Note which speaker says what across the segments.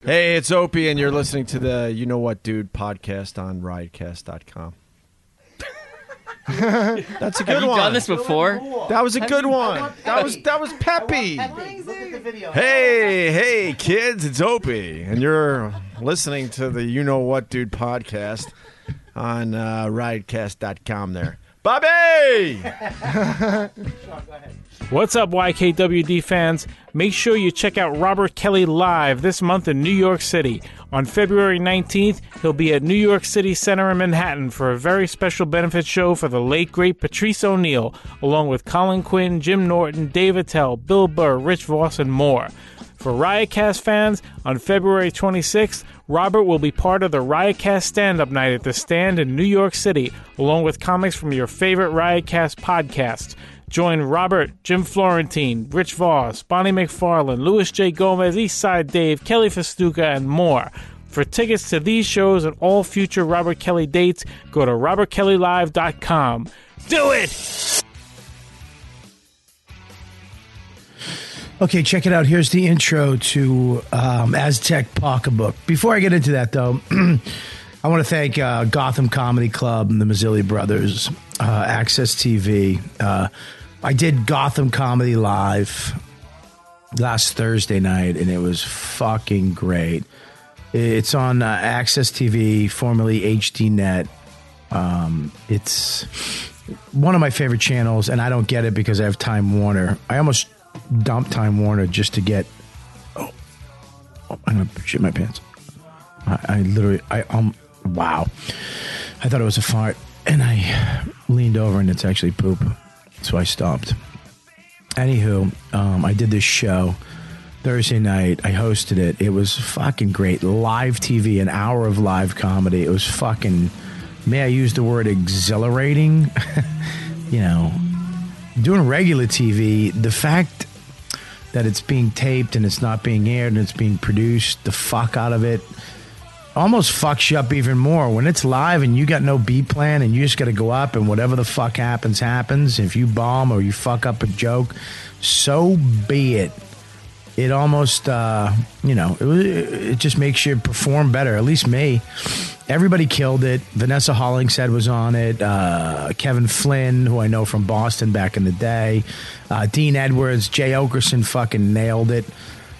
Speaker 1: Hey, it's Opie, and you're listening to the You Know What Dude podcast on riotcast.com. That's a good
Speaker 2: Have you
Speaker 1: one.
Speaker 2: done this before?
Speaker 1: That was a good one. That was that was peppy. Hey, hey, kids, it's Opie, and you're listening to the You Know What Dude podcast on uh, riotcast.com there. Bobby!
Speaker 3: What's up, YKWD fans? Make sure you check out Robert Kelly live this month in New York City. On February 19th, he'll be at New York City Center in Manhattan for a very special benefit show for the late, great Patrice O'Neill, along with Colin Quinn, Jim Norton, Dave Attell, Bill Burr, Rich Voss, and more. For Riotcast fans, on February 26th, Robert will be part of the Riotcast Stand Up Night at the Stand in New York City, along with comics from your favorite Riotcast podcasts. Join Robert, Jim Florentine, Rich Voss, Bonnie McFarlane, Louis J. Gomez, Eastside Dave, Kelly Festuca, and more. For tickets to these shows and all future Robert Kelly dates, go to robertkellylive.com. Do it!
Speaker 4: Okay, check it out. Here's the intro to um, Aztec Pocketbook. Before I get into that, though, I want to thank uh, Gotham Comedy Club and the Mazzilli Brothers, uh, Access TV. Uh, I did Gotham Comedy Live last Thursday night, and it was fucking great. It's on uh, Access TV, formerly HDNet. Um, it's one of my favorite channels, and I don't get it because I have Time Warner. I almost dumped Time Warner just to get. Oh, oh, I'm gonna shit my pants. I, I literally, I um, wow. I thought it was a fart, and I leaned over, and it's actually poop. So I stopped. Anywho, um, I did this show Thursday night. I hosted it. It was fucking great. Live TV, an hour of live comedy. It was fucking. May I use the word exhilarating? you know, doing regular TV, the fact that it's being taped and it's not being aired and it's being produced, the fuck out of it almost fucks you up even more when it's live and you got no B plan and you just got to go up and whatever the fuck happens happens. If you bomb or you fuck up a joke, so be it. It almost, uh, you know, it, was- it just makes you perform better. At least me. Everybody killed it. Vanessa Hollingshead was on it. Uh, Kevin Flynn, who I know from Boston back in the day. Uh, Dean Edwards, Jay Okerson fucking nailed it.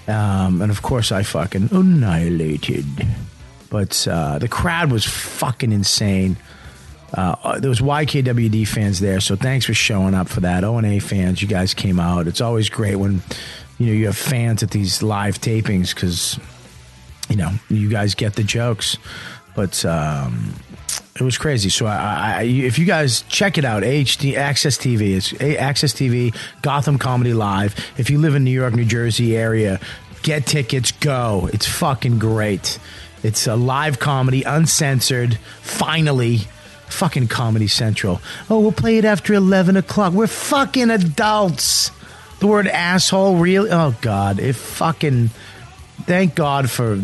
Speaker 4: Um, and of course, I fucking annihilated but uh, the crowd was fucking insane. Uh, uh, there was YKWd fans there, so thanks for showing up for that. O and A fans, you guys came out. It's always great when you know you have fans at these live tapings because you know you guys get the jokes. But um, it was crazy. So I, I, I, if you guys check it out, HD Access TV, it's A- Access TV, Gotham Comedy Live. If you live in New York, New Jersey area, get tickets. Go. It's fucking great. It's a live comedy, uncensored. Finally, fucking Comedy Central. Oh, we'll play it after eleven o'clock. We're fucking adults. The word asshole really. Oh God, it fucking thank God for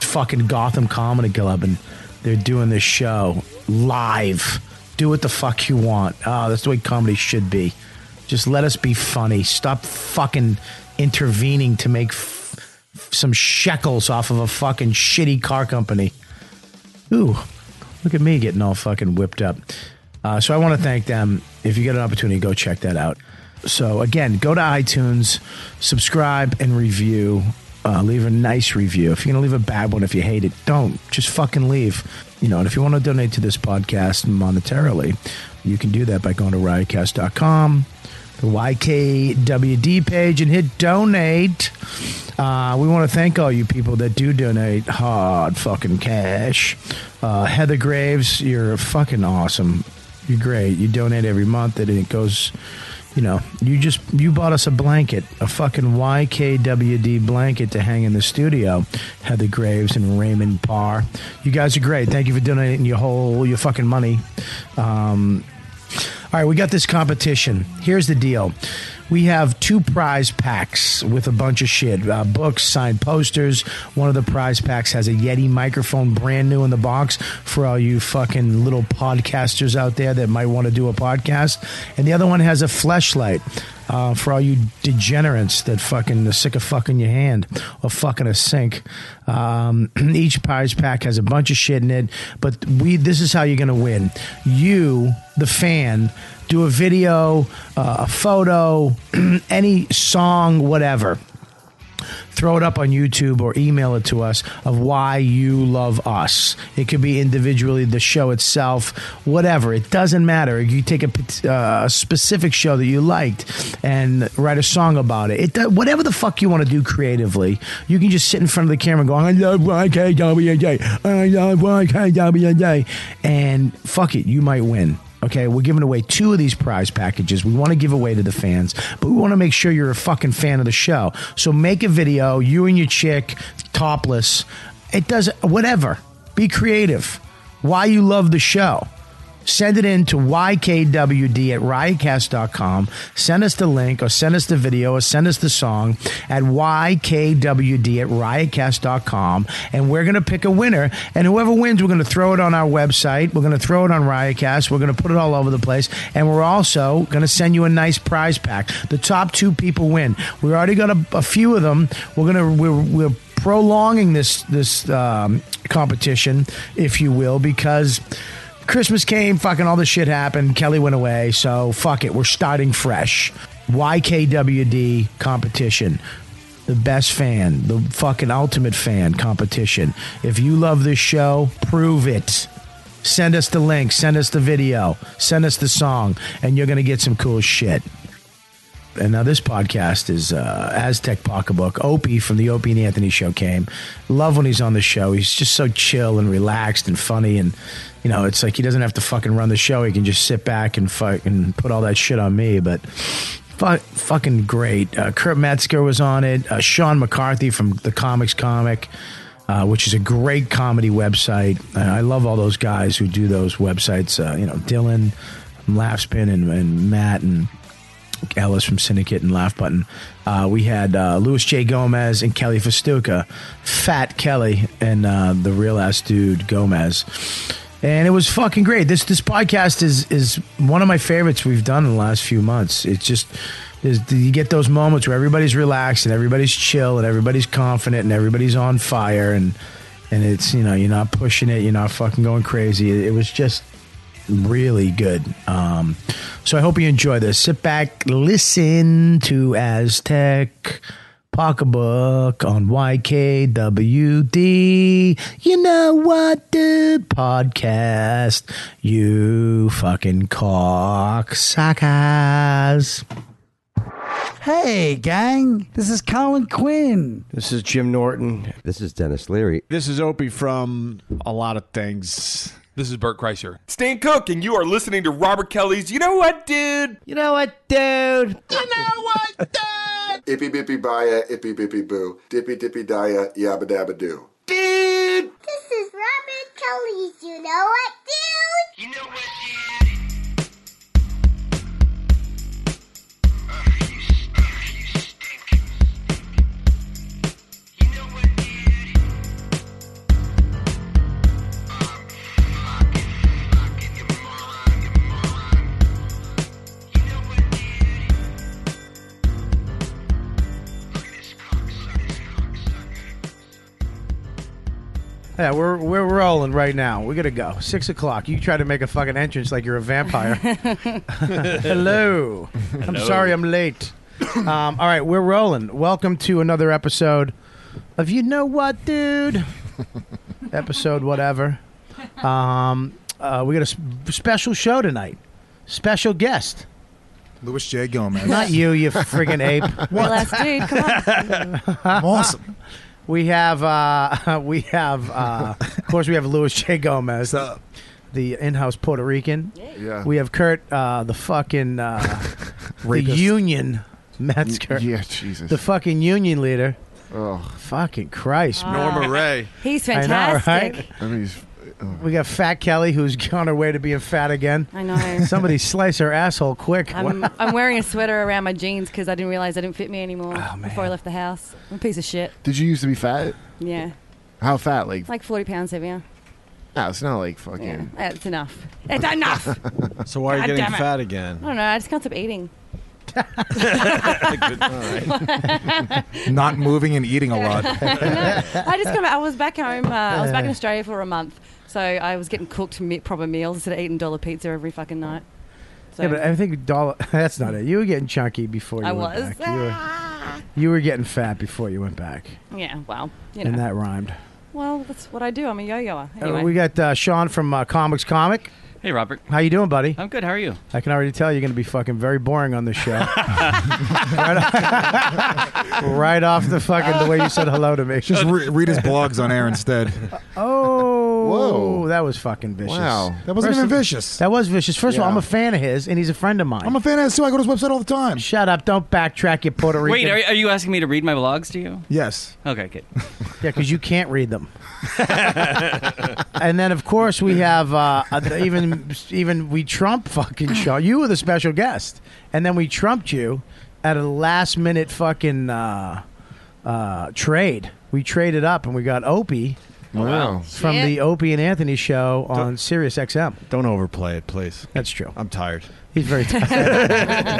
Speaker 4: fucking Gotham Comedy Club and they're doing this show live. Do what the fuck you want. Oh, that's the way comedy should be. Just let us be funny. Stop fucking intervening to make f- f- some shekels off of a fucking shitty car company. Ooh, look at me getting all fucking whipped up. Uh, so I want to thank them. If you get an opportunity, go check that out. So again, go to iTunes, subscribe and review. Uh, leave a nice review. If you're gonna leave a bad one, if you hate it, don't. Just fucking leave. You know, and if you want to donate to this podcast monetarily, you can do that by going to riotcast.com, the YKWD page, and hit donate. Uh, we want to thank all you people that do donate hard fucking cash. Uh, Heather Graves, you're fucking awesome. You're great. You donate every month, and it goes. You know, you just you bought us a blanket, a fucking YKWd blanket to hang in the studio. Heather Graves and Raymond Parr, you guys are great. Thank you for donating your whole your fucking money. Um, all right, we got this competition. Here's the deal. We have two prize packs with a bunch of shit uh, books, signed posters. One of the prize packs has a Yeti microphone brand new in the box for all you fucking little podcasters out there that might want to do a podcast. And the other one has a fleshlight. Uh, for all you degenerates that fucking are sick of fucking your hand or fucking a sink, um, each prize pack has a bunch of shit in it. But we, this is how you're gonna win. You, the fan, do a video, uh, a photo, any song, whatever throw it up on YouTube or email it to us of why you love us. It could be individually the show itself, whatever. It doesn't matter. You take a, p- uh, a specific show that you liked and write a song about it. It do- whatever the fuck you want to do creatively, you can just sit in front of the camera going, "I love YKWJ, I love YKWJ," and fuck it, you might win. Okay, we're giving away two of these prize packages. We want to give away to the fans, but we want to make sure you're a fucking fan of the show. So make a video, you and your chick, topless. It does whatever. Be creative. Why you love the show. Send it in to YKWD at riotcast.com. Send us the link or send us the video or send us the song at YKWD at riotcast.com. And we're going to pick a winner. And whoever wins, we're going to throw it on our website. We're going to throw it on Riotcast. We're going to put it all over the place. And we're also going to send you a nice prize pack. The top two people win. We already got a, a few of them. We're going to, we're, we're prolonging this, this um, competition, if you will, because. Christmas came, fucking all this shit happened. Kelly went away, so fuck it. We're starting fresh. YKWD competition. The best fan, the fucking ultimate fan competition. If you love this show, prove it. Send us the link, send us the video, send us the song, and you're going to get some cool shit. And now this podcast is uh, Aztec Pocketbook. Opie from the Opie and Anthony show came. Love when he's on the show. He's just so chill and relaxed and funny, and you know, it's like he doesn't have to fucking run the show. He can just sit back and fucking put all that shit on me. But fu- fucking great. Uh, Kurt Metzger was on it. Uh, Sean McCarthy from the Comics Comic. Uh, which is a great comedy website. Uh, I love all those guys who do those websites. Uh, you know, Dylan from Laughspin and, and Matt and Ellis from Syndicate and Laugh Button. Uh, we had uh, Louis J. Gomez and Kelly Festuca, Fat Kelly, and uh, the real ass dude Gomez. And it was fucking great. This this podcast is is one of my favorites we've done in the last few months. It's just is you get those moments where everybody's relaxed and everybody's chill and everybody's confident and everybody's on fire and and it's you know you're not pushing it, you're not fucking going crazy. It was just really good. Um, so I hope you enjoy this. Sit back, listen to Aztec Pocketbook on YKWD. You know what, dude? Podcast. You fucking cocksuckers.
Speaker 5: Hey, gang, this is Colin Quinn.
Speaker 6: This is Jim Norton.
Speaker 7: This is Dennis Leary.
Speaker 1: This is Opie from a lot of things.
Speaker 8: This is Burt Kreischer. Stan Cook, and you are listening to Robert Kelly's You Know What, Dude?
Speaker 7: You know what, dude?
Speaker 9: Ippy bippy baya, ippy bippy boo. Dippy dippy dia, yabba dabba doo.
Speaker 10: This is Robert Kelly's You Know What Dude? You know what, dude?
Speaker 4: Yeah, we're we're rolling right now. We're gonna go six o'clock. You try to make a fucking entrance like you're a vampire. Hello. I'm sorry I'm late. Um, all right, we're rolling. Welcome to another episode of you know what, dude. episode whatever. Um, uh, we got a s- special show tonight. Special guest.
Speaker 11: Louis J. Gomez.
Speaker 4: Not you, you friggin' ape.
Speaker 12: Real ass dude. Come on.
Speaker 11: I'm awesome.
Speaker 4: We have uh, we have uh, of course we have Louis J Gomez,
Speaker 11: up?
Speaker 4: the in-house Puerto Rican.
Speaker 11: Yeah.
Speaker 4: We have Kurt, uh, the fucking uh, the
Speaker 11: Rapist.
Speaker 4: union Metzger,
Speaker 11: Yeah, Jesus.
Speaker 4: the fucking union leader.
Speaker 11: oh,
Speaker 4: Fucking Christ, man.
Speaker 1: Norma Ray.
Speaker 12: He's
Speaker 4: I know,
Speaker 12: fantastic.
Speaker 11: I mean, he's- oh.
Speaker 4: We got Fat Kelly, who's on her way to being fat again.
Speaker 12: I know.
Speaker 4: Somebody slice her asshole quick.
Speaker 12: I'm, I'm wearing a sweater around my jeans because I didn't realize they didn't fit me anymore before I left the house. I'm a piece of shit.
Speaker 11: Oh, Did you used to be fat?
Speaker 12: Yeah.
Speaker 11: How fat? Like,
Speaker 12: Like 40 pounds heavier.
Speaker 11: no, it's not like
Speaker 12: Yeah.
Speaker 11: fucking.
Speaker 12: That's enough. It's enough. I
Speaker 1: So why are you
Speaker 12: God
Speaker 1: getting
Speaker 12: damn it.
Speaker 1: fat again?
Speaker 12: don't know. I just can't stop eating.
Speaker 7: Not moving and eating a lot.
Speaker 12: I just got. I was back home. Uh, I was back in Australia for a month, so I was getting cooked me- proper meals instead of eating dollar pizza every fucking night. So
Speaker 4: Yeah, but I think dollar. That's not it. You were getting chunky before you
Speaker 12: I
Speaker 4: went
Speaker 12: was.
Speaker 4: back. You were, you were getting fat before you went back,
Speaker 12: yeah, well, you know.
Speaker 4: and that rhymed.
Speaker 12: well, that's what I do. I'm a yo-yoer.
Speaker 4: Uh,
Speaker 12: Anyway.
Speaker 4: we got uh, Sean from uh, Comics Comic.
Speaker 2: Hey, Robert.
Speaker 4: How you doing, buddy?
Speaker 2: I'm good. How are you?
Speaker 4: I can already tell you're going to be fucking very boring on this show. right, right off the fucking the way you said hello to me.
Speaker 7: Just re- read his blogs on air instead.
Speaker 4: Oh, whoa, that was fucking vicious.
Speaker 7: Wow. That wasn't even
Speaker 4: vicious. That was vicious. First of all, I'm a fan of his, and he's a friend of mine. I'm a fan of his too. I go to his website all the time. Shut up! Don't backtrack, you Puerto Rican.
Speaker 2: Wait, are, are you asking me to read my blogs to you?
Speaker 4: yes.
Speaker 2: Okay, good.
Speaker 4: Yeah, because you can't read them. and then, of course, we have uh, even even we Trump fucking show. You were the special guest, and then we trumped you at a last minute fucking uh, uh, trade. We traded up and we got Opie.
Speaker 1: Wow.
Speaker 4: From
Speaker 1: Shit.
Speaker 4: the Opie and Anthony show on Sirius XM.
Speaker 1: Don't overplay it, please.
Speaker 4: That's true.
Speaker 1: I'm tired.
Speaker 4: He's very tired.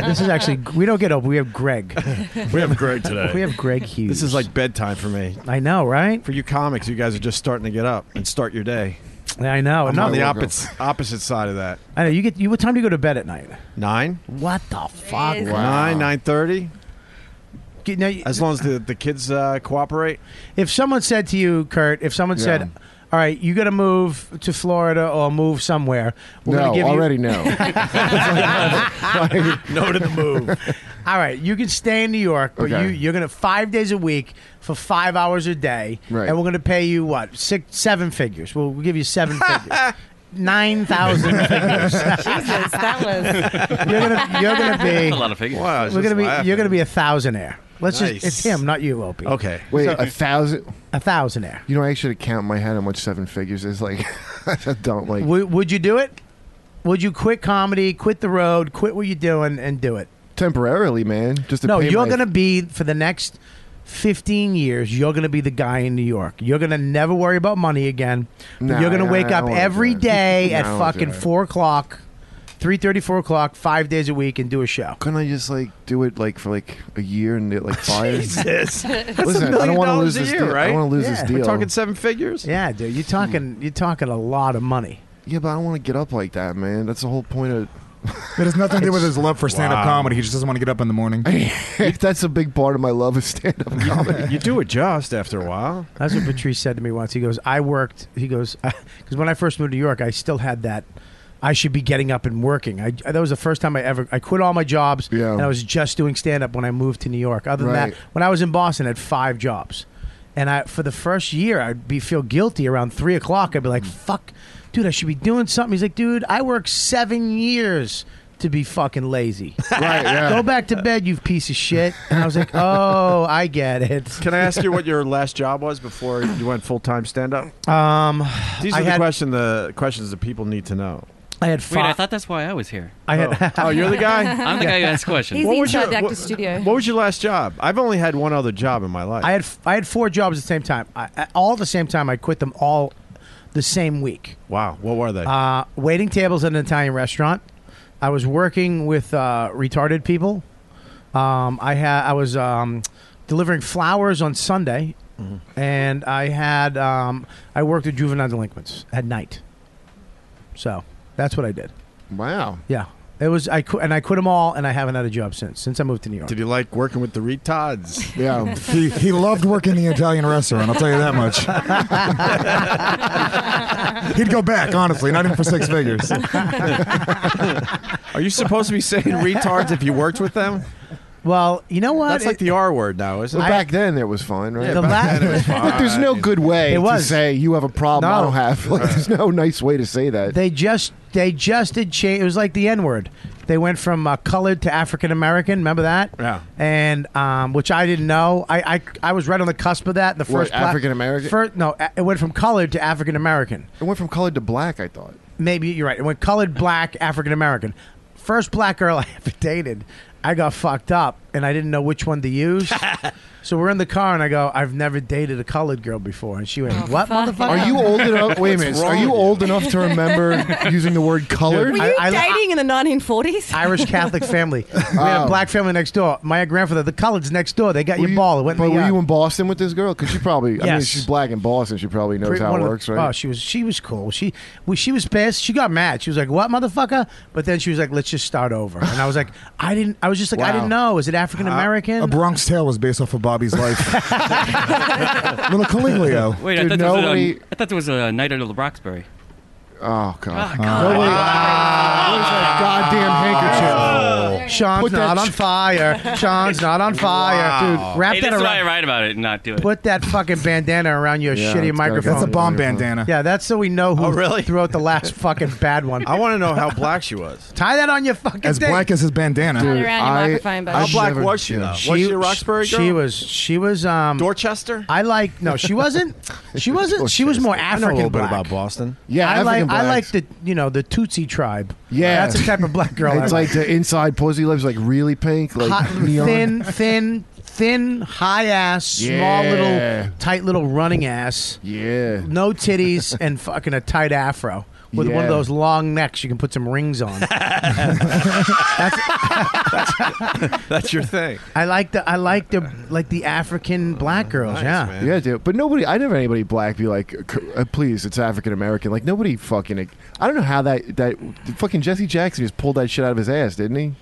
Speaker 4: this is actually we don't get Opie. We have Greg.
Speaker 1: We have Greg today.
Speaker 4: We have Greg Hughes.
Speaker 1: This is like bedtime for me.
Speaker 4: I know, right?
Speaker 1: For you comics, you guys are just starting to get up and start your day.
Speaker 4: I know.
Speaker 1: I'm
Speaker 4: No,
Speaker 1: on the
Speaker 4: we'll
Speaker 1: opposite opposite side of that.
Speaker 4: I know you get you. What time do you go to bed at night?
Speaker 1: Nine.
Speaker 4: What the fuck?
Speaker 1: Nine nine thirty.
Speaker 4: As
Speaker 1: long as the the kids uh, cooperate.
Speaker 4: If someone said to you, Kurt, if someone said, "All right, you got to move to Florida or move somewhere," we're
Speaker 8: No,
Speaker 4: gonna give
Speaker 8: already
Speaker 4: you...
Speaker 8: no.
Speaker 1: no to the move.
Speaker 4: All right, you can stay in New York, but
Speaker 8: Okay.
Speaker 4: you you're gonna five days a week for five hours a day,
Speaker 8: Right.
Speaker 4: and we're gonna pay you what six seven figures. We'll, we'll give you seven figures. Nine thousand figures.
Speaker 12: Jesus, that was.
Speaker 4: You're gonna you're gonna be
Speaker 2: That's a lot of figures. Wow, I was
Speaker 4: we're
Speaker 2: just
Speaker 4: gonna be
Speaker 2: laughing.
Speaker 4: you're gonna be a thousandaire. Let's
Speaker 8: Nice.
Speaker 4: just it's him, not you, Opie.
Speaker 1: Okay.
Speaker 8: Wait,
Speaker 4: So-
Speaker 8: a thousand.
Speaker 4: A thousandaire.
Speaker 8: You know, I actually count in my head how much seven figures is. Like, I don't like.
Speaker 4: Would, would you do it? Would you quit comedy, quit the road, quit what you're doing, and do it
Speaker 8: temporarily, man? Just to
Speaker 4: no,
Speaker 8: pay
Speaker 4: you're
Speaker 8: my-
Speaker 4: gonna be for the next 15 years. You're gonna be the guy in New York. You're gonna never worry about money again. But
Speaker 8: Nah,
Speaker 4: you're gonna
Speaker 8: I-
Speaker 4: wake
Speaker 8: I
Speaker 4: up
Speaker 8: don't wanna
Speaker 4: every
Speaker 8: do it.
Speaker 4: day
Speaker 8: Nah, I
Speaker 4: at
Speaker 8: don't wanna
Speaker 4: fucking
Speaker 8: do it.
Speaker 4: four o'clock, three thirty, four o'clock, five days a week, and do a show.
Speaker 8: Couldn't I just like do it like for like a year and it like fire?
Speaker 1: Jesus. That's a
Speaker 8: Listen, I
Speaker 1: million
Speaker 8: don't want to
Speaker 1: dollars
Speaker 8: lose
Speaker 1: a
Speaker 8: this
Speaker 1: year,
Speaker 8: deal. I
Speaker 1: right?
Speaker 8: don't want to lose this
Speaker 1: Yeah.
Speaker 8: deal.
Speaker 1: We're talking seven figures.
Speaker 4: Yeah, dude, you're talking you're talking a lot of money.
Speaker 8: Yeah, but I don't want to get up like that, man. That's the whole point of.
Speaker 7: That has nothing to do with his love for stand-up
Speaker 8: Wow.
Speaker 7: comedy. He just doesn't want to get up in the morning.
Speaker 8: That's a big part of my love of stand-up comedy.
Speaker 1: you do adjust after a while.
Speaker 4: That's what Patrice said to me once. He goes, I worked. He goes, because when I first moved to New York, I still had that. I should be getting up and working. I, that was the first time I ever. I quit all my jobs, and I was just doing stand up when I moved to New York. Other than
Speaker 8: Right.
Speaker 4: that, when I was in Boston, I had five jobs, and I for the first year, I'd be feel guilty around three o'clock. I'd be
Speaker 1: Mm.
Speaker 4: like, "Fuck, dude, I should be doing something." He's like, "Dude, I worked seven years to be fucking lazy.
Speaker 1: Right, yeah.
Speaker 4: Go back to bed, you piece of shit." And I was like, "Oh, I get it."
Speaker 1: Can I ask you what your last job was before you went full time stand up?
Speaker 4: Um,
Speaker 1: These
Speaker 4: I
Speaker 1: are the
Speaker 4: had-
Speaker 1: question the questions that people need to know.
Speaker 4: I had
Speaker 2: Wait, I thought that's why I was here.
Speaker 4: I had.
Speaker 1: Oh, you're the guy.
Speaker 2: I'm the guy who asked questions.
Speaker 12: He's
Speaker 1: What was
Speaker 12: inside
Speaker 1: your-
Speaker 12: the actor's
Speaker 1: what-
Speaker 12: studio.
Speaker 1: What was your last job? I've only had one other job in my life.
Speaker 4: I had I had four jobs at the same time. I, I- all at the same time. I quit them all the same week.
Speaker 1: wow. What were they?
Speaker 4: Uh, waiting tables at an Italian restaurant. I was working with uh, retarded people. Um, I had I was um, delivering flowers on Sunday,
Speaker 1: Mm-hmm.
Speaker 4: and I had um, I worked with juvenile delinquents at night. So that's what I did.
Speaker 8: Wow.
Speaker 4: Yeah. It was I quit, and I quit them all, and I haven't had a job since since I moved to New York.
Speaker 1: Did you like working with the retards?
Speaker 8: Yeah.
Speaker 7: he, he loved working the Italian restaurant. I'll tell you that much. He'd go back, honestly, not even for six figures.
Speaker 1: Are you supposed to be saying retards if you worked with them?
Speaker 4: Well, you know what?
Speaker 1: That's like the R word now, isn't
Speaker 8: Well,
Speaker 1: it?
Speaker 8: back then it was fine, right?
Speaker 1: Yeah, The back la- then it was
Speaker 8: But there's no
Speaker 1: fine.
Speaker 8: good way
Speaker 1: It
Speaker 8: to
Speaker 1: was.
Speaker 8: say you have a problem I
Speaker 4: No.
Speaker 8: don't have. Like, there's no nice way to say that.
Speaker 4: They just they just did change. It was like the N word. They went from uh, colored to African American. Remember that?
Speaker 8: Yeah.
Speaker 4: And um, which I didn't know. I, I I was right on the cusp of that. The
Speaker 8: What,
Speaker 4: first black-
Speaker 8: African-American?
Speaker 4: First, no, a- it went from colored to African American.
Speaker 8: It went from colored to black. I thought.
Speaker 4: Maybe you're right. It went colored, black, African American. First black girl I ever dated. I got fucked up, and I didn't know which one to use. so we're in the car, and I go, "I've never dated a colored girl before," and she went, "What, motherfucker?
Speaker 8: Are you old enough? Wait a minute. Are you old enough to remember using the word colored?
Speaker 12: Were you dating in the 1940s?
Speaker 4: Irish Catholic family. We had a
Speaker 8: Oh.
Speaker 4: black family next door. My grandfather, the collards next door. They got your ball. It went.
Speaker 8: But
Speaker 4: in the
Speaker 8: were
Speaker 4: yard.
Speaker 8: you in Boston with this girl? Because she probably, I mean,
Speaker 4: uh, Yes.
Speaker 8: she's black in Boston. She probably knows
Speaker 4: Pretty-
Speaker 8: how
Speaker 4: one
Speaker 8: it
Speaker 4: of the-
Speaker 8: works, right?
Speaker 4: Oh, she was she was cool. She we, she was pissed. She got mad. She was like, "What, motherfucker?" But then she was like, "Let's just start over." And I was like, "I didn't." I was just like, "I
Speaker 7: Wow.
Speaker 4: didn't know. Is it African American?"
Speaker 7: A Bronx Tale was based off of Bobby's life. Little Caliglio.
Speaker 2: Wait, I,
Speaker 8: Dude,
Speaker 2: thought this was
Speaker 8: nobody-
Speaker 2: a, I thought there was a Night at Little Roxbury.
Speaker 8: Oh, God.
Speaker 2: God.
Speaker 8: Nobody- Where's that goddamn handkerchief?
Speaker 4: Sean's
Speaker 8: Put that
Speaker 4: not on
Speaker 8: ch-
Speaker 4: fire. Sean's not on fire, dude. Wrap
Speaker 2: hey,
Speaker 4: that
Speaker 2: that's why I
Speaker 4: around.
Speaker 2: write about it and not do it.
Speaker 4: Put that fucking bandana around your
Speaker 2: Yeah,
Speaker 4: shitty
Speaker 2: it's gotta go
Speaker 4: microphone.
Speaker 2: That's a bomb bandana.
Speaker 4: Yeah, that's so we know who
Speaker 1: Oh, really?
Speaker 4: threw out the last fucking bad one.
Speaker 1: I want to know how black she was.
Speaker 4: Tie that on your fucking
Speaker 7: As
Speaker 4: thing.
Speaker 7: black as his bandana.
Speaker 4: Dude, Turn around your I- microphone, bud.
Speaker 1: How
Speaker 4: I've
Speaker 1: black
Speaker 4: never-
Speaker 1: was she, though?
Speaker 4: She-
Speaker 1: was she a Uh, Roxbury girl?
Speaker 4: She was. She was. Um,
Speaker 1: Dorchester.
Speaker 4: I like. No, she wasn't. She wasn't. She was more
Speaker 1: I
Speaker 4: African.
Speaker 1: know a little bit
Speaker 4: black.
Speaker 1: about Boston.
Speaker 4: I
Speaker 8: African
Speaker 4: like. I like
Speaker 8: blacks.
Speaker 4: the you know the Tutsi tribe.
Speaker 8: Yeah.
Speaker 4: that's the type of black girl. I
Speaker 8: It's like the inside pussy lips, like really pink, like
Speaker 4: Hot,
Speaker 8: neon.
Speaker 4: thin, thin, thin, high ass, small
Speaker 8: Yeah.
Speaker 4: little, tight little running ass.
Speaker 8: Yeah.
Speaker 4: No titties and fucking a tight afro with one
Speaker 8: Yeah.
Speaker 4: of those long necks you can put some rings on.
Speaker 1: That's your thing.
Speaker 4: I like the I like the like the African black girls. yeah.
Speaker 8: yeah, dude. But nobody, I never had anybody black be like, "C- uh, please, it's African American. Like nobody fucking. I don't know how that that fucking Jesse Jackson just pulled that shit out of his ass, didn't he?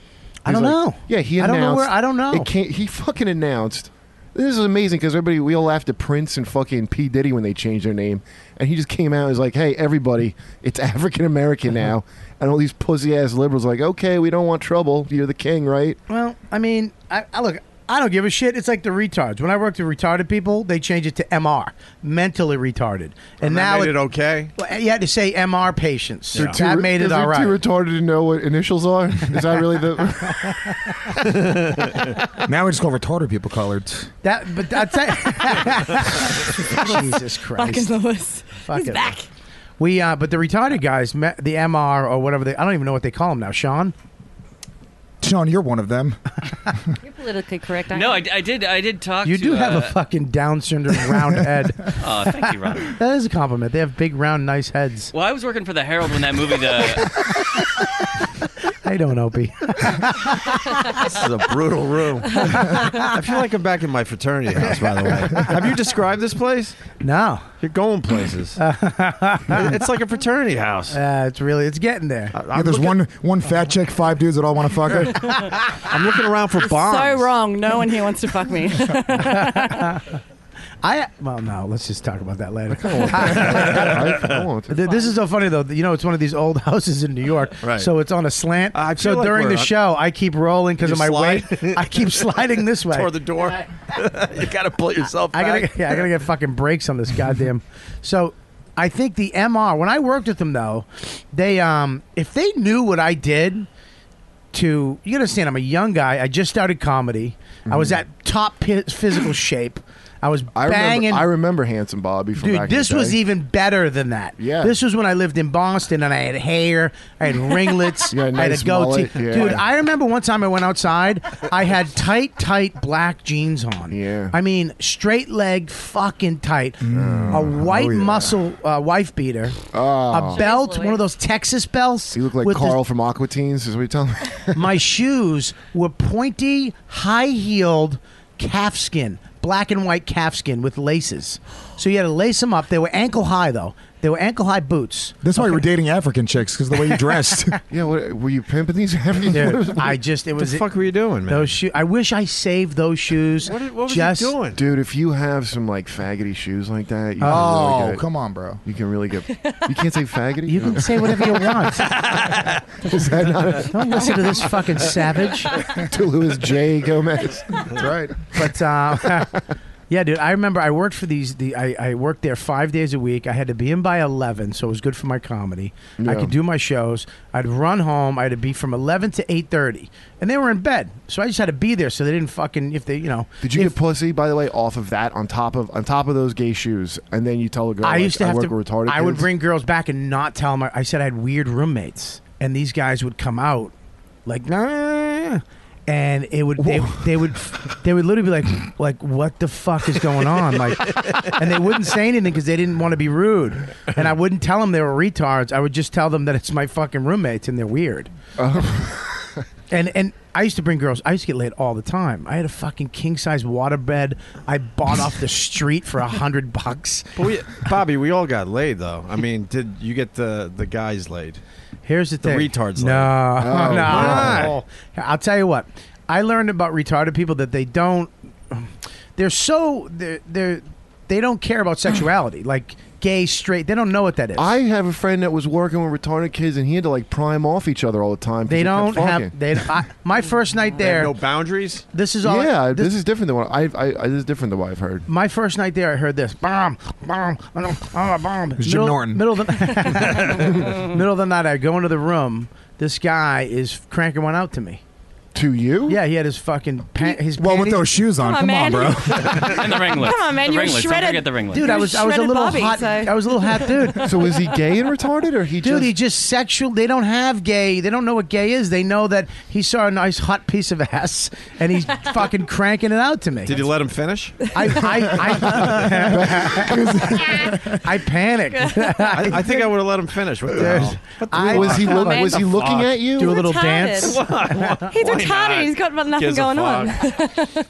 Speaker 4: I
Speaker 8: He's
Speaker 4: don't
Speaker 8: like-
Speaker 4: know.
Speaker 8: Yeah, he.
Speaker 4: I don't know
Speaker 8: announced-
Speaker 4: where- I don't know.
Speaker 8: It can't, he fucking announced. This is amazing because everybody we all laughed at Prince and fucking P Diddy when they changed their name, and he just came out and was like, "Hey, everybody, it's African American now." And all these pussy ass liberals are like, "Okay, we don't want trouble. You're the king, right?"
Speaker 4: Well, I mean, I, I look. I don't give a shit. It's like the retards. When I worked with retarded people, they change it to MR, mentally retarded, and,
Speaker 1: And that
Speaker 4: now
Speaker 1: made
Speaker 4: it,
Speaker 1: it okay.
Speaker 4: Well, you had to say MR patients.
Speaker 8: They're too
Speaker 4: That
Speaker 8: re-
Speaker 4: made it
Speaker 8: they're
Speaker 4: all right.
Speaker 8: Too retarded to know what initials are. Is that really the?
Speaker 7: now we just call retarded people colored.
Speaker 4: That, but that's it. Jesus Christ!
Speaker 12: Fucking Lewis.
Speaker 4: Fuck
Speaker 12: He's
Speaker 4: it.
Speaker 12: back.
Speaker 4: We, uh, but the retarded guys, me- the MR or whatever they—I don't even know what they call them now. Sean,
Speaker 7: Sean, you're one of them.
Speaker 12: You're politically correct. aren't
Speaker 2: No,
Speaker 12: you?
Speaker 2: I, I did. I did talk.
Speaker 4: you
Speaker 2: to,
Speaker 4: do have
Speaker 2: uh,
Speaker 4: a fucking Down syndrome round head.
Speaker 2: Oh, thank you, Robert.
Speaker 4: that is a compliment. They have big, round, nice heads.
Speaker 2: Well, I was working for the Herald when that movie. The
Speaker 4: I don't, Opie.
Speaker 1: This is a brutal room. I feel like I'm back in my fraternity house. By the way, have you described this place?
Speaker 4: No,
Speaker 1: you're going places. it's like a fraternity house.
Speaker 4: Uh, it's really, it's getting there.
Speaker 7: yeah, there's one one fat chick, five dudes that all want to fuck her.
Speaker 1: I'm looking around for
Speaker 12: So wrong. No one here wants to fuck me.
Speaker 4: I well, no. Let's just talk about that later.
Speaker 8: I won't.
Speaker 4: Th- This is so funny though. You know, it's one of these old houses in New York,
Speaker 8: Right.
Speaker 4: so it's on a slant.
Speaker 1: feel
Speaker 4: so
Speaker 1: like
Speaker 4: during
Speaker 1: we're
Speaker 4: the
Speaker 1: on-
Speaker 4: show, I keep rolling because
Speaker 1: You
Speaker 4: of my
Speaker 1: slide?
Speaker 4: weight. I keep sliding this way.
Speaker 1: Toward the door. you gotta pull yourself
Speaker 4: I
Speaker 1: back.
Speaker 4: gotta, yeah, I gotta get fucking brakes on this goddamn. so, I think the MR. When I worked with them though, they um, if they knew what I did, to you gotta understand, I'm a young guy. I just started comedy. I was at top pi- physical shape. I was
Speaker 8: I
Speaker 4: banging.
Speaker 8: remember. I remember handsome Bobby from
Speaker 4: Dude,
Speaker 8: back
Speaker 4: this
Speaker 8: in the
Speaker 4: was
Speaker 8: day.
Speaker 4: even better than that.
Speaker 8: Yeah.
Speaker 4: This was when I lived in Boston and I had hair, I had ringlets,
Speaker 8: You had a
Speaker 4: I had
Speaker 8: nice
Speaker 4: a goatee.
Speaker 8: mullet, yeah.
Speaker 4: Dude, I remember one time I went outside, I had tight, tight black jeans on. Yeah. I mean, straight leg, fucking tight, a white
Speaker 8: Oh, yeah.
Speaker 4: muscle uh, wife beater, a
Speaker 8: Oh.
Speaker 4: belt, one of those Texas belts.
Speaker 8: You look like
Speaker 4: with the-
Speaker 8: Carl from Aqua Teens, is what you're telling me?
Speaker 4: my shoes were pointy, high heeled calfskin, black and white calfskin with laces. So you had to lace them up. They were ankle high though. They were ankle high boots.
Speaker 7: That's why you were dating African chicks because the way you dressed.
Speaker 8: yeah, what, were you pimping these?
Speaker 4: Dude, I just it was
Speaker 1: the fuck were you doing, man?
Speaker 4: Those shoes. I wish I saved those shoes.
Speaker 1: What, what was
Speaker 4: just,
Speaker 1: you doing?
Speaker 8: Dude, if you have some like faggoty shoes like that, you can
Speaker 7: Oh,
Speaker 8: really get,
Speaker 7: come on, bro.
Speaker 8: You can really get. You can't say faggoty.
Speaker 4: You can say whatever you want.
Speaker 8: Is that not a,
Speaker 4: Don't listen to this fucking savage.
Speaker 8: to Louis J. Gomez? That's right.
Speaker 4: But uh, yeah, dude, I remember I worked for these. The I, I worked there five days a week. I had to be in by eleven, so it was good for my comedy. I
Speaker 8: Yeah.
Speaker 4: could do my shows. I'd run home. I had to be from eleven to eight thirty, and they were in bed, so I just had to be there so they didn't fucking if they you know.
Speaker 8: Did you get pussy, by the way, off of that on top of on top of those gay shoes, and then you tell a girl
Speaker 4: I
Speaker 8: like,
Speaker 4: used to have
Speaker 8: work
Speaker 4: to.
Speaker 8: with retarded.
Speaker 4: I would
Speaker 8: kids?
Speaker 4: bring girls back and not tell them. I, I said I had weird roommates, and these guys would come out like nah. and it would they, they would they would literally be like like what the fuck is going on like and they wouldn't say anything because they didn't want to be rude and I wouldn't tell them they were retards I would just tell them that it's my fucking roommates and they're weird
Speaker 8: Oh.
Speaker 4: and and I used to bring girls I used to get laid all the time I had a fucking king size waterbed I bought off the street for a hundred bucks
Speaker 1: But we, Bobby, we all got laid though. I mean, did you get the the guys laid?
Speaker 4: Here's the
Speaker 1: The
Speaker 4: thing.
Speaker 1: retards
Speaker 4: No,
Speaker 1: laid. Oh,
Speaker 4: no.
Speaker 1: why?
Speaker 4: I'll tell you what. I learned about retarded people that they don't. They're so they're they're they don't care about sexuality. Like gay, straight, they don't know what that is.
Speaker 8: I have a friend that was working with retarded kids, and he had to like prime off each other all the time. 'cause
Speaker 4: They
Speaker 8: kept
Speaker 4: don't
Speaker 8: fucking.
Speaker 4: have. They. I, my first night there.
Speaker 1: no boundaries.
Speaker 4: This is all.
Speaker 8: yeah,
Speaker 4: this-
Speaker 8: this, is different than what I've, I, I. This is different than what I've heard.
Speaker 4: My first night there, I heard this bomb, bomb, bomb, bomb.
Speaker 8: was Jim Norton.
Speaker 4: Middle of, the, middle of the night, I go into the room. This guy is cranking one out to me.
Speaker 8: To you?
Speaker 4: Yeah, he had his fucking pant, his
Speaker 7: Well, with
Speaker 4: panties-
Speaker 7: those shoes on, Come on, come on,
Speaker 2: and the ringlets.
Speaker 4: Come on, man,
Speaker 2: The
Speaker 4: you were
Speaker 2: ringlets.
Speaker 4: shredded-
Speaker 2: Don't forget the ringlets.
Speaker 4: Dude, I was I was a little hot. I was a little hot dude.
Speaker 8: So was he gay and retarded, or he
Speaker 4: dude?
Speaker 8: just-
Speaker 4: He just sexual. They don't have gay. They don't know what gay is. They know that he saw a nice hot piece of ass and he's fucking cranking it out to me.
Speaker 1: Did you let him finish?
Speaker 4: I I I, I panicked.
Speaker 1: I, I think I would have let him finish. What the hell?
Speaker 4: I- Was he look- was he looking at you? Do a little
Speaker 12: dance? He's
Speaker 1: Why not?
Speaker 12: retarded. He's got nothing
Speaker 8: Gives a
Speaker 12: going on.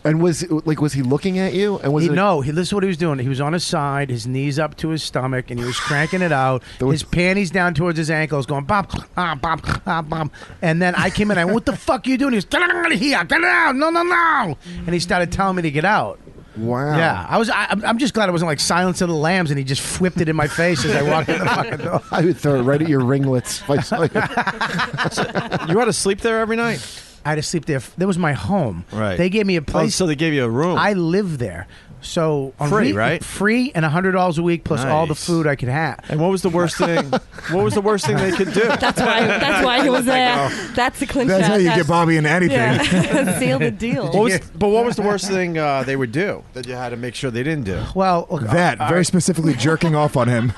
Speaker 8: and was like was he looking at you? And was
Speaker 4: he,
Speaker 8: it
Speaker 4: no? He, this is what he was doing. He was on his side, his knees up to his stomach, and he was cranking it out. his panties down towards his ankles, going bop, ah, bop, ah, bop. And then I came in. I went, "What the fuck are you doing?" He was, "Get out of here! Get out! No, no, no!" And he started telling me to get out.
Speaker 8: Wow.
Speaker 4: Yeah, I was. I, I'm- I'm just glad it wasn't like Silence of the Lambs, and he just whipped it in my face as I walked in the fucking door.
Speaker 8: I would throw it right at your ringlets. If I saw you.
Speaker 1: You had to sleep there every night.
Speaker 4: I had to sleep there. That was my home.
Speaker 1: Right.
Speaker 4: They gave me a place.
Speaker 1: Oh, so they gave you a room.
Speaker 4: I live there. So on
Speaker 1: Free,
Speaker 4: week-
Speaker 1: right?
Speaker 4: Free and hundred dollars a week plus all the food I could have.
Speaker 1: And what was the worst thing? What was the worst thing they could do?
Speaker 12: That's why. That's why he was there. That's the clincher.
Speaker 7: That's how you get Bobby into anything.
Speaker 12: Yeah. Seal the deal.
Speaker 1: What was, but what was the worst thing uh, they would do that you had to make sure they didn't do?
Speaker 4: Well, uh,
Speaker 7: that very specifically jerking off on him.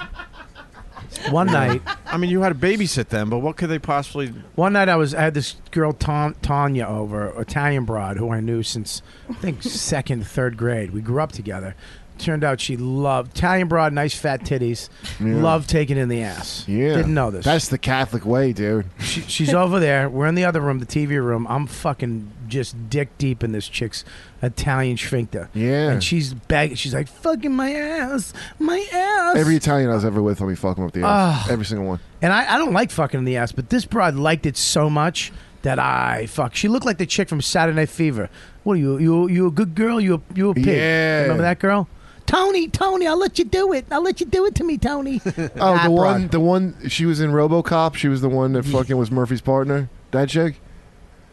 Speaker 4: One night,
Speaker 1: I mean, you had to babysit them, but what could they possibly?
Speaker 4: One night I was I had this girl Ta- Tanya over, Italian broad who I knew since I think second third grade. We grew up together. Turned out she loved Italian broad, nice fat titties,
Speaker 8: Yeah.
Speaker 4: loved taking in the ass.
Speaker 8: Yeah.
Speaker 4: didn't know this.
Speaker 8: That's the Catholic way, dude.
Speaker 4: She, She's over there. We're in the other room, the TV room. I'm fucking just dick deep in this chick's Italian sphincter.
Speaker 8: Yeah.
Speaker 4: and she's begging. She's like, "Fucking my ass, my ass."
Speaker 8: Every Italian I was ever with, let me fuck him up the ass.
Speaker 4: Ugh.
Speaker 8: Every single one.
Speaker 4: And I, I don't like fucking in the ass, but this broad liked it so much that I fuck. She looked like the chick from Saturday Night Fever. What are you? You you a good girl? You a, you a pig?
Speaker 8: Yeah.
Speaker 4: Remember that girl? Tony, Tony, I'll let you do it. I'll let you do it to me, Tony. oh,
Speaker 8: Oh, the one, the one. She was in RoboCop. She was the one that fucking was Murphy's partner. That chick.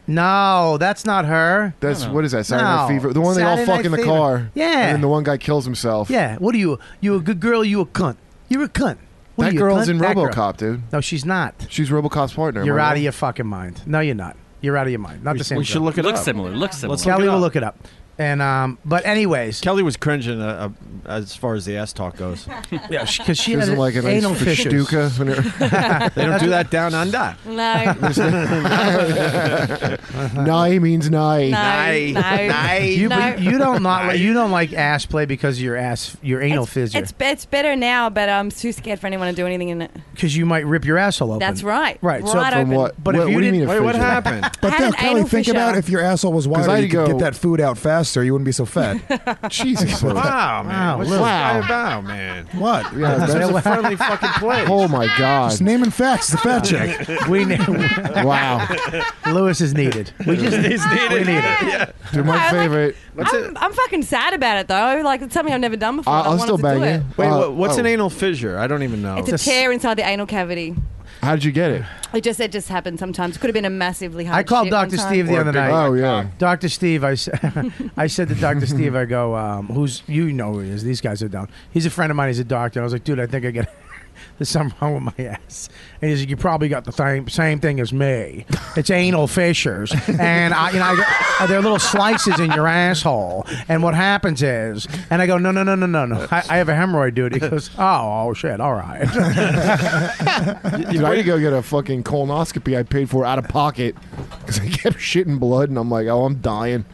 Speaker 4: No, that's not her.
Speaker 8: That's what is that? Saturday Night
Speaker 4: No.
Speaker 8: Fever. The one they all
Speaker 4: Saturday
Speaker 8: fuck
Speaker 4: Night
Speaker 8: in the
Speaker 4: Fever.
Speaker 8: car.
Speaker 4: Yeah.
Speaker 8: And then the one guy kills himself.
Speaker 4: Yeah. What are you? You a good girl? You a cunt? You're a cunt. What are
Speaker 8: that
Speaker 4: you, a
Speaker 8: girl's
Speaker 4: cunt?
Speaker 8: in
Speaker 4: That girl.
Speaker 8: RoboCop, dude.
Speaker 4: No, she's not.
Speaker 8: She's RoboCop's partner. am
Speaker 4: You're
Speaker 8: I
Speaker 4: out
Speaker 8: wrong?
Speaker 4: of your fucking mind. No, you're not. You're out of your mind. Not the same.
Speaker 1: we should
Speaker 4: girl.
Speaker 1: look it
Speaker 2: Looks
Speaker 1: up.
Speaker 2: similar. Looks similar.
Speaker 1: Let's
Speaker 4: Kelly
Speaker 1: look it
Speaker 4: will
Speaker 1: up.
Speaker 4: look it up. And um, but anyways,
Speaker 1: Kelly was cringing uh, uh, as far as the ass talk goes.
Speaker 4: yeah, because she,
Speaker 8: She
Speaker 4: had
Speaker 8: doesn't like a nice
Speaker 4: anal fissures.
Speaker 8: fistuka when her-
Speaker 1: they don't do that down under.
Speaker 8: Nye means nye.
Speaker 12: No, no, no.
Speaker 4: You, but you don't not
Speaker 8: Nye.
Speaker 4: like, you don't like ass play because of your ass your anal fissure
Speaker 12: It's it's better now, but I'm too scared for anyone to do anything in it.
Speaker 4: because you might rip your asshole open.
Speaker 12: That's right.
Speaker 4: Right.
Speaker 12: Right From open. what-
Speaker 4: But if
Speaker 8: what-
Speaker 4: you
Speaker 8: what do you
Speaker 4: didn't,
Speaker 8: mean a Wait, what fissure? happened?
Speaker 7: But
Speaker 12: I had
Speaker 7: now,
Speaker 12: an
Speaker 7: Kelly,
Speaker 12: anal
Speaker 7: think
Speaker 12: fissure.
Speaker 7: about if your asshole was wider,
Speaker 8: I'd
Speaker 7: you could
Speaker 8: go-
Speaker 7: get that food out faster. You wouldn't be so fat.
Speaker 8: Jesus.
Speaker 1: Wow, man.
Speaker 7: Wow,
Speaker 1: What's
Speaker 7: look.
Speaker 1: this guy about, man?
Speaker 7: What?
Speaker 8: Yeah,
Speaker 1: This
Speaker 8: that's-
Speaker 1: is a friendly fucking place.
Speaker 8: Oh my god.
Speaker 7: Just naming facts. The fat chick.
Speaker 4: we ne-
Speaker 8: Wow.
Speaker 4: Lewis is needed. We just
Speaker 1: He's needed.
Speaker 4: We need it.
Speaker 12: Uh,
Speaker 1: Yeah.
Speaker 8: Dude,
Speaker 12: No,
Speaker 8: my
Speaker 12: like,
Speaker 8: favorite.
Speaker 12: I'm, I'm fucking sad about it though. Like it's something I've never done before.
Speaker 8: I-
Speaker 12: and I
Speaker 8: I'll
Speaker 12: wanted
Speaker 8: still
Speaker 12: to
Speaker 8: bang
Speaker 12: do
Speaker 8: you.
Speaker 12: it.
Speaker 1: Wait,
Speaker 8: Uh,
Speaker 1: what, what's an
Speaker 8: oh.
Speaker 1: anal fissure? I don't even know.
Speaker 12: It's a tear inside the anal cavity.
Speaker 8: How'd you get it?
Speaker 12: It just it just happens sometimes. It could have been a massively hard.
Speaker 4: I called
Speaker 12: shit one
Speaker 4: Doctor
Speaker 12: time.
Speaker 4: Steve the other night.
Speaker 8: Oh yeah.
Speaker 4: Dr. Steve, I, s- I said to Dr. Steve, I go, um, who's, you know who he is. These guys are down. He's a friend of mine. He's a doctor. I was like, dude, I think I get, There's something wrong with my ass. And he's like, you probably got the same same thing as me. It's anal fissures, and I, you know, I go, there are little slices in your asshole. And what happens is, and I go, no, no, no, no, no, no. I, I have a hemorrhoid, dude. He goes, oh, oh shit, all right.
Speaker 8: Dude, I had to go get a fucking colonoscopy I paid for out of pocket because I kept shitting blood, and I'm like, oh, I'm dying. And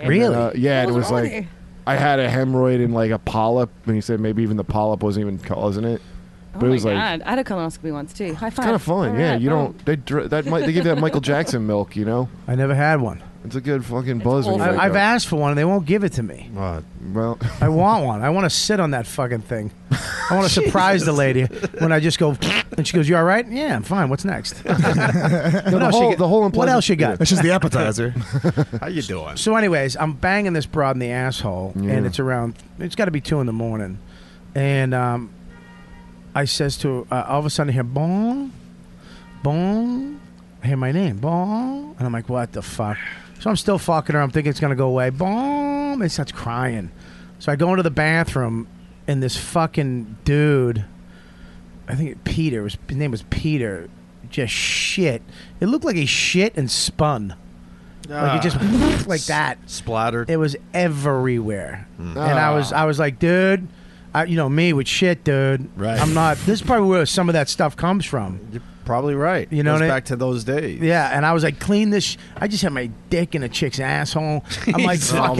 Speaker 8: then,
Speaker 4: Really?
Speaker 8: uh, yeah, and it
Speaker 4: What
Speaker 8: was
Speaker 4: was wrong
Speaker 8: like,
Speaker 4: with you?
Speaker 8: I had a hemorrhoid and like a polyp, and he said maybe even the polyp wasn't even causing it.
Speaker 12: Oh
Speaker 8: But it was
Speaker 12: my
Speaker 8: like,
Speaker 12: god! I had a colonoscopy once too. High
Speaker 8: it's
Speaker 12: five.
Speaker 8: kind of fun.
Speaker 12: All
Speaker 8: yeah,
Speaker 12: right,
Speaker 8: you
Speaker 12: boom.
Speaker 8: don't, they, dr- that, mi- they give you that Michael Jackson milk, you know?
Speaker 4: I never had one.
Speaker 8: It's a good fucking buzz. When you
Speaker 4: I,
Speaker 8: wake
Speaker 4: I've
Speaker 8: up.
Speaker 4: asked for one, and they won't give it to me.
Speaker 8: Well,
Speaker 4: I want one. I want to sit on that fucking thing. I want to surprise the lady when I just go, and she goes, "You all right? Yeah, I'm fine. What's next? what
Speaker 8: the
Speaker 4: else you
Speaker 8: whole-
Speaker 4: got-
Speaker 8: the whole
Speaker 4: What
Speaker 8: unpleasant-
Speaker 4: else you
Speaker 8: Yeah.
Speaker 4: got?
Speaker 8: That's just the appetizer.
Speaker 1: How you doing?
Speaker 4: So, anyways, I'm banging this broad in the asshole,
Speaker 8: Yeah.
Speaker 4: and it's around. It's got to be two in the morning, and um, I says to uh, all of a sudden I hear bong, bong. I hear my name bong, and I'm like, what the fuck? So I'm still fucking her. I'm thinking it's gonna go away. Bong, and starts crying. So I go into the bathroom, and this fucking dude. I think Peter was his name was Peter. Just shit. It looked like he shit and spun.
Speaker 1: Uh,
Speaker 4: Like it just like that.
Speaker 1: Splattered.
Speaker 4: It was everywhere,
Speaker 1: Mm.
Speaker 4: and I was I was like, dude, I, you know me with shit, dude.
Speaker 1: Right.
Speaker 4: I'm not. This is probably where some of that stuff comes from.
Speaker 1: You're probably right.
Speaker 4: You know
Speaker 1: Goes
Speaker 4: what I-
Speaker 1: back to those days.
Speaker 4: Yeah, and I was like, clean this. Sh-. I just had my dick in a chick's asshole. I'm like,
Speaker 1: Oh, my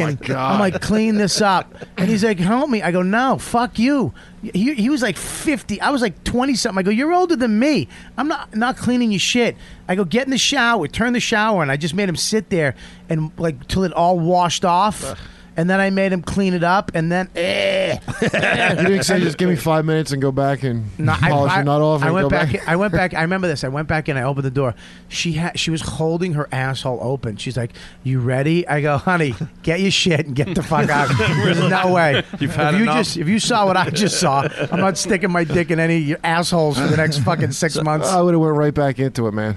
Speaker 4: fucking.
Speaker 1: God.
Speaker 4: I'm like, clean this up. And he's like, help me. I go, no, fuck you. He, he was like 50. I was like 20 something. I go, you're older than me. I'm not not cleaning your shit. I go, get in the shower, turn the shower, and I just made him sit there and like till it all washed off. And then I made him clean it up, and then eh.
Speaker 8: you didn't say just give me five minutes and go back and
Speaker 4: No, I,
Speaker 8: polish
Speaker 4: I-
Speaker 8: your nut off
Speaker 4: I
Speaker 8: and
Speaker 4: went
Speaker 8: go
Speaker 4: back.
Speaker 8: back.
Speaker 4: in- I went back. I remember this. I went back and I opened the door. She had. She was holding her asshole open. She's like, "You ready?" I go, "Honey, get your shit and get the fuck out. There's no way.
Speaker 1: You've had
Speaker 4: if you
Speaker 1: enough?
Speaker 4: just if you saw what I just saw, I'm not sticking my dick in any of your assholes for the next fucking six months.
Speaker 8: Oh, I would have went right back into it, man.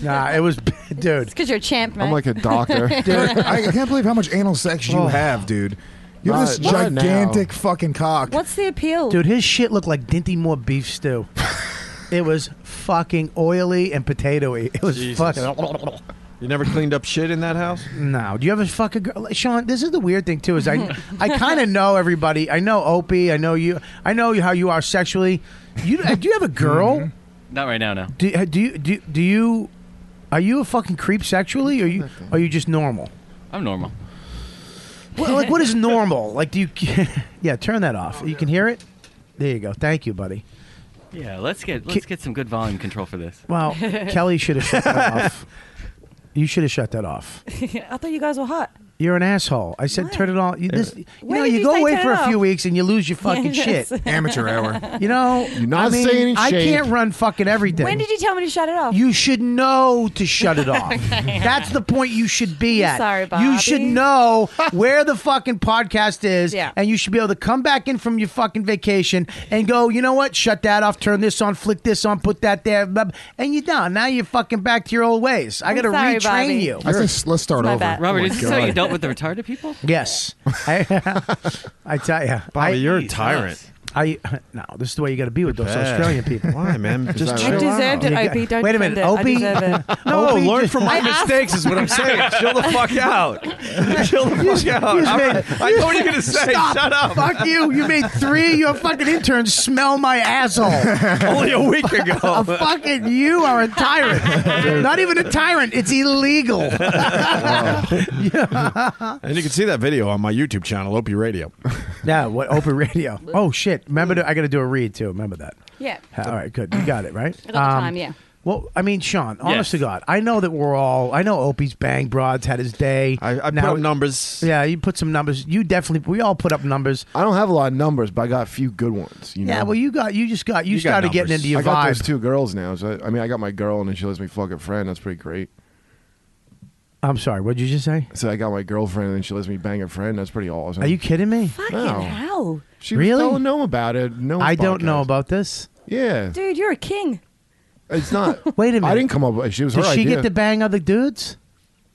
Speaker 4: Nah, it was dude.
Speaker 12: It's because you're a champ, man.
Speaker 8: I'm like a doctor.
Speaker 7: Dude, I can't believe how much anal sex you
Speaker 4: Oh.
Speaker 7: have, dude. You have this
Speaker 4: Not- not now.
Speaker 7: gigantic fucking cock.
Speaker 12: What's the appeal?
Speaker 4: Dude, his shit looked like Dinty Moore beef stew. it was fucking oily and potatoy. It was
Speaker 1: Jesus.
Speaker 4: fucking.
Speaker 1: You never cleaned up shit in that house?
Speaker 4: No. Do you ever fuck a girl? like, Sean, this is the weird thing, too, is I, I kind of know everybody. I know Opie. I know you. I know how you are sexually. You uh, Do you have a girl?
Speaker 2: Not right now, no.
Speaker 4: do, do, you, do, do you. Are you a fucking creep sexually? Or are you, are you just normal?
Speaker 2: I'm normal.
Speaker 4: What, like, what is normal? Like, do you. Yeah, turn that off. You can hear it? There you go. Thank you, buddy.
Speaker 2: Yeah, let's get let's get some good volume control for this.
Speaker 4: Well, Kelly should have shut that off. You should have shut that off.
Speaker 12: I thought you guys were hot.
Speaker 4: You're an asshole. I said, turn it on. You, this, you
Speaker 12: Where
Speaker 4: know,
Speaker 12: did
Speaker 4: you,
Speaker 12: you
Speaker 4: go
Speaker 12: say
Speaker 4: away
Speaker 12: turn
Speaker 4: for
Speaker 12: it
Speaker 4: a few
Speaker 12: off?
Speaker 4: weeks and you lose your fucking
Speaker 12: Yes.
Speaker 4: shit.
Speaker 12: Amateur hour.
Speaker 4: You know,
Speaker 8: You're not
Speaker 4: I mean,
Speaker 8: saying
Speaker 4: I
Speaker 8: shade.
Speaker 4: can't run fucking everything.
Speaker 12: When did you tell me to shut it off?
Speaker 4: You should know to shut it off.
Speaker 12: Okay.
Speaker 4: That's the point you should be
Speaker 12: I'm
Speaker 4: at.
Speaker 12: sorry,
Speaker 4: You should
Speaker 12: Bobby.
Speaker 4: know where the fucking podcast is,
Speaker 12: Yeah.
Speaker 4: and you should be able to come back in from your fucking vacation and go, you know what? Shut that off, turn this on, flick this on, put that there, blah, blah." and you're done. Now you're fucking back to your old ways. I
Speaker 12: I'm
Speaker 4: got to
Speaker 12: sorry,
Speaker 4: retrain
Speaker 12: Bobby.
Speaker 4: you.
Speaker 7: I say, let's start
Speaker 12: It's my
Speaker 7: over.
Speaker 12: bad.
Speaker 2: Robert,
Speaker 7: Oh my
Speaker 2: is this how you
Speaker 7: God.
Speaker 2: dealt with the retarded people?
Speaker 4: Yes, I, I tell you,
Speaker 1: Bobby, you're a
Speaker 2: Jesus.
Speaker 1: tyrant.
Speaker 4: I no. This is the way you got to be with those
Speaker 1: bad.
Speaker 4: Australian people.
Speaker 1: Why, man? Just
Speaker 12: I
Speaker 1: chill out.
Speaker 12: deserved it,
Speaker 4: You
Speaker 12: Opie.
Speaker 4: got-
Speaker 12: Don't
Speaker 4: wait a
Speaker 12: defend
Speaker 4: minute,
Speaker 12: it. I
Speaker 4: Opie?
Speaker 12: deserve it.
Speaker 1: No,
Speaker 4: Opie
Speaker 1: Oh, learn
Speaker 4: just-
Speaker 1: from my
Speaker 12: I asked-
Speaker 1: mistakes is what I'm saying. Chill the fuck out. Chill the fuck out.
Speaker 4: you just
Speaker 1: I'm-
Speaker 4: made-
Speaker 1: I know what you're gonna say.
Speaker 4: Stop.
Speaker 1: Shut up.
Speaker 4: Fuck you. You made three of your fucking interns smell my asshole.
Speaker 1: Only a week ago.
Speaker 4: A fucking you are a tyrant. Not even a tyrant. It's illegal.
Speaker 1: And you can see that video on my YouTube channel, Opie Radio.
Speaker 4: Yeah, what open radio. Oh shit. Remember to, I gotta do a read too. Remember that.
Speaker 12: Yeah.
Speaker 4: All right, good. You got it, right? Um,
Speaker 12: I got the time, yeah.
Speaker 4: Well, I mean, Sean, honest
Speaker 2: Yes.
Speaker 4: to God, I know that we're all. I know Opie's Bang Broads had his day.
Speaker 1: I, I put
Speaker 4: Now-
Speaker 1: up numbers.
Speaker 4: Yeah, you put some numbers. You definitely. We all put up numbers.
Speaker 8: I don't have a lot of numbers, but I got a few good ones. You
Speaker 4: Yeah,
Speaker 8: know?
Speaker 4: well, you got. You just got. You,
Speaker 1: You got
Speaker 4: started getting
Speaker 1: numbers.
Speaker 4: into your
Speaker 8: I got those
Speaker 4: vibe.
Speaker 8: two girls now. So I mean, I got my girl, and then she lets me fuck a friend. That's pretty great.
Speaker 4: I'm sorry. What did you just say?
Speaker 8: So I got my girlfriend, and then she lets me bang a friend. That's pretty awesome.
Speaker 4: Are you kidding me?
Speaker 12: Fucking
Speaker 8: No.
Speaker 12: hell.
Speaker 8: She
Speaker 4: Really?
Speaker 8: don't know about it. No,
Speaker 4: I don't
Speaker 8: podcast.
Speaker 4: know about this.
Speaker 8: Yeah,
Speaker 12: Dude, you're a king.
Speaker 8: it's not.
Speaker 4: Wait a minute.
Speaker 8: I didn't come up with. She was
Speaker 4: Did
Speaker 8: her
Speaker 4: she
Speaker 8: idea.
Speaker 4: get to bang other dudes?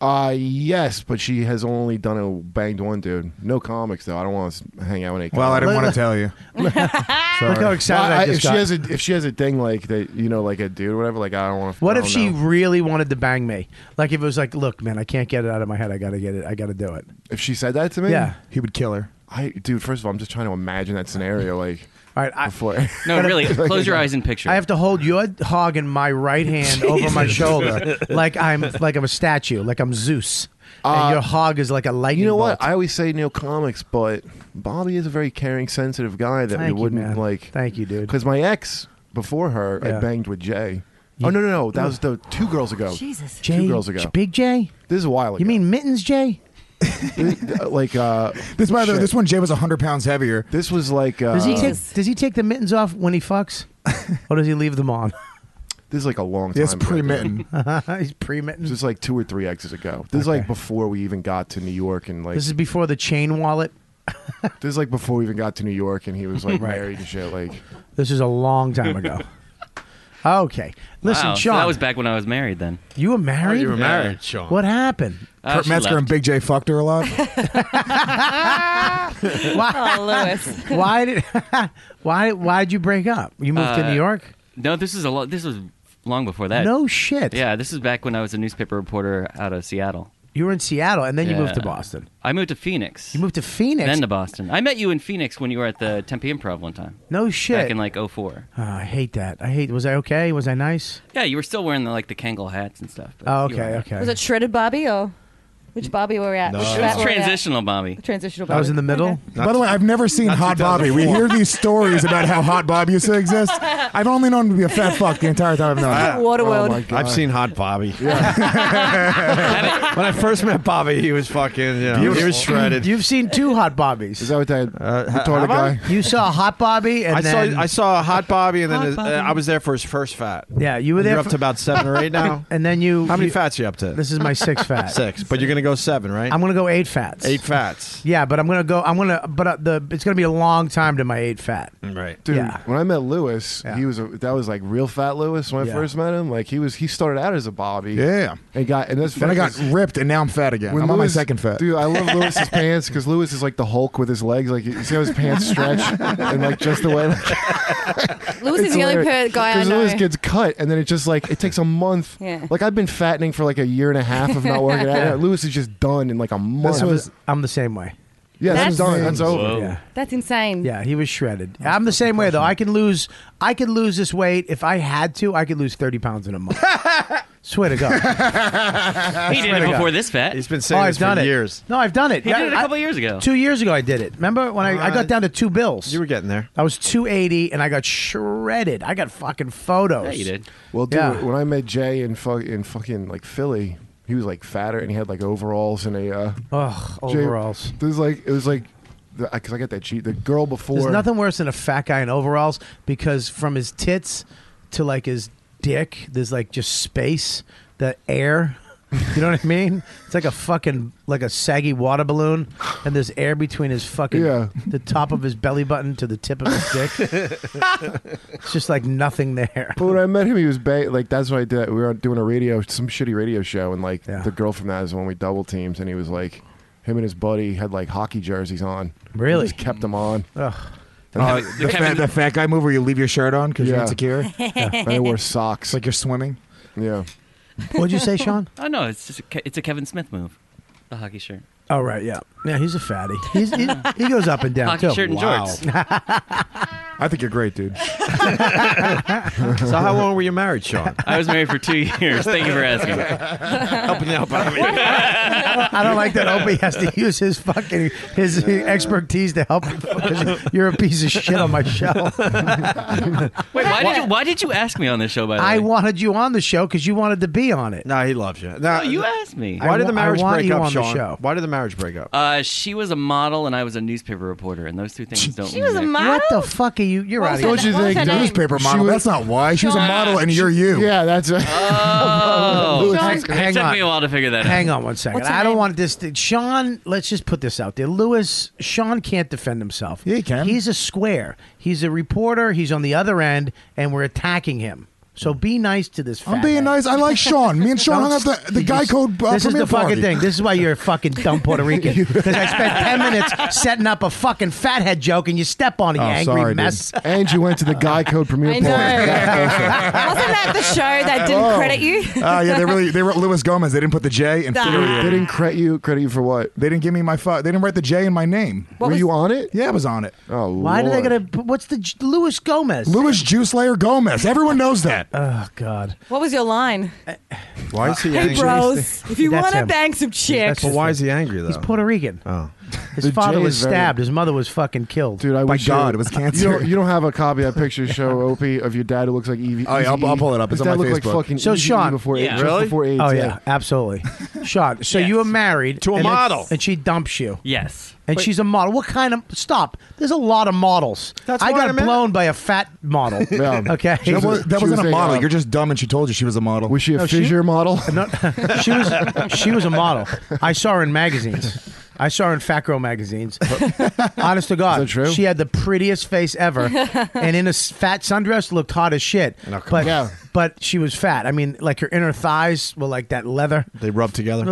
Speaker 8: Uh yes, but she has only done a banged one dude. No comics though. I don't want to hang out with any.
Speaker 7: Well, I didn't
Speaker 8: comics.
Speaker 7: want to tell you. Sorry.
Speaker 4: Look how excited
Speaker 8: Well,
Speaker 4: I
Speaker 8: if
Speaker 4: just
Speaker 8: she
Speaker 4: got.
Speaker 8: has a if she has a thing like that, you know, like a dude or whatever. Like I don't want to.
Speaker 4: What if she really wanted to bang me? Like if it was like, look, man, I can't get it out of my head. I gotta get it. I gotta do it.
Speaker 8: If she said that to me,
Speaker 4: yeah.
Speaker 8: he would kill her. I dude, first of all, I'm just trying to imagine that scenario. Like,
Speaker 4: all right, I,
Speaker 8: before.
Speaker 2: No, really. Close your eyes and picture.
Speaker 4: I have to hold your hog in my right hand over my
Speaker 2: Jesus.
Speaker 4: shoulder, like I'm like I'm a statue, like I'm Zeus, and your hog is like a lightning.
Speaker 8: Uh, You know what? I always say no comics, but Bobby is a very caring, sensitive guy that
Speaker 4: Thank you,
Speaker 8: we wouldn't
Speaker 4: man.
Speaker 8: like.
Speaker 4: Thank you, dude.
Speaker 8: Because my ex before her,
Speaker 4: Yeah.
Speaker 8: I banged with Jay. Oh no, no, no! That was the two girls ago.
Speaker 4: Jesus.
Speaker 8: two
Speaker 4: Jay-
Speaker 8: girls ago.
Speaker 4: Big Jay.
Speaker 8: This is a while ago.
Speaker 4: You mean Mittens Jay?
Speaker 8: like uh,
Speaker 7: this? By the way,
Speaker 8: shit.
Speaker 7: this one Jay was hundred pounds heavier.
Speaker 8: This was like uh,
Speaker 4: Does he take Does he take the mittens off when he fucks, or does he leave them on?
Speaker 8: This is like a long time.
Speaker 4: Yeah, it's
Speaker 8: pre-mitten.
Speaker 4: He's pre-mitten.
Speaker 8: This is like two or three exes ago. This is like before we even got to New York and like
Speaker 4: This is before the chain wallet.
Speaker 8: this is like before we even got to New York and he was like
Speaker 4: Right.
Speaker 8: married and shit. Like
Speaker 4: This is a long time ago. okay, listen,
Speaker 2: wow, So
Speaker 4: Sean,
Speaker 2: that was back when I was married then.
Speaker 4: you were married.
Speaker 2: you were married, Yeah. Sean.
Speaker 4: What happened?
Speaker 2: Uh,
Speaker 7: Kurt
Speaker 2: she
Speaker 7: Metzger and
Speaker 2: left.
Speaker 7: Big J fucked her a lot.
Speaker 4: Why,
Speaker 12: Oh, Lewis.
Speaker 4: why did why why did you break up? You moved to
Speaker 2: Uh,
Speaker 4: New York.
Speaker 2: No, this is a lot. This was long before that.
Speaker 4: No shit.
Speaker 2: Yeah, this is back when I was a newspaper reporter out of Seattle.
Speaker 4: You were in Seattle, and then you moved to
Speaker 2: Yeah.
Speaker 4: Boston.
Speaker 2: I moved to Phoenix.
Speaker 4: You moved to Phoenix.
Speaker 2: Then to Boston. I met you in Phoenix when you were at the Tempe Improv one time.
Speaker 4: no
Speaker 2: Back
Speaker 4: shit.
Speaker 2: in like 04.
Speaker 4: Oh, I hate that. I hate. Was I okay? Was I nice?
Speaker 2: Yeah, you were still wearing the, like the Kangol hats and stuff. but
Speaker 4: Oh,
Speaker 2: you were
Speaker 4: okay,
Speaker 2: all right.
Speaker 4: okay.
Speaker 12: Was it shredded Bobby or which Bobby were we at?
Speaker 2: No.
Speaker 12: Which
Speaker 2: It
Speaker 12: fat
Speaker 2: was
Speaker 12: were we at?
Speaker 2: transitional Bobby.
Speaker 12: Transitional Bobby.
Speaker 4: I was in the middle.
Speaker 7: By the way, I've never seen Hot Bobby. We hear these stories about how Hot Bobby used to exist. I've only known him to be a fat fuck the entire time I've known him.
Speaker 1: Oh my God. I've seen Hot Bobby. when I first met Bobby, he was fucking, you know, he was shredded.
Speaker 4: You've seen two hot bobbies. Is
Speaker 8: that what that
Speaker 1: retarded have I? guy?
Speaker 4: You saw a hot bobby, and
Speaker 1: I
Speaker 4: then
Speaker 1: saw I saw Hot Bobby, and then
Speaker 4: Hot
Speaker 1: his- uh,
Speaker 4: Bobby.
Speaker 1: I was there for his first fat.
Speaker 4: Yeah, you were
Speaker 1: And
Speaker 4: there
Speaker 1: You're up
Speaker 4: for-
Speaker 1: to about seven or eight now.
Speaker 4: and then you.
Speaker 1: How many
Speaker 4: you-
Speaker 1: fats you up to?
Speaker 4: This is my sixth fat.
Speaker 1: Six, but you're gonna go seven, right?
Speaker 4: I'm gonna go eight fats.
Speaker 1: Eight fats.
Speaker 4: Yeah, but I'm gonna go. I'm gonna. But uh, the it's gonna be a long time to my eight fat.
Speaker 1: Right.
Speaker 8: Dude,
Speaker 4: Yeah.
Speaker 8: when I met Lewis, he was a, that was like real fat Lewis when I
Speaker 7: Yeah.
Speaker 8: first met him. Like he was he started out as a Bobby.
Speaker 7: Yeah.
Speaker 8: And got and that's
Speaker 7: Then I got ripped, and now I'm fat again. I'm on my second fat.
Speaker 8: Dude, I love Lewis's pants because Lewis is like the Hulk with his legs. Like you see how his pants stretch and like just the way.
Speaker 12: Lewis is the only per- guy I
Speaker 8: Because
Speaker 12: know.
Speaker 8: Lewis gets cut, and then it just like it takes a month.
Speaker 12: Yeah.
Speaker 8: Like I've been fattening for like a year and a half of not working out. Lewis is just done in like a month.
Speaker 4: This was. I'm the same way.
Speaker 8: yeah, that's,
Speaker 4: That's-
Speaker 8: done. That's over.
Speaker 4: Yeah.
Speaker 12: That's insane.
Speaker 4: Yeah, he was shredded. I'm the same way though. I can lose. I could lose this weight if I had to. I could lose 30 pounds in a month. Swear to God.
Speaker 2: He did
Speaker 4: Swear
Speaker 2: it
Speaker 4: to God.
Speaker 2: before this fat. He's
Speaker 1: been
Speaker 4: Oh, I've done it. No, I've done it.
Speaker 2: He did it a couple
Speaker 4: I-
Speaker 2: years ago.
Speaker 4: Two years ago, I did it. Remember when I, I
Speaker 1: Uh,
Speaker 4: got down to two bills?
Speaker 1: You were getting there.
Speaker 4: I was 280 and I got shredded. I got fucking photos.
Speaker 8: Well, dude,
Speaker 4: Yeah.
Speaker 8: when I met Jay in fuck in fucking like Philly, he was like fatter and he had like overalls and a. Uh,
Speaker 4: Ugh, overalls.
Speaker 8: It was like it was like, because I got that cheat. The girl before.
Speaker 4: There's nothing worse than a fat guy in overalls because from his tits to like his dick, there's like just space, the air. You know what I mean? It's like a fucking like a saggy water balloon, and there's air between his fucking
Speaker 8: Yeah.
Speaker 4: the top of his belly button to the tip of his dick. it's just like nothing there.
Speaker 8: But when I met him, he was ba- like that's what I did. We were doing a radio, some shitty radio show, and like the girl from that is when we double teams, and he was like, him and his buddy had like hockey jerseys on.
Speaker 4: Really?
Speaker 8: He just kept them on.
Speaker 4: Ugh.
Speaker 8: And
Speaker 2: Oh,
Speaker 7: Uh,
Speaker 8: I-
Speaker 7: the, fat, the fat guy move where you leave your shirt on because you're
Speaker 8: Yeah.
Speaker 7: insecure.
Speaker 8: Yeah. And I wore socks.
Speaker 7: It's like you're swimming.
Speaker 8: Yeah.
Speaker 4: What'd you say, Sean?
Speaker 2: Oh no, it's just a, Ke- it's a Kevin Smith move. The hockey shirt.
Speaker 4: Oh right, yeah, yeah. He's a fatty. He's, he, he goes up and down
Speaker 2: Hockey
Speaker 4: too.
Speaker 2: shirt and
Speaker 4: Wow.
Speaker 2: jorts.
Speaker 7: I think you're great, dude.
Speaker 1: So how long were you married, Sean?
Speaker 2: I was married for two years. Thank you for asking.
Speaker 1: Helping you out, Bobby.
Speaker 4: I don't like that Opie has to use his fucking his expertise to help because you're a piece of shit on my show.
Speaker 2: Wait, why did you why did you ask me on this show by the
Speaker 4: I
Speaker 2: way?
Speaker 4: wanted you on the show because you wanted to be on it.
Speaker 1: No, he loves you. Now,
Speaker 2: No, Oh, you asked me.
Speaker 1: Why
Speaker 4: I
Speaker 1: did the
Speaker 4: wa- I
Speaker 1: marriage
Speaker 4: want
Speaker 1: break
Speaker 4: you
Speaker 1: up,
Speaker 4: on the
Speaker 1: Sean?
Speaker 4: show.
Speaker 1: Why did the marriage break up?
Speaker 2: Uh, she was a model and I was a newspaper reporter, and those two things don't.
Speaker 12: She was a
Speaker 2: mix.
Speaker 12: model.
Speaker 4: What the fuck are you? You're
Speaker 12: What was
Speaker 4: out of
Speaker 12: her
Speaker 4: here.
Speaker 12: Don't you na- what was think her name?
Speaker 7: newspaper model?
Speaker 8: was-
Speaker 7: That's not why. She was a
Speaker 8: Sean.
Speaker 7: model, and you're you.
Speaker 8: Yeah, that's a,
Speaker 2: Oh,
Speaker 4: Hang-
Speaker 2: it
Speaker 4: hang
Speaker 2: took
Speaker 4: on.
Speaker 2: me a while to figure that out.
Speaker 4: Hang on one second.
Speaker 2: What's her
Speaker 4: I don't want this. To, Sean, let's just put this out there. Lewis, Sean can't defend himself. Yeah, he can. He's a square. He's a reporter. He's on the other end, and we're attacking him. So be nice to this. Fat
Speaker 7: I'm being nice. I like Sean. Me and Sean hung up the, the
Speaker 4: You
Speaker 7: guy
Speaker 4: just-
Speaker 7: code. Uh,
Speaker 4: This is
Speaker 7: premiere
Speaker 4: the fucking
Speaker 7: party.
Speaker 4: thing. This is why you're a fucking dumb Puerto Rican. Because I spent ten minutes setting up a fucking fathead joke, and you step on it, you
Speaker 8: Oh,
Speaker 4: angry
Speaker 8: sorry, dude.
Speaker 4: mess.
Speaker 8: And you went to the Guy Code premiere
Speaker 4: I
Speaker 8: party.
Speaker 4: know.
Speaker 12: Wasn't that the show that didn't
Speaker 7: Oh.
Speaker 12: credit you?
Speaker 7: Uh, yeah, they really they wrote Luis Gomez. They didn't put the J in.
Speaker 12: Stop. They
Speaker 7: didn't credit you. Credit you for what? They didn't give me my. Fu- they didn't write the J in my name. Were you on it? Yeah, I was on it. Oh,
Speaker 4: Why do they gotta? What's the J- Luis Gomez?
Speaker 7: Luis Juice Layer Gomez? Everyone knows that.
Speaker 4: Oh God.
Speaker 12: What was your line?
Speaker 4: Uh,
Speaker 1: Why is he
Speaker 12: Hey,
Speaker 1: angry?
Speaker 12: bros, if you
Speaker 4: That's
Speaker 12: want to
Speaker 4: him.
Speaker 12: bang some chicks,
Speaker 1: But why is he angry though?
Speaker 4: He's Puerto Rican.
Speaker 1: Oh.
Speaker 4: His
Speaker 8: The
Speaker 4: father
Speaker 8: J
Speaker 4: was
Speaker 8: is very-
Speaker 4: stabbed. His mother was fucking killed.
Speaker 8: Dude, I
Speaker 4: By
Speaker 8: wish
Speaker 4: God,
Speaker 8: you,
Speaker 4: it was
Speaker 8: You
Speaker 4: cancer.
Speaker 8: don't, you don't have a copy of that picture to show Opie of your dad who looks like Evie.
Speaker 4: Oh, yeah, I'll- I'll pull it up.
Speaker 8: His
Speaker 4: It's on
Speaker 8: dad
Speaker 4: my
Speaker 8: looked
Speaker 4: Facebook.
Speaker 8: Like fucking
Speaker 4: So,
Speaker 8: Evie
Speaker 4: Sean-
Speaker 8: before
Speaker 4: Yeah.
Speaker 8: AIDS,
Speaker 4: Really?
Speaker 8: just before AIDS.
Speaker 4: Oh, yeah, absolutely. Sean, so you were married
Speaker 8: To a
Speaker 4: and then-
Speaker 8: model.
Speaker 4: and she dumps you.
Speaker 2: Yes.
Speaker 4: And
Speaker 2: Wait.
Speaker 4: she's a model. What kind of stop? There's a lot of models.
Speaker 2: That's
Speaker 4: I
Speaker 2: why
Speaker 4: got
Speaker 2: I'm at-
Speaker 4: blown by a fat model. Okay,
Speaker 7: She was- that wasn't a
Speaker 4: uh,
Speaker 7: model. You're just dumb, and she told you she was a model. Was
Speaker 8: uh, she
Speaker 4: No, she- fissure
Speaker 8: model?
Speaker 4: she was she was a model. I saw her in magazines. I saw her in Fat Girl magazines. Honest to God,
Speaker 8: true?
Speaker 4: she had the prettiest face ever, and in a s- fat sundress looked hot as shit.
Speaker 1: No, Oh, come
Speaker 4: but
Speaker 1: on. Yeah.
Speaker 4: but she was fat. I mean, like her inner thighs were like that leather.
Speaker 1: They rub together.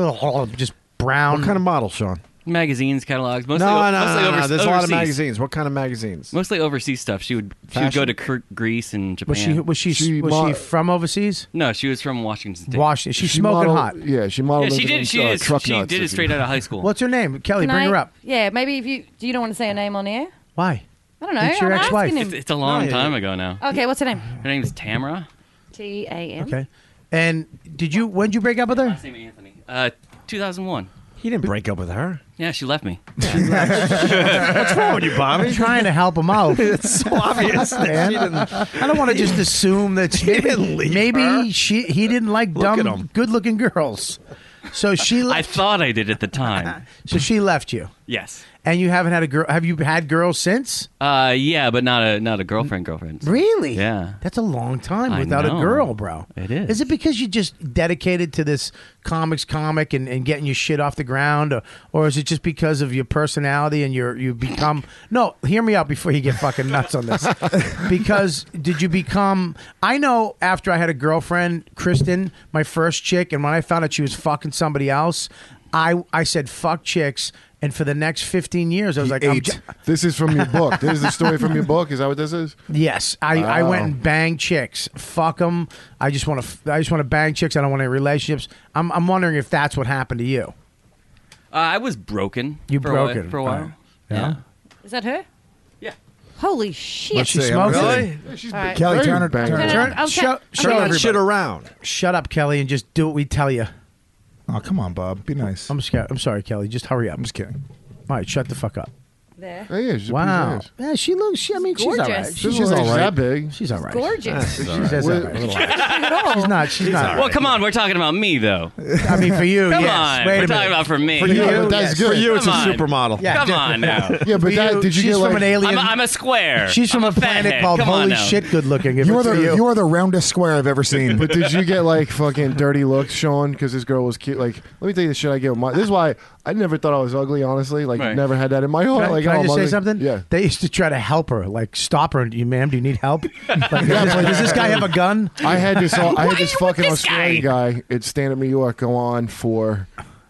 Speaker 4: Just brown.
Speaker 1: What kind of model, Sean?
Speaker 2: Magazines, catalogs, mostly.
Speaker 1: no, no,
Speaker 2: o-
Speaker 1: no,
Speaker 2: mostly
Speaker 1: no,
Speaker 2: overs-
Speaker 1: no. There's a lot of
Speaker 2: overseas.
Speaker 1: magazines. What kind of magazines?
Speaker 2: Mostly overseas stuff. She would she would
Speaker 1: Fashion?
Speaker 2: go to Cre- Greece and Japan.
Speaker 4: Was she was she, was she from overseas?
Speaker 2: No, she was from Washington State.
Speaker 4: Washington. She's smoking hot.
Speaker 8: Yeah, she
Speaker 2: Yeah, she did.
Speaker 8: uh,
Speaker 2: She, is, she did it straight out of high school.
Speaker 4: What's her name? Kelly,
Speaker 12: Can
Speaker 4: bring
Speaker 12: I-
Speaker 4: her up.
Speaker 12: Yeah, maybe if you do, you don't want to say her name on air.
Speaker 4: Why?
Speaker 12: I don't know.
Speaker 4: It's your
Speaker 12: I'm
Speaker 4: ex-wife.
Speaker 12: asking him.
Speaker 2: It's, it's a long
Speaker 4: No, yeah,
Speaker 2: time
Speaker 4: yeah.
Speaker 2: ago now.
Speaker 12: Okay, what's her name?
Speaker 2: Her name's Tamara.
Speaker 12: T A M.
Speaker 4: Okay. And did you when did you break up with her?
Speaker 2: Uh, 2001.
Speaker 1: He didn't break up with her.
Speaker 2: Yeah, she left me.
Speaker 1: What's wrong with you, Bobby?
Speaker 4: I'm trying to help him out.
Speaker 1: It's so obvious that
Speaker 4: Man.
Speaker 1: she didn't-
Speaker 4: I don't want to just assume that she
Speaker 1: didn't leave
Speaker 4: maybe
Speaker 1: her.
Speaker 4: she he didn't like
Speaker 2: Look at
Speaker 4: dumb,
Speaker 2: him.
Speaker 4: good-looking girls. So she
Speaker 2: I
Speaker 4: left.
Speaker 2: thought I did at the time.
Speaker 4: so she left you,
Speaker 2: Yes.
Speaker 4: and you haven't had a girl. Have you had girls since?
Speaker 2: Uh, yeah, but not a not a girlfriend. Girlfriend.
Speaker 4: Really?
Speaker 2: Yeah.
Speaker 4: That's a long time
Speaker 2: I
Speaker 4: without a
Speaker 2: know.
Speaker 4: girl, bro.
Speaker 2: It is.
Speaker 4: Is it because you just dedicated to this comics comic and, and getting your shit off the ground, or, or is it just because of your personality and your you become? no, hear me out before you get fucking nuts on this. because did you become? I know after I had a girlfriend, Kristen, my first chick, and when I found out she was fucking somebody else, I I said fuck chicks, and for the next fifteen years I was like I'm j-
Speaker 8: This is from your book. This is the story from your book. Is that what this is?
Speaker 4: Yes, I, I went
Speaker 8: Oh.
Speaker 4: and banged chicks. Fuck them. I just want to. I just want to bang chicks. I don't want any relationships. I'm, I'm wondering if that's what happened to you.
Speaker 2: Uh, I was broken.
Speaker 4: You
Speaker 2: for
Speaker 4: broke
Speaker 2: a while,
Speaker 4: it.
Speaker 2: for a
Speaker 4: All
Speaker 2: while.
Speaker 4: right. Yeah.
Speaker 12: Is that her? Yeah. Holy shit!
Speaker 4: Let's She see, I'm smokes really- it.
Speaker 12: Yeah, she's
Speaker 4: All right. Kelly, turn her- turn her- turn-
Speaker 12: I'll
Speaker 4: shut-
Speaker 12: check-
Speaker 4: shut that
Speaker 12: everybody.
Speaker 4: shit
Speaker 1: around.
Speaker 4: Shut up, Kelly, and just do what we tell you.
Speaker 7: Oh, come on, Bob. Be nice.
Speaker 4: I'm scared. I'm sorry, Kelly. Just hurry up. I'm just
Speaker 7: kidding.
Speaker 4: All right, shut the fuck up.
Speaker 12: There.
Speaker 8: Oh, yeah, she's a piece
Speaker 4: Wow.
Speaker 8: of ass.
Speaker 4: Yeah, she looks. She, I mean, she's all right.
Speaker 12: Gorgeous.
Speaker 4: She's,
Speaker 8: She's
Speaker 4: all right.
Speaker 8: that big.
Speaker 4: She's all right.
Speaker 12: Gorgeous.
Speaker 4: She's
Speaker 2: all right.
Speaker 4: all right. She's not. She's not.
Speaker 2: Well, come on. We're talking about me, though.
Speaker 4: I mean, for you,
Speaker 2: Come
Speaker 4: yes.
Speaker 2: on.
Speaker 4: Wait
Speaker 2: we're
Speaker 4: a minute.
Speaker 2: talking about for me.
Speaker 4: For you, Yeah, but that's Oh, yes. good.
Speaker 1: For you, it's
Speaker 2: Come
Speaker 1: a
Speaker 2: on.
Speaker 1: supermodel.
Speaker 4: Yeah,
Speaker 2: Come on now.
Speaker 4: definitely. For you, she's from an
Speaker 2: I'm
Speaker 4: alien?
Speaker 2: a, I'm a square.
Speaker 4: She's from
Speaker 2: I'm
Speaker 4: a planet
Speaker 2: fathead.
Speaker 4: called
Speaker 2: Come on
Speaker 4: Holy
Speaker 2: now.
Speaker 4: Shit Good Looking. If
Speaker 7: You are
Speaker 4: it's
Speaker 7: the
Speaker 4: for you.
Speaker 7: you. are the roundest square I've ever seen.
Speaker 8: But did you get like fucking dirty looks, Sean? Because this girl was cute. Like, let me tell you the shit I get. with My this is why I never thought I was ugly. Honestly, like
Speaker 4: Right.
Speaker 8: never had that in my heart.
Speaker 4: Can I,
Speaker 8: like,
Speaker 4: can
Speaker 8: oh,
Speaker 4: I
Speaker 8: I'm
Speaker 4: just say
Speaker 8: ugly.
Speaker 4: something? Yeah. They used to try to help her, like stop her. You, ma'am, do you need help? Like, does,
Speaker 8: Yeah,
Speaker 4: this,
Speaker 8: but-
Speaker 4: does this guy have a gun?
Speaker 8: I had this. All, I had this fucking
Speaker 4: this
Speaker 8: Australian guy? at stand up New York go on for,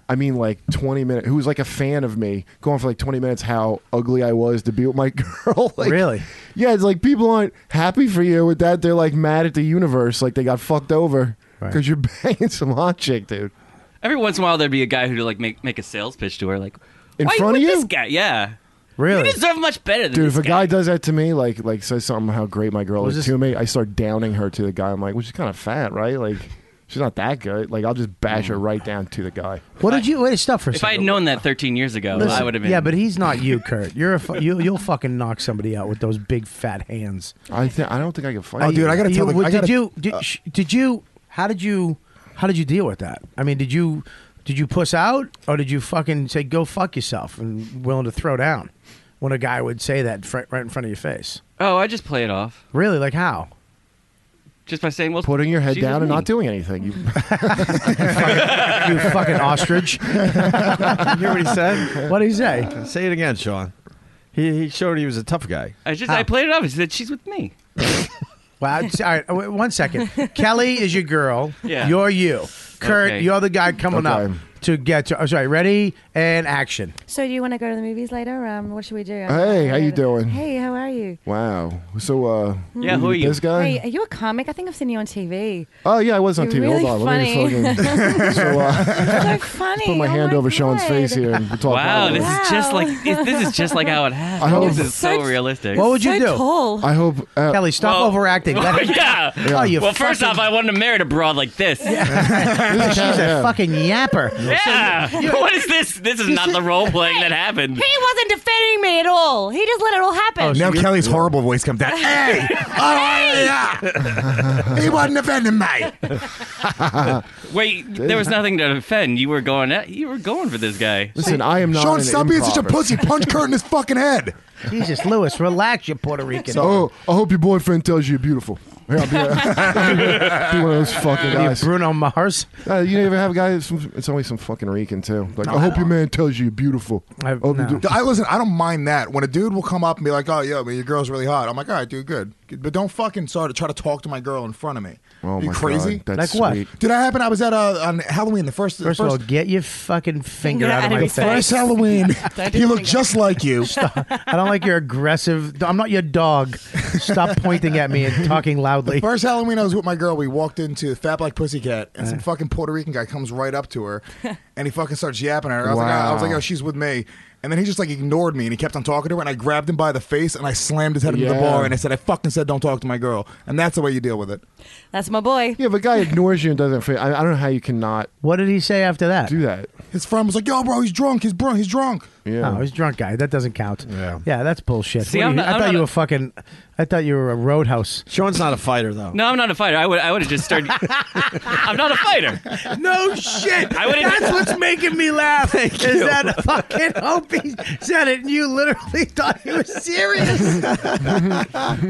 Speaker 8: I mean, like twenty minutes. Who was like a fan of me, going for like twenty minutes. How ugly I was to be with my girl. like,
Speaker 4: Really?
Speaker 8: Yeah, it's like people aren't happy for you with that. They're like mad at the universe, like they got fucked over because you're banging some hot chick, dude.
Speaker 2: Every once in a while, there'd be a guy who'd like make make a sales pitch to her, like,
Speaker 8: In
Speaker 2: "Why
Speaker 8: front
Speaker 2: you
Speaker 8: of
Speaker 2: with
Speaker 8: you?
Speaker 2: this guy? Yeah,
Speaker 8: Really?
Speaker 2: You deserve much better than
Speaker 8: Dude,
Speaker 2: this
Speaker 8: if a
Speaker 2: guy."
Speaker 8: guy does that to me, like like says something how great my girl
Speaker 2: Was
Speaker 8: is
Speaker 2: this-
Speaker 8: to me, I start downing her to the guy. I'm like, well, she's kind of fat, right? Like, she's not that good. Like, I'll just bash her right down to the guy.
Speaker 4: What did you? Wait, stop for a
Speaker 2: If I had
Speaker 4: second.
Speaker 2: known that 13 years ago, I
Speaker 4: Listen,
Speaker 2: would have been.
Speaker 4: Yeah, but he's not you, Kurt. You're a fu- you, you'll fucking knock somebody out with those big fat hands.
Speaker 8: I th- I don't think Oh, I can fight.
Speaker 4: Are
Speaker 8: you.
Speaker 4: you- are you-
Speaker 8: you,
Speaker 4: what- Did you? Did, sh- did you? How did you? How did you deal with that? I mean, did you? Did you puss out, or did you fucking say go fuck yourself and willing to throw down when a guy would say that fr- right in front of your face?
Speaker 2: Oh, I just play it off
Speaker 4: Really? Like how?
Speaker 2: just by saying, "Well,
Speaker 8: putting your head
Speaker 2: she's
Speaker 8: down
Speaker 2: with
Speaker 8: and
Speaker 2: me.
Speaker 8: not doing anything. You,
Speaker 4: You fucking ostrich.
Speaker 1: You hear what he said?
Speaker 4: What did he say?
Speaker 1: Say it again, Sean. He, he showed he was a tough guy.
Speaker 2: I just I played it off. I said she's with me.
Speaker 4: Wow. All right. wait, One second. Kelly is your girl.
Speaker 13: Yeah.
Speaker 4: You're you. Kurt,
Speaker 13: Okay.
Speaker 4: you're the guy coming
Speaker 13: Okay.
Speaker 4: up to get to. I'm sorry. Ready and action.
Speaker 12: So, do you want to go to the movies later? Um, what should we do? I'm
Speaker 8: Hey, how you
Speaker 12: tired.
Speaker 8: doing?
Speaker 12: Hey, how are you?
Speaker 8: Wow. So, uh,
Speaker 12: Yeah,
Speaker 13: who are you?
Speaker 8: This guy?
Speaker 12: Hey, are you a comic? I think I've seen you on TV.
Speaker 8: Oh yeah, I was on
Speaker 12: You're
Speaker 8: TV.
Speaker 12: really
Speaker 8: Hold on, let me
Speaker 12: funny.
Speaker 8: fucking. so, uh,
Speaker 12: so
Speaker 8: let's
Speaker 12: funny. Oh
Speaker 8: put my hand over Sean's face here and we'll talk.
Speaker 2: Wow,
Speaker 8: about
Speaker 2: this
Speaker 8: it.
Speaker 2: is just like it- this is just like how it happened.
Speaker 8: Oh, hope-
Speaker 2: this is so, realistic.
Speaker 4: What would you do?
Speaker 8: I hope uh,
Speaker 4: Kelly, stop
Speaker 2: Well-
Speaker 4: overacting. Let it-
Speaker 2: yeah.
Speaker 4: Oh, you
Speaker 2: well, first off,
Speaker 4: fucking-
Speaker 2: I wouldn't have married a broad like this.
Speaker 4: Yeah, She's a fucking yapper.
Speaker 2: Yeah. What is this? This is not the role playing that happened.
Speaker 12: He wasn't defending me at all. He just let it all happen.
Speaker 7: now Kelly's horrible voice comes down. Hey! Oh, yeah! he wasn't offending me.
Speaker 2: Wait, there was nothing to defend. You were going at, you were going for this guy.
Speaker 8: Listen, I am not.
Speaker 7: Sean,
Speaker 8: an
Speaker 7: stop being such a
Speaker 8: improver.
Speaker 7: pussy. Punch Kurt in his fucking head.
Speaker 4: Jesus, Lewis, relax, you Puerto Rican.
Speaker 8: So, oh, I hope your boyfriend tells you you're beautiful. Here, I'll be, I'll be one of those fucking
Speaker 4: Are you
Speaker 8: guys.
Speaker 4: Bruno Mars.
Speaker 8: Uh, you never have a guy. That's from, it's always some fucking Rican too. Like, I hope your man tells you you're beautiful. I, hope you do-
Speaker 7: I listen. I don't mind that when a dude will come up and be like, "Oh, yo, but your girl's really hot." I'm like, "All right, dude, good." But don't fucking start to try to talk to my girl in front of me.
Speaker 8: Oh
Speaker 7: Are you
Speaker 8: my
Speaker 7: crazy?
Speaker 8: God, that's Like what? sweet.
Speaker 7: Did that happen? I was at uh, on Halloween. The first, the
Speaker 4: First, of all, get your fucking finger out of my
Speaker 7: the
Speaker 4: face.
Speaker 7: first Halloween, he looked just like you.
Speaker 4: I don't like your aggressive. I'm not your dog. Stop pointing at me and talking loudly.
Speaker 7: First Halloween, I was with my girl. We walked into Fat Black Pussycat, and some fucking Puerto Rican guy comes right up to her, and he fucking starts yapping at her. I was, like, oh, I was like,
Speaker 8: Wow.
Speaker 7: oh, she's with me. And then he just like ignored me, and he kept on talking to her. And I grabbed him by the face, and I slammed his head into the
Speaker 8: Yeah.
Speaker 7: bar, and I said, "I fucking said, don't talk to my girl." And that's the way you deal with it.
Speaker 12: That's my boy.
Speaker 8: Yeah, if a guy ignores you and doesn't. fit- I, I don't know how you cannot.
Speaker 4: What did he say after that?
Speaker 8: Do that.
Speaker 7: His friend was like, "Yo, bro, he's drunk. He's drunk. He's drunk."
Speaker 8: Yeah.
Speaker 4: No, Oh, he's a drunk guy. That doesn't count. Yeah, yeah that's bullshit.
Speaker 2: See,
Speaker 4: What do
Speaker 2: I'm
Speaker 4: you-
Speaker 2: not-
Speaker 4: I
Speaker 2: I'm
Speaker 4: thought
Speaker 2: not
Speaker 4: you
Speaker 2: a-
Speaker 4: were fucking. I thought you were a roadhouse.
Speaker 1: Sean's not a fighter though.
Speaker 2: No, I'm not a fighter. I would I would have just started. I'm not a fighter.
Speaker 4: No shit.
Speaker 2: I would've-
Speaker 4: That's what's making me laugh.
Speaker 2: Thank
Speaker 4: is
Speaker 2: you.
Speaker 4: that fucking Opie said it, and you literally thought he was serious.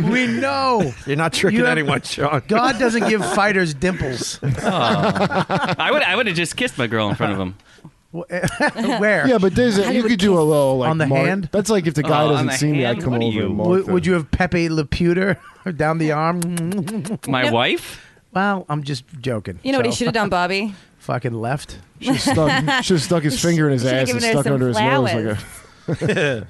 Speaker 4: we know.
Speaker 1: You're not tricking
Speaker 4: You have-
Speaker 1: anyone, Sean.
Speaker 4: God doesn't give fighters dimples.
Speaker 2: Aw. I would I would have just kissed my girl in front of him.
Speaker 4: Where?
Speaker 8: Yeah, but there's a, you could do a little like
Speaker 4: On the
Speaker 8: mark-
Speaker 4: hand?
Speaker 8: That's like if the guy
Speaker 2: Oh, on
Speaker 8: doesn't
Speaker 2: the
Speaker 8: see me, I
Speaker 2: hand?
Speaker 8: come
Speaker 2: What are
Speaker 8: over.
Speaker 2: you?
Speaker 8: And mark
Speaker 4: Would,
Speaker 8: them.
Speaker 4: would you have Pepe Le Pewter down the arm?
Speaker 2: My wife?
Speaker 4: Well, I'm just joking.
Speaker 12: You know what he
Speaker 4: So,
Speaker 12: should have done, Bobby?
Speaker 4: Fucking left.
Speaker 8: Should've stuck, should've stuck his finger in his
Speaker 12: should've
Speaker 8: ass and
Speaker 12: given her
Speaker 8: stuck it
Speaker 12: some
Speaker 8: under his nose
Speaker 12: flowers.
Speaker 8: like a.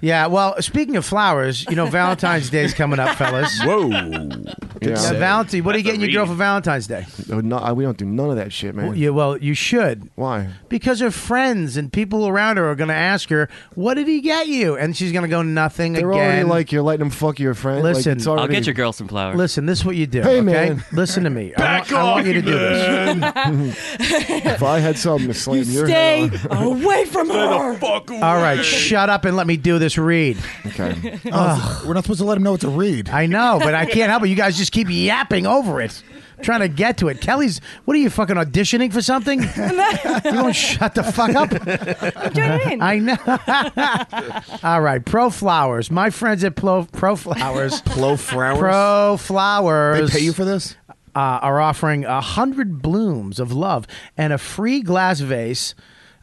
Speaker 4: Yeah. Well, speaking of flowers, you know Valentine's Day's coming up, fellas.
Speaker 1: Whoa.
Speaker 8: Yeah.
Speaker 4: Now, Valentine, what are you getting your girl for Valentine's Day?
Speaker 8: No, no, I- we don't do none of that shit, man.
Speaker 4: Well, yeah, well, you should.
Speaker 8: Why?
Speaker 4: Because her friends and people around her are going to ask her, "What did he get you?" And she's going to go, "Nothing
Speaker 8: They're already
Speaker 4: again."
Speaker 8: like you're letting them fuck your friend. Like,
Speaker 4: Listen,
Speaker 8: it's
Speaker 4: I'll
Speaker 2: I'll
Speaker 8: already-
Speaker 2: get your girl some flowers.
Speaker 4: Listen, this is what you do.
Speaker 8: Hey,
Speaker 4: okay?
Speaker 8: man.
Speaker 4: Listen to me. I, want, I want you to do this.
Speaker 8: if I had something to slam your
Speaker 12: Stay
Speaker 8: head
Speaker 12: away from her.
Speaker 4: All right, shut up and let me do this read.
Speaker 8: on. Okay.
Speaker 4: Ugh,
Speaker 7: We're not supposed to let him know it's a read.
Speaker 4: I know, but I can't help it. You guys just keep yapping over it. I'm trying to get to it. Kelly's, what are you fucking auditioning for something? you don't shut the fuck up.
Speaker 12: Join it in.
Speaker 4: I know. All right, Pro Flowers. My friends at Pro, Pro Flowers.
Speaker 1: Plo flowers.
Speaker 4: Pro Flowers.
Speaker 7: They pay you for this?
Speaker 4: uh, are offering a hundred blooms of love and a free glass vase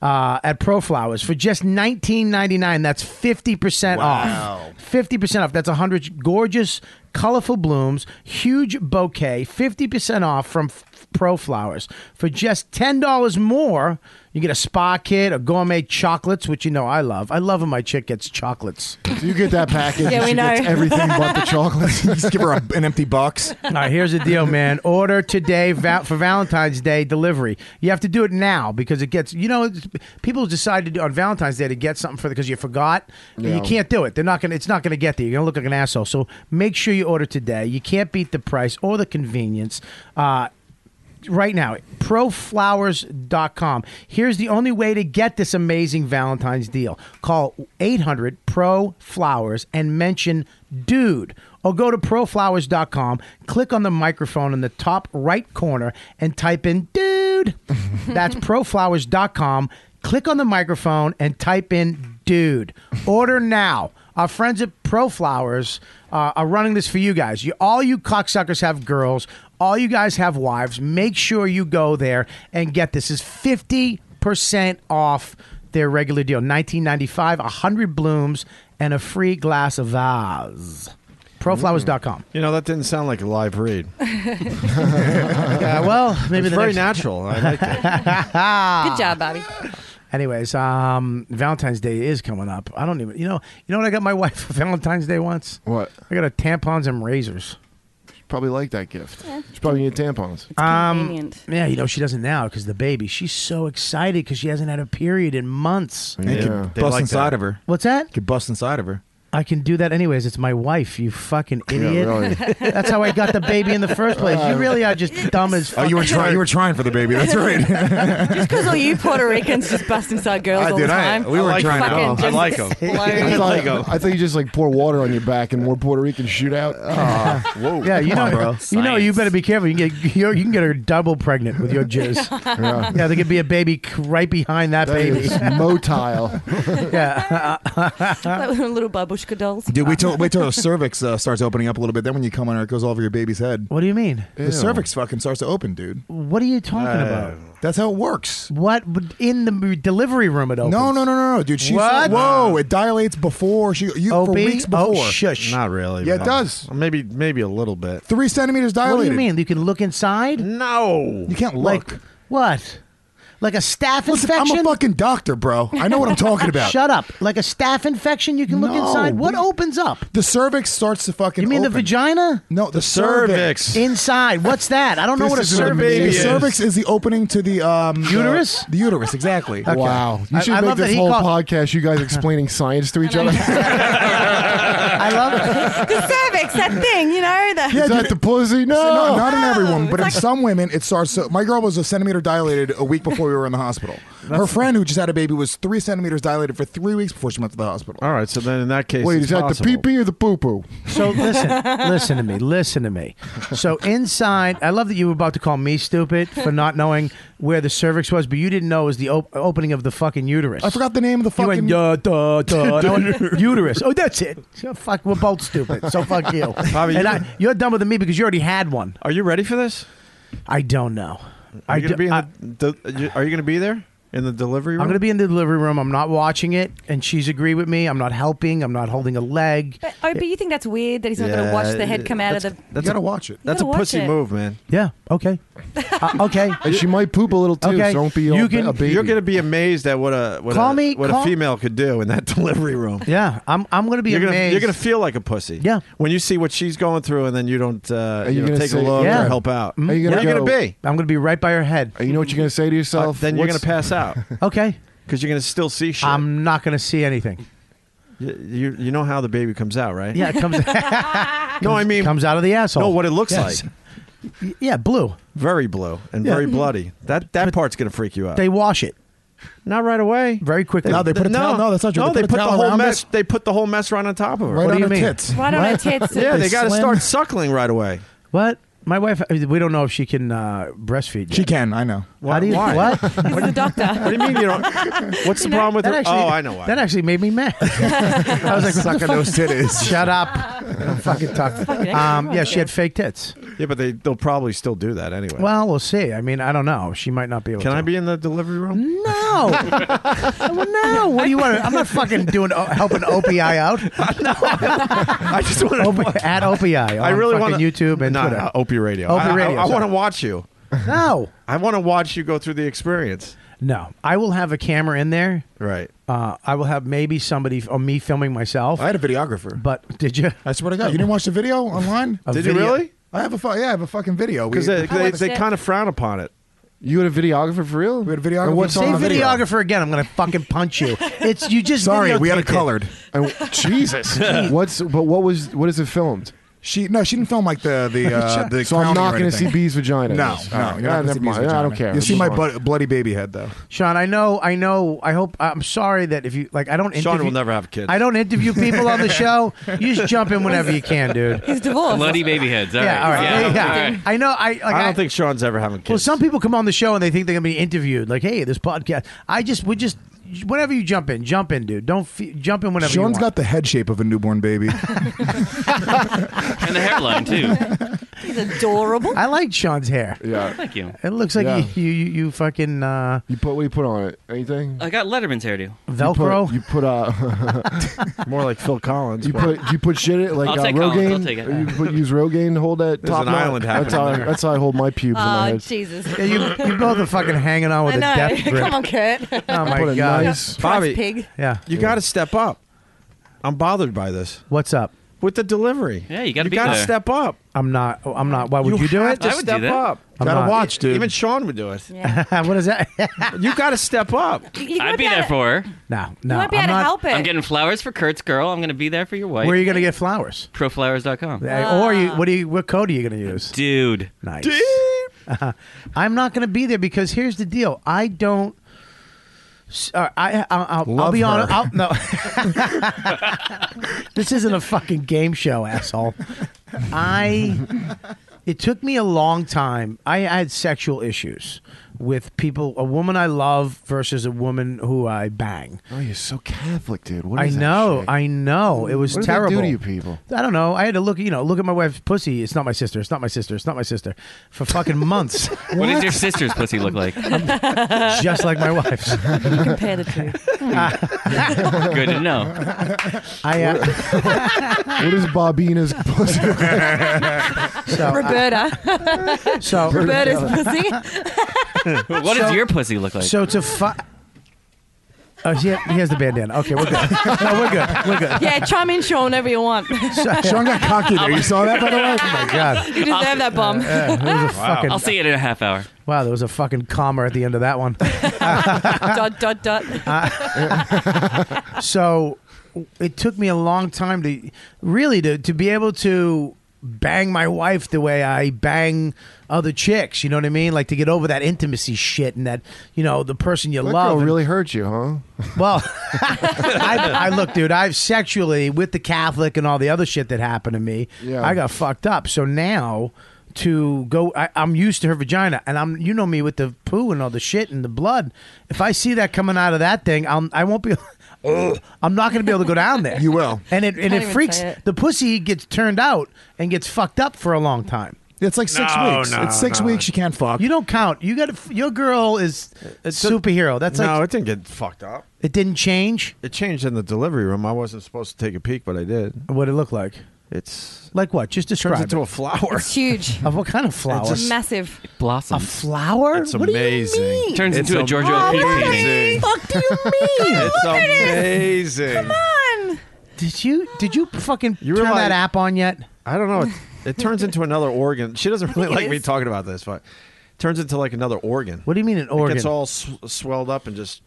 Speaker 4: uh, at ProFlowers for just nineteen ninety nine. That's fifty percent
Speaker 7: Wow.
Speaker 4: off. Fifty percent off. That's a hundred gorgeous, colorful blooms, huge bouquet. Fifty percent off from Pro Flowers for just ten dollars more. You get a spa kit, a gourmet chocolates, which you know I love. I love when my chick gets chocolates.
Speaker 8: Do you get that package?
Speaker 12: Yeah,
Speaker 8: and
Speaker 12: we
Speaker 8: she gets
Speaker 12: know.
Speaker 8: everything but the chocolates.
Speaker 7: Just give her a, an empty box.
Speaker 4: All right, here's the deal, man. Order today va- for Valentine's Day delivery. You have to do it now because it gets, you know, it's- people decide to do on Valentine's Day to get something for because you forgot.
Speaker 8: Yeah.
Speaker 4: You can't do it. They're not gonna. It's not gonna get there. You're gonna look like an asshole. So make sure you order today. You can't beat the price or the convenience. Uh, right now proflowers.com here's the only way to get this amazing valentine's deal call 800 pro flowers and mention dude or go to proflowers.com click on the microphone in the top right corner and type in dude that's proflowers.com click on the microphone and type in dude order now our friends at Pro Flowers uh, are running this for you guys. You, all you cocksuckers have girls. All you guys have wives. Make sure you go there and get this. Is fifty percent off their regular deal. Nineteen ninety five. A hundred blooms and a free glass of vase. proflowers.com.
Speaker 1: You know, that didn't sound like a live read.
Speaker 4: Yeah, well, maybe
Speaker 1: It's
Speaker 4: the
Speaker 1: very
Speaker 4: next-
Speaker 1: natural. I like it.
Speaker 12: Good job, Bobby.
Speaker 4: Anyways, um, Valentine's Day is coming up. I don't even, you know, you know what I got my wife for Valentine's Day once? What? I got a tampons and razors.
Speaker 8: Probably like that gift. She probably need tampons.
Speaker 12: convenient.
Speaker 4: Yeah, you know she doesn't now because the baby. She's so excited because she hasn't had a period in months.
Speaker 8: They could Yeah. They bust like inside that. of her.
Speaker 4: What's that?
Speaker 7: Could bust inside of her.
Speaker 4: I can do that anyways. It's my wife. You fucking idiot.
Speaker 7: really. Uh,
Speaker 4: That's how I got the baby in the first place. You really are just dumb as.
Speaker 7: Oh,
Speaker 4: Fuck.
Speaker 7: you were trying. You were trying for the baby. That's right.
Speaker 12: Just because all you Puerto Ricans just bust inside girls
Speaker 7: I
Speaker 12: all
Speaker 7: did,
Speaker 12: the
Speaker 7: I-
Speaker 12: time.
Speaker 7: we were
Speaker 12: Like
Speaker 7: trying to-
Speaker 12: fucking
Speaker 7: oh, I
Speaker 12: just
Speaker 7: like 'em.
Speaker 12: explode.
Speaker 8: I,
Speaker 7: Like 'em.
Speaker 8: thought, I thought you just like pour water on your back and more Puerto Rican shoot out.
Speaker 4: whoa. Yeah, you
Speaker 8: Come
Speaker 4: know,
Speaker 8: on, bro.
Speaker 4: you know, you better be careful. You can get you you can get her double pregnant with your jizz.
Speaker 8: Yeah.
Speaker 4: yeah. there could be a baby c- right behind that,
Speaker 8: That
Speaker 4: baby.
Speaker 8: is motile.
Speaker 4: yeah.
Speaker 12: Like with little babushka dolls.
Speaker 7: Dude, wait till wait till her cervix uh, starts opening up a little bit. Then when you come on her, it goes all over your baby's head.
Speaker 4: What do you mean?
Speaker 7: The
Speaker 4: Ew.
Speaker 7: cervix fucking starts to open, dude.
Speaker 4: what are you talking
Speaker 7: Uh,
Speaker 4: about?
Speaker 7: That's how it works.
Speaker 4: What would- in the m- delivery room it opens?
Speaker 7: No, no, no, no, no, dude. She's
Speaker 4: What?
Speaker 7: whoa! It dilates before she you for
Speaker 4: Opie?
Speaker 7: weeks
Speaker 4: Oh,
Speaker 7: before.
Speaker 4: shush.
Speaker 1: Not really.
Speaker 7: Yeah, it
Speaker 1: but-
Speaker 7: does.
Speaker 1: Maybe maybe a little bit.
Speaker 7: Three centimeters dilated.
Speaker 4: What do you mean? You can look inside?
Speaker 1: No.
Speaker 7: You can't
Speaker 4: Like
Speaker 7: look.
Speaker 4: what? Like a staph
Speaker 7: Listen,
Speaker 4: infection?
Speaker 7: I'm a fucking doctor, bro. I know what I'm talking about.
Speaker 4: Shut up. Like a staph infection, you can look
Speaker 7: No,
Speaker 4: inside. What
Speaker 7: we-
Speaker 4: opens up?
Speaker 7: The cervix starts to fucking.
Speaker 4: You mean the
Speaker 7: open.
Speaker 4: vagina?
Speaker 7: No, the, cervix.
Speaker 4: Inside. What's that? I don't know
Speaker 7: This
Speaker 4: what a
Speaker 7: is an
Speaker 4: cervix
Speaker 7: amazing-
Speaker 4: is.
Speaker 7: The cervix is the opening to the um, the-
Speaker 4: Uterus?
Speaker 7: The, uterus, exactly.
Speaker 4: Okay.
Speaker 8: Wow. You
Speaker 4: I-
Speaker 8: should
Speaker 4: I
Speaker 8: make
Speaker 4: love that
Speaker 8: this
Speaker 4: he
Speaker 8: whole
Speaker 4: called-
Speaker 8: podcast you guys explaining science to each other.
Speaker 4: I love
Speaker 12: the cervix, that thing, you know, the
Speaker 8: Is that the pussy? No.
Speaker 7: no, not in every woman, but in some women, it starts. So, my girl was a centimeter dilated a week before we were in the hospital. Her friend who just had a baby was three centimeters dilated for three weeks before she went to the hospital.
Speaker 1: All right, so then in that case,
Speaker 8: Wait,
Speaker 1: it's
Speaker 8: is that
Speaker 1: possible.
Speaker 8: the pee pee or the poo poo?
Speaker 4: So listen, listen to me, listen to me. So inside, I love that you were about to call me stupid for not knowing where the cervix was, but you didn't know it was the op- opening of the fucking uterus.
Speaker 7: I forgot the name of the
Speaker 4: You
Speaker 7: fucking.
Speaker 4: went duh duh duh. and I went, uterus. Oh, that's it. So fuck, we're both stupid. So fuck you.
Speaker 1: Bobby,
Speaker 4: and
Speaker 1: you-
Speaker 4: I, you're dumber than me because you already had one.
Speaker 1: Are you ready for this?
Speaker 4: I don't know.
Speaker 1: Are
Speaker 4: I
Speaker 1: you going to
Speaker 4: do-
Speaker 1: be in
Speaker 4: I-
Speaker 1: the, the- are you going to be there in the delivery room?
Speaker 4: I'm going to be in the delivery room. I'm not watching it, and she's agreed with me. I'm not helping. I'm not holding a leg.
Speaker 12: But, oh, but you think that's weird that he's not going to watch the head come out of the.
Speaker 1: That's
Speaker 7: you gotta watch it.
Speaker 1: That's a
Speaker 12: gotta watch
Speaker 1: pussy
Speaker 12: it.
Speaker 1: move, man.
Speaker 4: Yeah. Okay. Uh, okay.
Speaker 8: And she might poop a little too,
Speaker 4: Okay.
Speaker 8: so don't be all
Speaker 4: You can-
Speaker 8: a baby.
Speaker 1: You're going to be amazed at what a what,
Speaker 4: Call
Speaker 1: a,
Speaker 4: me-
Speaker 1: what
Speaker 4: call-
Speaker 1: a female could do in that delivery room.
Speaker 4: Yeah. I'm. I'm going to be
Speaker 1: You're
Speaker 4: amazed.
Speaker 1: gonna, you're gonna feel like a pussy.
Speaker 4: Yeah.
Speaker 1: When you see what she's going through, and then you don't uh,
Speaker 8: Are
Speaker 1: you
Speaker 8: you
Speaker 1: know,
Speaker 8: gonna
Speaker 1: take a
Speaker 8: say-
Speaker 1: look
Speaker 4: Yeah.
Speaker 1: or help out.
Speaker 8: Are you
Speaker 1: What are
Speaker 8: gonna
Speaker 1: you gonna
Speaker 8: go-
Speaker 1: be?
Speaker 4: I'm going to be right by her head.
Speaker 8: And you know what you're going to say to
Speaker 1: Uh,
Speaker 8: yourself?
Speaker 1: then you're gonna
Speaker 8: What's-
Speaker 1: pass out
Speaker 4: Okay.
Speaker 1: because you're gonna still see shit.
Speaker 4: I'm not going to see anything.
Speaker 1: you, you you know how the baby comes out, right?
Speaker 4: Yeah, it comes.
Speaker 1: No, I mean,
Speaker 4: comes out of the asshole.
Speaker 1: no, what it looks
Speaker 4: Yes.
Speaker 1: like.
Speaker 4: Y- Yeah, blue.
Speaker 1: Very blue and very bloody. That that part's gonna freak you out.
Speaker 4: They wash it
Speaker 1: not right away.
Speaker 4: very quickly.
Speaker 7: No, they put a towel. No, that's not true.
Speaker 1: No, they, put,
Speaker 7: a
Speaker 1: the
Speaker 7: towel
Speaker 1: whole
Speaker 7: around
Speaker 1: mess.
Speaker 7: it,
Speaker 1: They put the whole mess right on top of her.
Speaker 7: right
Speaker 4: What do
Speaker 7: on
Speaker 4: you
Speaker 7: her
Speaker 4: mean?
Speaker 7: tits.
Speaker 12: Right on her tits.
Speaker 1: yeah, they, got to
Speaker 7: slam-
Speaker 1: start suckling right away.
Speaker 4: what? My wife. I mean, We don't know if she can uh, breastfeed. Yet.
Speaker 7: She can. I know.
Speaker 4: How do you?
Speaker 1: Why?
Speaker 4: What? that
Speaker 12: He's the doctor.
Speaker 1: What do you mean you don't? What's the problem with her?
Speaker 4: actually.
Speaker 1: oh, I know why.
Speaker 4: That actually made me mad. I was like, what the
Speaker 7: Sucking
Speaker 4: fuck?
Speaker 7: those titties.
Speaker 4: Shut up. Don't fucking talk. Um, yeah, she had fake tits.
Speaker 1: yeah, but they they'll probably still do that anyway.
Speaker 4: Well, we'll see. I mean, I don't know. She might not be able.
Speaker 1: Can
Speaker 4: to.
Speaker 1: I be in the delivery room?
Speaker 4: No. Well, no. What do you want? to I'm not fucking doing uh, helping OPI out.
Speaker 1: I just want to.
Speaker 4: Op- at OPI.
Speaker 1: I really want
Speaker 4: to YouTube and
Speaker 1: nah, uh,
Speaker 4: Twitter.
Speaker 1: nah, Opie Radio.
Speaker 4: Opie
Speaker 1: I- I-
Speaker 4: Radio,
Speaker 1: I, want
Speaker 4: sorry.
Speaker 1: to watch you.
Speaker 4: no,
Speaker 1: I want to watch you go through the experience.
Speaker 4: no. I will have a camera in there.
Speaker 1: Right.
Speaker 4: Uh, I will have maybe somebody or me filming myself.
Speaker 7: I had a videographer.
Speaker 4: but did you?
Speaker 7: I swear to God, you didn't watch the video online?
Speaker 4: A
Speaker 1: Did you
Speaker 4: video-
Speaker 1: really?
Speaker 7: I have a fu- yeah, I have a fucking video. We,
Speaker 1: Because they,
Speaker 12: I
Speaker 1: they,
Speaker 12: watched
Speaker 1: they
Speaker 12: it.
Speaker 1: kind of frown upon it.
Speaker 8: You had a videographer for real?
Speaker 7: we had a videographer.
Speaker 8: And what's
Speaker 4: Say
Speaker 8: on the video?
Speaker 4: videographer again. I'm gonna fucking punch you. It's you just.
Speaker 7: Sorry, we had
Speaker 4: videotaped
Speaker 7: it
Speaker 4: it
Speaker 7: colored.
Speaker 8: And- Jesus. What's but what was what is it filmed?
Speaker 7: She no, she didn't film like the the uh, the.
Speaker 8: So I'm
Speaker 7: crowning or
Speaker 8: not going to see
Speaker 7: anything.
Speaker 8: B's vagina.
Speaker 7: No, no,
Speaker 8: All right.
Speaker 7: you're not
Speaker 8: Ah,
Speaker 7: gonna
Speaker 8: never
Speaker 7: see Bee's
Speaker 8: mind. I don't
Speaker 7: vagina.
Speaker 8: care.
Speaker 7: You see my
Speaker 8: Sure.
Speaker 7: blood, bloody baby head though.
Speaker 4: Sean, I know, I know. I hope. I'm sorry that if you like, I don't. Interview,
Speaker 1: Sean will never have kids.
Speaker 4: I don't interview people on the show. You just jump in whenever you can, dude.
Speaker 12: He's divorced.
Speaker 2: Bloody baby heads. All right.
Speaker 4: yeah, all right. Yeah,
Speaker 2: all right.
Speaker 4: I know. I like.
Speaker 1: I
Speaker 4: I-
Speaker 1: don't think Sean's ever having kids.
Speaker 4: Well, some people come on the show and they think they're gonna be interviewed. Like, hey, this podcast. I just we just whenever you jump in, jump in, dude. Don't fe- jump in whenever.
Speaker 7: Sean's
Speaker 4: you
Speaker 7: got
Speaker 4: want.
Speaker 7: the head shape of a newborn baby.
Speaker 2: And the hairline, too.
Speaker 12: He's adorable.
Speaker 4: I like Sean's hair.
Speaker 8: Yeah.
Speaker 2: Thank you.
Speaker 4: It looks like
Speaker 2: Yeah.
Speaker 4: you, you you fucking uh,
Speaker 8: you put what do you put on it? Anything?
Speaker 2: I got Letterman's hairdo.
Speaker 4: Velcro.
Speaker 8: You put, uh,
Speaker 1: more like Phil Collins.
Speaker 8: You put you put shit in it like
Speaker 2: I'll
Speaker 8: uh,
Speaker 2: take Collins,
Speaker 8: Rogaine.
Speaker 2: I'll take it.
Speaker 8: or You put, use Rogaine to hold that
Speaker 1: There's
Speaker 8: top
Speaker 1: an
Speaker 8: knot.
Speaker 1: island happening
Speaker 8: That's how, I,
Speaker 1: there.
Speaker 8: that's how I hold my pubes in my
Speaker 12: Oh,
Speaker 8: head.
Speaker 12: Jesus.
Speaker 4: Yeah, you, you both are fucking hanging on with
Speaker 12: I
Speaker 4: a
Speaker 12: know.
Speaker 4: death grip.
Speaker 12: Come on, Kurt.
Speaker 4: Oh my god,
Speaker 1: Bobby.
Speaker 12: pig.
Speaker 4: Yeah,
Speaker 1: you got to step up. I'm bothered by this.
Speaker 4: What's up
Speaker 1: with the delivery?
Speaker 2: Yeah, you got to
Speaker 1: you
Speaker 2: be
Speaker 1: got to
Speaker 2: there.
Speaker 1: step up.
Speaker 4: I'm not. I'm not. Why would you, do
Speaker 1: have
Speaker 4: it?
Speaker 1: To step up.
Speaker 4: I'm not.
Speaker 1: Even Sean would do it.
Speaker 4: what is that?
Speaker 1: you got to step up.
Speaker 12: You
Speaker 2: I'd be, there for her.
Speaker 4: No,
Speaker 12: no, won't be I'm able to not- help it.
Speaker 2: I'm getting flowers for Kurt's girl. I'm going to be there for your wife.
Speaker 4: Where are you gonna get flowers?
Speaker 2: Proflowers.com.
Speaker 4: Uh, or you? What do you? What code are you gonna use?
Speaker 2: Dude.
Speaker 4: Nice. Uh, I'm not gonna be there because here's the deal. I don't. s- Uh, I, I, I'll, I'll
Speaker 7: Love
Speaker 4: be on.
Speaker 7: her.
Speaker 4: I'll, no, this isn't a fucking game show, asshole. I. It took me a long time. I had sexual issues with people, a woman I love versus a woman who I bang.
Speaker 8: Oh, you're so Catholic, dude. What
Speaker 4: I
Speaker 8: is that
Speaker 4: know,
Speaker 8: shit?
Speaker 4: I know. It was
Speaker 8: What does that do
Speaker 4: terrible.
Speaker 8: to you people?
Speaker 4: I don't know. I had to look, you know, look at my wife's pussy. It's not my sister. It's not my sister. It's not my sister. For fucking months.
Speaker 2: What does your sister's pussy look like?
Speaker 4: Just like my wife's.
Speaker 12: You compare the two.
Speaker 2: Good to know.
Speaker 4: I uh,
Speaker 8: what is Bobina's pussy?
Speaker 4: so, I-
Speaker 12: Roberta.
Speaker 4: so
Speaker 12: Roberta's pussy.
Speaker 2: What does your pussy look like?
Speaker 4: So to fuck. Oh, she, he has the bandana. Okay, we're good. No, we're good. We're good.
Speaker 12: Yeah, chime in, Sean, whenever you want.
Speaker 4: Sean got cocky
Speaker 7: there. You saw that, by the way?
Speaker 4: Oh my god.
Speaker 12: You deserve that bomb.
Speaker 4: Yeah, it was a fucking-
Speaker 2: I'll see it in a half hour.
Speaker 4: Wow, there was a fucking comma at the end of that one.
Speaker 12: dot dot dot.
Speaker 4: so it took me a long time to really to, to be able to bang my wife the way I bang other chicks. You know what I mean? Like to get over that intimacy shit and that you know the person you
Speaker 8: That
Speaker 4: love.
Speaker 8: girl
Speaker 4: and-
Speaker 8: really hurt you, huh?
Speaker 4: well, I, I look, dude. I've sexually with the Catholic and all the other shit that happened to me.
Speaker 8: Yeah.
Speaker 4: I got fucked up. So now to go, I, I'm used to her vagina, and I'm you know me with the poo and all the shit and the blood. If I see that coming out of that thing, I'm I won't be. Ugh, I'm not going to be able to go down there. You will, and it and
Speaker 7: Can't
Speaker 4: it
Speaker 7: even
Speaker 4: freaks
Speaker 7: say it.
Speaker 4: the pussy gets turned out and gets fucked up for a long time.
Speaker 7: It's like six
Speaker 4: No,
Speaker 7: weeks.
Speaker 4: no,
Speaker 7: it's six
Speaker 4: no.
Speaker 7: weeks. You can't fuck.
Speaker 4: You don't count. You got to your girl is a superhero. That's
Speaker 1: no,
Speaker 4: like
Speaker 1: it didn't get fucked up.
Speaker 4: It didn't change.
Speaker 1: It changed in the delivery room. I wasn't supposed to take a peek, but I did.
Speaker 4: What it look like?
Speaker 1: It's
Speaker 4: like what? Just describe
Speaker 1: turns into
Speaker 4: it.
Speaker 1: a flower.
Speaker 12: It's huge.
Speaker 4: Of what kind of flower?
Speaker 1: It's a-
Speaker 12: Massive.
Speaker 2: Blossom.
Speaker 4: A flower?
Speaker 1: It's amazing.
Speaker 2: Turns
Speaker 1: It's
Speaker 2: into a Giorgio
Speaker 1: amazing.
Speaker 2: P.
Speaker 1: Amazing.
Speaker 12: Oh, Fuck do you mean?
Speaker 1: It's
Speaker 12: Look at it.
Speaker 1: amazing.
Speaker 12: Come
Speaker 4: Did you did you fucking
Speaker 1: You
Speaker 4: turn
Speaker 1: realize-
Speaker 4: that app on yet?
Speaker 1: I don't know. It, it turns into another organ. She doesn't really
Speaker 4: think it
Speaker 1: like me
Speaker 4: is.
Speaker 1: talking about this, but it turns into like another organ.
Speaker 4: What do you mean an
Speaker 1: It
Speaker 4: organ?
Speaker 1: gets all sw- swelled up and just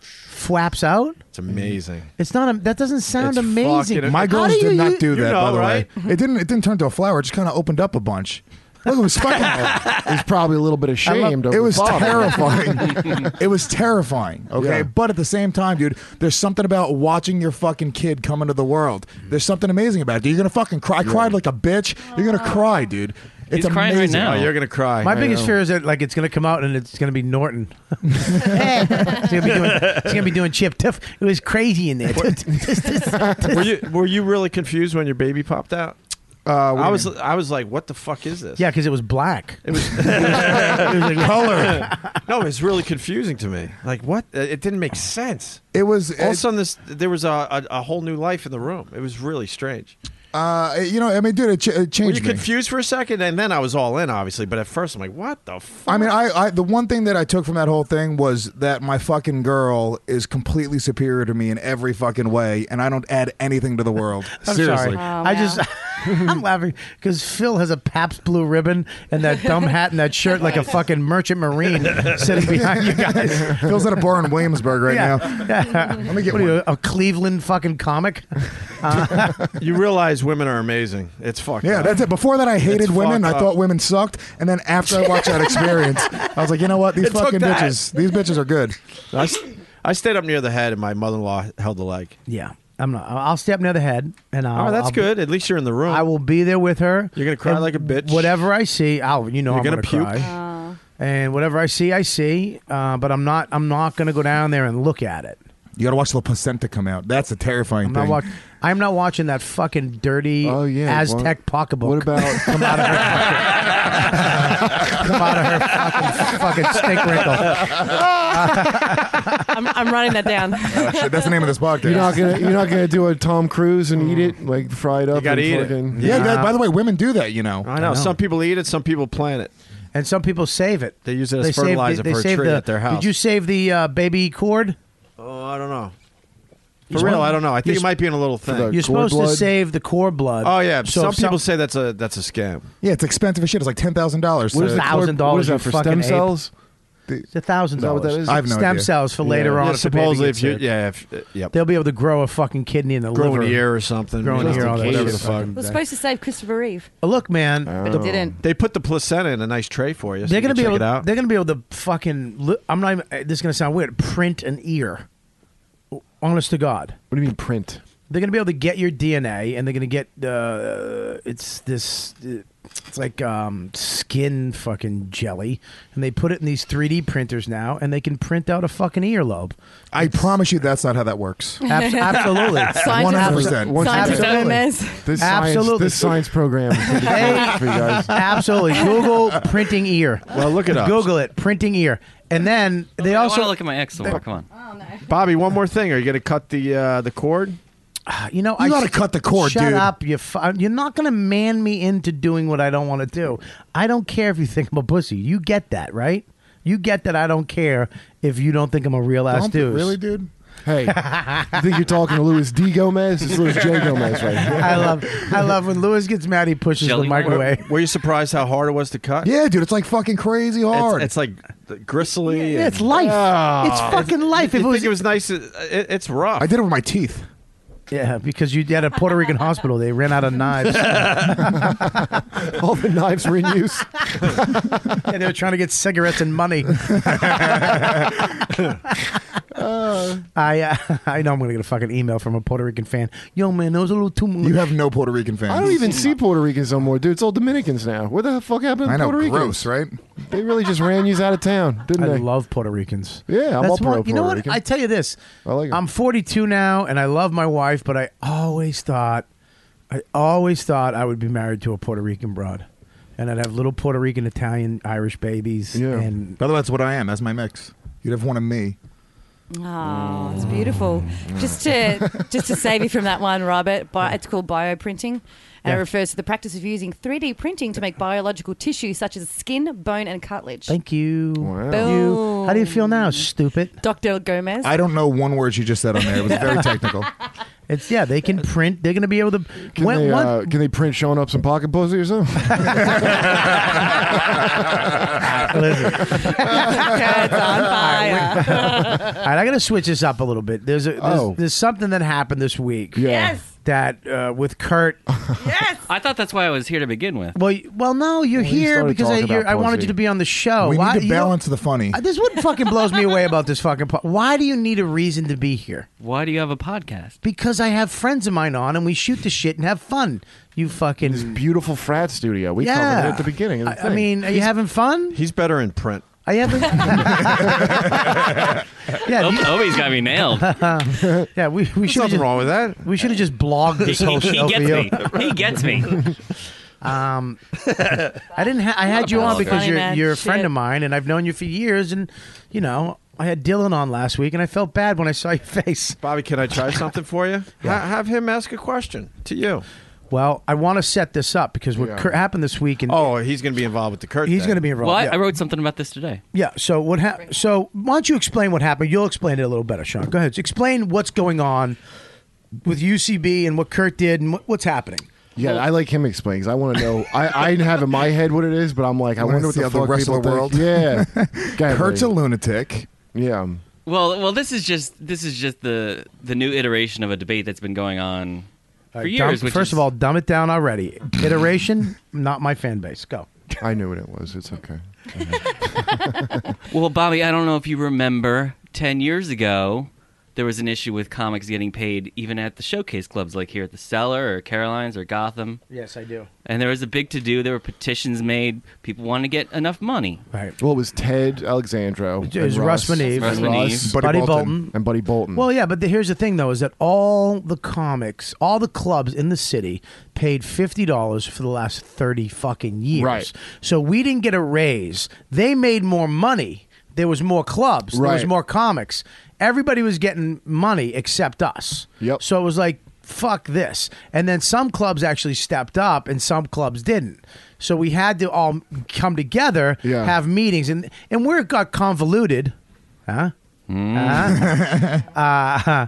Speaker 4: Flaps out?
Speaker 1: it's amazing.
Speaker 4: It's not. A, that doesn't sound
Speaker 1: It's
Speaker 4: amazing.
Speaker 1: fucking-
Speaker 7: My
Speaker 4: How
Speaker 7: girls
Speaker 4: do
Speaker 7: did
Speaker 4: you-
Speaker 7: not do
Speaker 1: you
Speaker 7: that,
Speaker 1: know,
Speaker 7: by the
Speaker 1: right?
Speaker 7: way. It didn't. It didn't turn to a flower. It just kind of opened up a bunch. Look, it was fucking.
Speaker 8: He's probably a little bit ashamed. of
Speaker 7: it
Speaker 8: the
Speaker 7: was
Speaker 8: father.
Speaker 7: terrifying. it was terrifying. Okay,
Speaker 8: Yeah.
Speaker 7: but at the same time, dude, there's something about watching your fucking kid come into the world. There's something amazing about it. Dude, you're gonna fucking cry. I cried like a bitch. You're gonna cry, dude. It's amazing.
Speaker 1: Oh, gonna cry.
Speaker 4: My
Speaker 7: I
Speaker 4: biggest
Speaker 7: know.
Speaker 4: fear is that like it's gonna come out and it's gonna be Norton. it's, gonna be doing, it's gonna be doing Chip Tuff. It was crazy in there.
Speaker 1: were you were you really confused when your baby popped out?
Speaker 7: Uh,
Speaker 1: I was I was like, what the fuck is this?
Speaker 4: yeah, because it was black.
Speaker 1: It was,
Speaker 7: Color.
Speaker 1: no, it was really confusing to me. Like what? Uh, It didn't make sense.
Speaker 7: It was
Speaker 1: All of a sudden, this there was a, a, a whole new life in the room. It was really strange.
Speaker 7: Uh, you know, I mean, dude, it, ch- it
Speaker 1: Were
Speaker 7: changed
Speaker 1: you
Speaker 7: me.
Speaker 1: confused for a second, and then I was all in, obviously. But at first, I'm like, what the? F-?
Speaker 7: I mean, I, I the one thing that I took from that whole thing was that my fucking girl is completely superior to me in every fucking way, and I don't add anything to the world.
Speaker 4: I'm sorry. I just I'm laughing because Phil has a Pabst Blue Ribbon and that dumb hat and that shirt like a fucking merchant marine sitting behind you guys.
Speaker 7: Phil's at a bar in Williamsburg right
Speaker 4: yeah.
Speaker 7: now.
Speaker 4: Yeah. Let me get what Are you, a Cleveland fucking comic. Uh,
Speaker 1: you realize women are amazing. It's fucked.
Speaker 7: Yeah,
Speaker 1: up.
Speaker 7: that's it. Before that, I hated
Speaker 1: It's
Speaker 7: women.
Speaker 1: fucked
Speaker 7: I
Speaker 1: up.
Speaker 7: thought women sucked, and then after I watched that experience, I was like, you know what? These
Speaker 1: It took
Speaker 7: fucking
Speaker 1: that.
Speaker 7: bitches. These bitches are good.
Speaker 1: I, s- I stayed up near the head, and my mother-in-law held the leg.
Speaker 4: yeah, I'm not. I'll step near the head and I'll.
Speaker 1: oh, that's
Speaker 4: I'll-
Speaker 1: good. At least you're in the room.
Speaker 4: I will be there with her.
Speaker 1: You're gonna cry
Speaker 4: And
Speaker 1: like a bitch.
Speaker 4: Whatever I see, I'll. You know,
Speaker 1: You're
Speaker 4: I'm
Speaker 1: gonna
Speaker 4: cry.
Speaker 1: puke.
Speaker 4: And whatever I see, I see. Uh, but I'm not. I'm not gonna go down there and look at it.
Speaker 7: You got to watch the placenta come out. That's a terrifying
Speaker 4: I'm
Speaker 7: thing.
Speaker 4: not, watch- I'm not watching that fucking dirty
Speaker 1: Oh,
Speaker 4: Aztec pocketbook. What
Speaker 8: about
Speaker 4: come out of her fucking, come out of her fucking, fucking stink wrinkle?
Speaker 12: I'm, I'm writing that down.
Speaker 7: That's the name of this podcast.
Speaker 8: You're not gonna you're not gonna do a Tom Cruise and eat
Speaker 7: Mm.
Speaker 8: it like fried up. and fucking-
Speaker 7: Yeah. that- by the way, women do that. You know.
Speaker 1: I know. Some people eat it, some people plant it.
Speaker 4: And some people save it.
Speaker 1: They use it as fertilizer for a
Speaker 4: saved
Speaker 1: tree
Speaker 4: the-
Speaker 1: at their house.
Speaker 4: Did you save the uh, baby cord?
Speaker 1: Oh, I don't know. For
Speaker 4: You're
Speaker 1: real,
Speaker 4: supposed-
Speaker 1: I don't know. I
Speaker 4: you're
Speaker 1: think it
Speaker 4: sp-
Speaker 1: might be in a little thing.
Speaker 4: You're supposed to save the cord blood.
Speaker 1: Oh yeah,
Speaker 4: So
Speaker 1: some
Speaker 4: if some-
Speaker 1: people say that's a that's a scam.
Speaker 7: Yeah, it's expensive as shit. It's like ten thousand dollars.
Speaker 4: What is that? $1,000, you fucking ape. It's a thousand
Speaker 7: Is that what that
Speaker 4: dollars.
Speaker 7: is? I have no
Speaker 4: Stem
Speaker 7: idea.
Speaker 4: cells for
Speaker 7: Yeah.
Speaker 4: later
Speaker 7: Yeah,
Speaker 4: on. if the baby
Speaker 1: supposedly
Speaker 4: gets
Speaker 1: if you-
Speaker 4: it.
Speaker 1: yeah, if- uh, yep.
Speaker 4: they'll be able to grow a fucking kidney in the
Speaker 1: Grow
Speaker 4: liver,
Speaker 1: an ear or something.
Speaker 4: grow an
Speaker 1: Just
Speaker 4: ear,
Speaker 1: in
Speaker 4: all that
Speaker 1: case.
Speaker 4: whatever the
Speaker 12: It
Speaker 4: fuck.
Speaker 12: was supposed to save Christopher Reeve.
Speaker 4: Oh, Look, man,
Speaker 12: They didn't.
Speaker 1: They put the placenta in a nice tray for you. So
Speaker 4: they're gonna be
Speaker 1: Uh, check
Speaker 4: able.
Speaker 1: it out.
Speaker 4: They're gonna be able to fucking. li- I'm not even. uh, This is gonna sound weird. Print an ear. Honest to God.
Speaker 8: What do you mean print?
Speaker 4: They're gonna be able to get your DNA, and they're gonna get. Uh, it's this. It's like um, skin fucking jelly, and they put it in these 3D printers now, and they can print out a fucking earlobe.
Speaker 7: I promise you, that's not how that works.
Speaker 4: Abs- absolutely,
Speaker 7: one hundred percent.
Speaker 8: This science, this science program. is gonna be great for you guys.
Speaker 4: Absolutely. Google printing ear.
Speaker 1: Well, look it up.
Speaker 4: Google it, printing ear. And then they
Speaker 2: I
Speaker 4: also
Speaker 2: want to look at my ex some more. Come on.
Speaker 1: Bobby, one more thing. Are you going to cut the uh, the cord?
Speaker 4: You know,
Speaker 1: You
Speaker 4: I
Speaker 1: gotta cut the cord,
Speaker 4: Shut
Speaker 1: dude.
Speaker 4: up, you. Fu- you're not gonna man me into doing what I don't want to do. I don't care if you think I'm a pussy. You get that, right? You get that. I don't care if you don't think I'm a real ass
Speaker 7: Don't-
Speaker 4: dude.
Speaker 7: really, dude?
Speaker 8: Hey, you think you're talking to Louis D. Gomez? It's Louis J. Gomez right here.
Speaker 4: I love, I love when Lewis gets mad. He pushes the microwave.
Speaker 1: Were, were you surprised how hard it was to cut?
Speaker 7: Yeah, dude, it's like fucking crazy hard.
Speaker 1: It's, it's like th- gristly.
Speaker 4: Yeah, it's life.
Speaker 1: Ah.
Speaker 4: It's fucking life.
Speaker 1: If
Speaker 4: If
Speaker 1: you
Speaker 4: it
Speaker 1: think it was nice, it, it, it's rough.
Speaker 7: I did it with my teeth.
Speaker 4: Yeah, because you had a Puerto Rican hospital. They ran out of knives.
Speaker 8: All the knives were in use.
Speaker 4: yeah, they were trying to get cigarettes and money. I uh, I know I'm gonna get a fucking email from a Puerto Rican fan. Yo, man, those are a little too much.
Speaker 7: You have no Puerto Rican fans.
Speaker 8: I don't even see Puerto Ricans no more, dude. It's all Dominicans now. Where the fuck happened to
Speaker 7: I know,
Speaker 8: Puerto Ricans?
Speaker 7: gross, right?
Speaker 8: They really just ran you out of town, didn't
Speaker 4: I
Speaker 8: they?
Speaker 4: love Puerto Ricans.
Speaker 8: Yeah, I'm all
Speaker 4: That's
Speaker 8: pro
Speaker 4: one- You know
Speaker 8: Puerto
Speaker 4: what?
Speaker 8: Rican.
Speaker 4: I tell you this. I
Speaker 8: like 'em.
Speaker 4: I'm 42 now, and I love my wife, but I always thought, I always thought I would be married to a Puerto Rican broad, and I'd have little Puerto Rican, Italian, Irish babies. And
Speaker 7: By the way, that's what I am. That's my mix. You'd have one of me.
Speaker 12: Oh, it's beautiful. Just to just to save you from that one, Robert. Bi- it's called bioprinting, and
Speaker 4: Yeah.
Speaker 12: it refers to the practice of using 3D printing to make biological tissue such as skin, bone, and cartilage.
Speaker 4: thank you.
Speaker 12: Boom.
Speaker 4: You- How do you feel now, stupid?
Speaker 12: Dr. Gomez.
Speaker 7: I don't know one word you just said on there. It was very technical.
Speaker 4: It's yeah. They can print. They're gonna be able to.
Speaker 8: Can,
Speaker 4: when-
Speaker 8: they,
Speaker 4: one-
Speaker 8: uh, can they print showing up some pocket pussy or something?
Speaker 7: uh,
Speaker 12: It's on fire.
Speaker 4: All right, I got to switch this up a little bit. There's a, there's,
Speaker 8: Oh.
Speaker 4: there's something that happened this week.
Speaker 12: Yes.
Speaker 4: That uh, with Kurt.
Speaker 2: I thought that's why I was here to begin with.
Speaker 4: Well, y- well, no, you're here
Speaker 2: started
Speaker 4: because I,
Speaker 2: talking
Speaker 4: you're,
Speaker 2: about
Speaker 4: I wanted
Speaker 2: pussy.
Speaker 4: you to be on the show.
Speaker 7: we
Speaker 4: Why-
Speaker 7: need to
Speaker 4: you know-
Speaker 7: balance the funny.
Speaker 4: Uh, This is what fucking blows me away about this fucking. Po- Why do you need a reason to be here?
Speaker 2: Why do you have a podcast?
Speaker 4: Because I have friends of mine on and we shoot the shit and have fun. You fucking
Speaker 8: beautiful frat studio. We
Speaker 4: yeah.
Speaker 8: commented at the beginning. Of the
Speaker 4: I, I
Speaker 8: thing.
Speaker 4: mean, are you having fun?
Speaker 1: He's better in print.
Speaker 4: I haven't. yeah,
Speaker 2: Oh, Obi's got me nailed.
Speaker 4: yeah, we we should. Nothing
Speaker 1: wrong with that.
Speaker 4: We should have just blogged
Speaker 2: He,
Speaker 4: this whole
Speaker 2: he- he
Speaker 4: show for you.
Speaker 2: gets me. He gets me.
Speaker 4: Um, I didn't. Ha- I had you on
Speaker 2: apologize.
Speaker 4: because
Speaker 2: Funny
Speaker 4: you're
Speaker 2: man,
Speaker 4: you're a friend
Speaker 2: shit.
Speaker 4: of mine, and I've known you for years. And you know, I had Dylan on last week, and I felt bad when I saw your face.
Speaker 1: Bobby, can I try something for you? Ha- have him ask a question to you.
Speaker 4: Well, I want to set this up because what
Speaker 1: Yeah.
Speaker 4: cur- happened this week, and
Speaker 1: Oh, he's going to be involved with the Kurt.
Speaker 4: He's
Speaker 1: thing.
Speaker 4: going to be
Speaker 2: Well,
Speaker 4: involved.
Speaker 2: I,
Speaker 4: yeah.
Speaker 2: I wrote something about this today.
Speaker 4: Yeah, So what happened? So why don't you explain what happened? You'll explain it a little better, Sean. Go ahead. Explain what's going on with UCB and what Kurt did and what, what's happening.
Speaker 8: Yeah, I like him explaining 'cause I want to know. I, I have in my head what it is, but I'm like, I
Speaker 7: wanna
Speaker 8: wonder what
Speaker 7: see how
Speaker 8: the
Speaker 7: the
Speaker 8: fuck
Speaker 7: rest
Speaker 8: people
Speaker 7: of the world-
Speaker 8: Think. Yeah, Go ahead,
Speaker 7: Kurt's a
Speaker 8: Larry.
Speaker 7: lunatic.
Speaker 8: Yeah, um,
Speaker 2: Well, well, this is just this is just the the new iteration of a debate that's been going on for
Speaker 4: All right, dumb-
Speaker 2: years. which
Speaker 4: Uh, first
Speaker 2: is,
Speaker 4: of all, dumb it down already. Iteration, not my fan base. Go.
Speaker 8: I knew what it was. It's okay.
Speaker 2: Well, Bobby, I don't know if you remember 10 years ago, there was an issue with comics getting paid even at the showcase clubs, like here at the Cellar or Caroline's or Gotham.
Speaker 4: Yes, I do.
Speaker 2: And there was a big to do. There were petitions made. People wanted to get enough money.
Speaker 4: Right.
Speaker 8: Well, it was Ted Alexandro.
Speaker 4: It was
Speaker 8: and Russ,
Speaker 4: Russ Maneve.
Speaker 8: and
Speaker 4: Russ
Speaker 8: Russ,
Speaker 4: Maneve.
Speaker 8: Buddy,
Speaker 4: Buddy
Speaker 8: Bolton,
Speaker 4: Bolton.
Speaker 8: and Buddy Bolton.
Speaker 4: Well, yeah, but the, here's the thing, though, is that all the comics, all the clubs in the city paid fifty dollars for the last thirty fucking years.
Speaker 8: Right.
Speaker 4: So we didn't get a raise. They made more money. There was more clubs. There was
Speaker 8: Right.
Speaker 4: more comics. Everybody was getting money except us. Yep. So it was like fuck this. And then some clubs actually stepped up, and some clubs didn't. So we had to all come together, have meetings, and and where it got convoluted, huh? Huh? uh,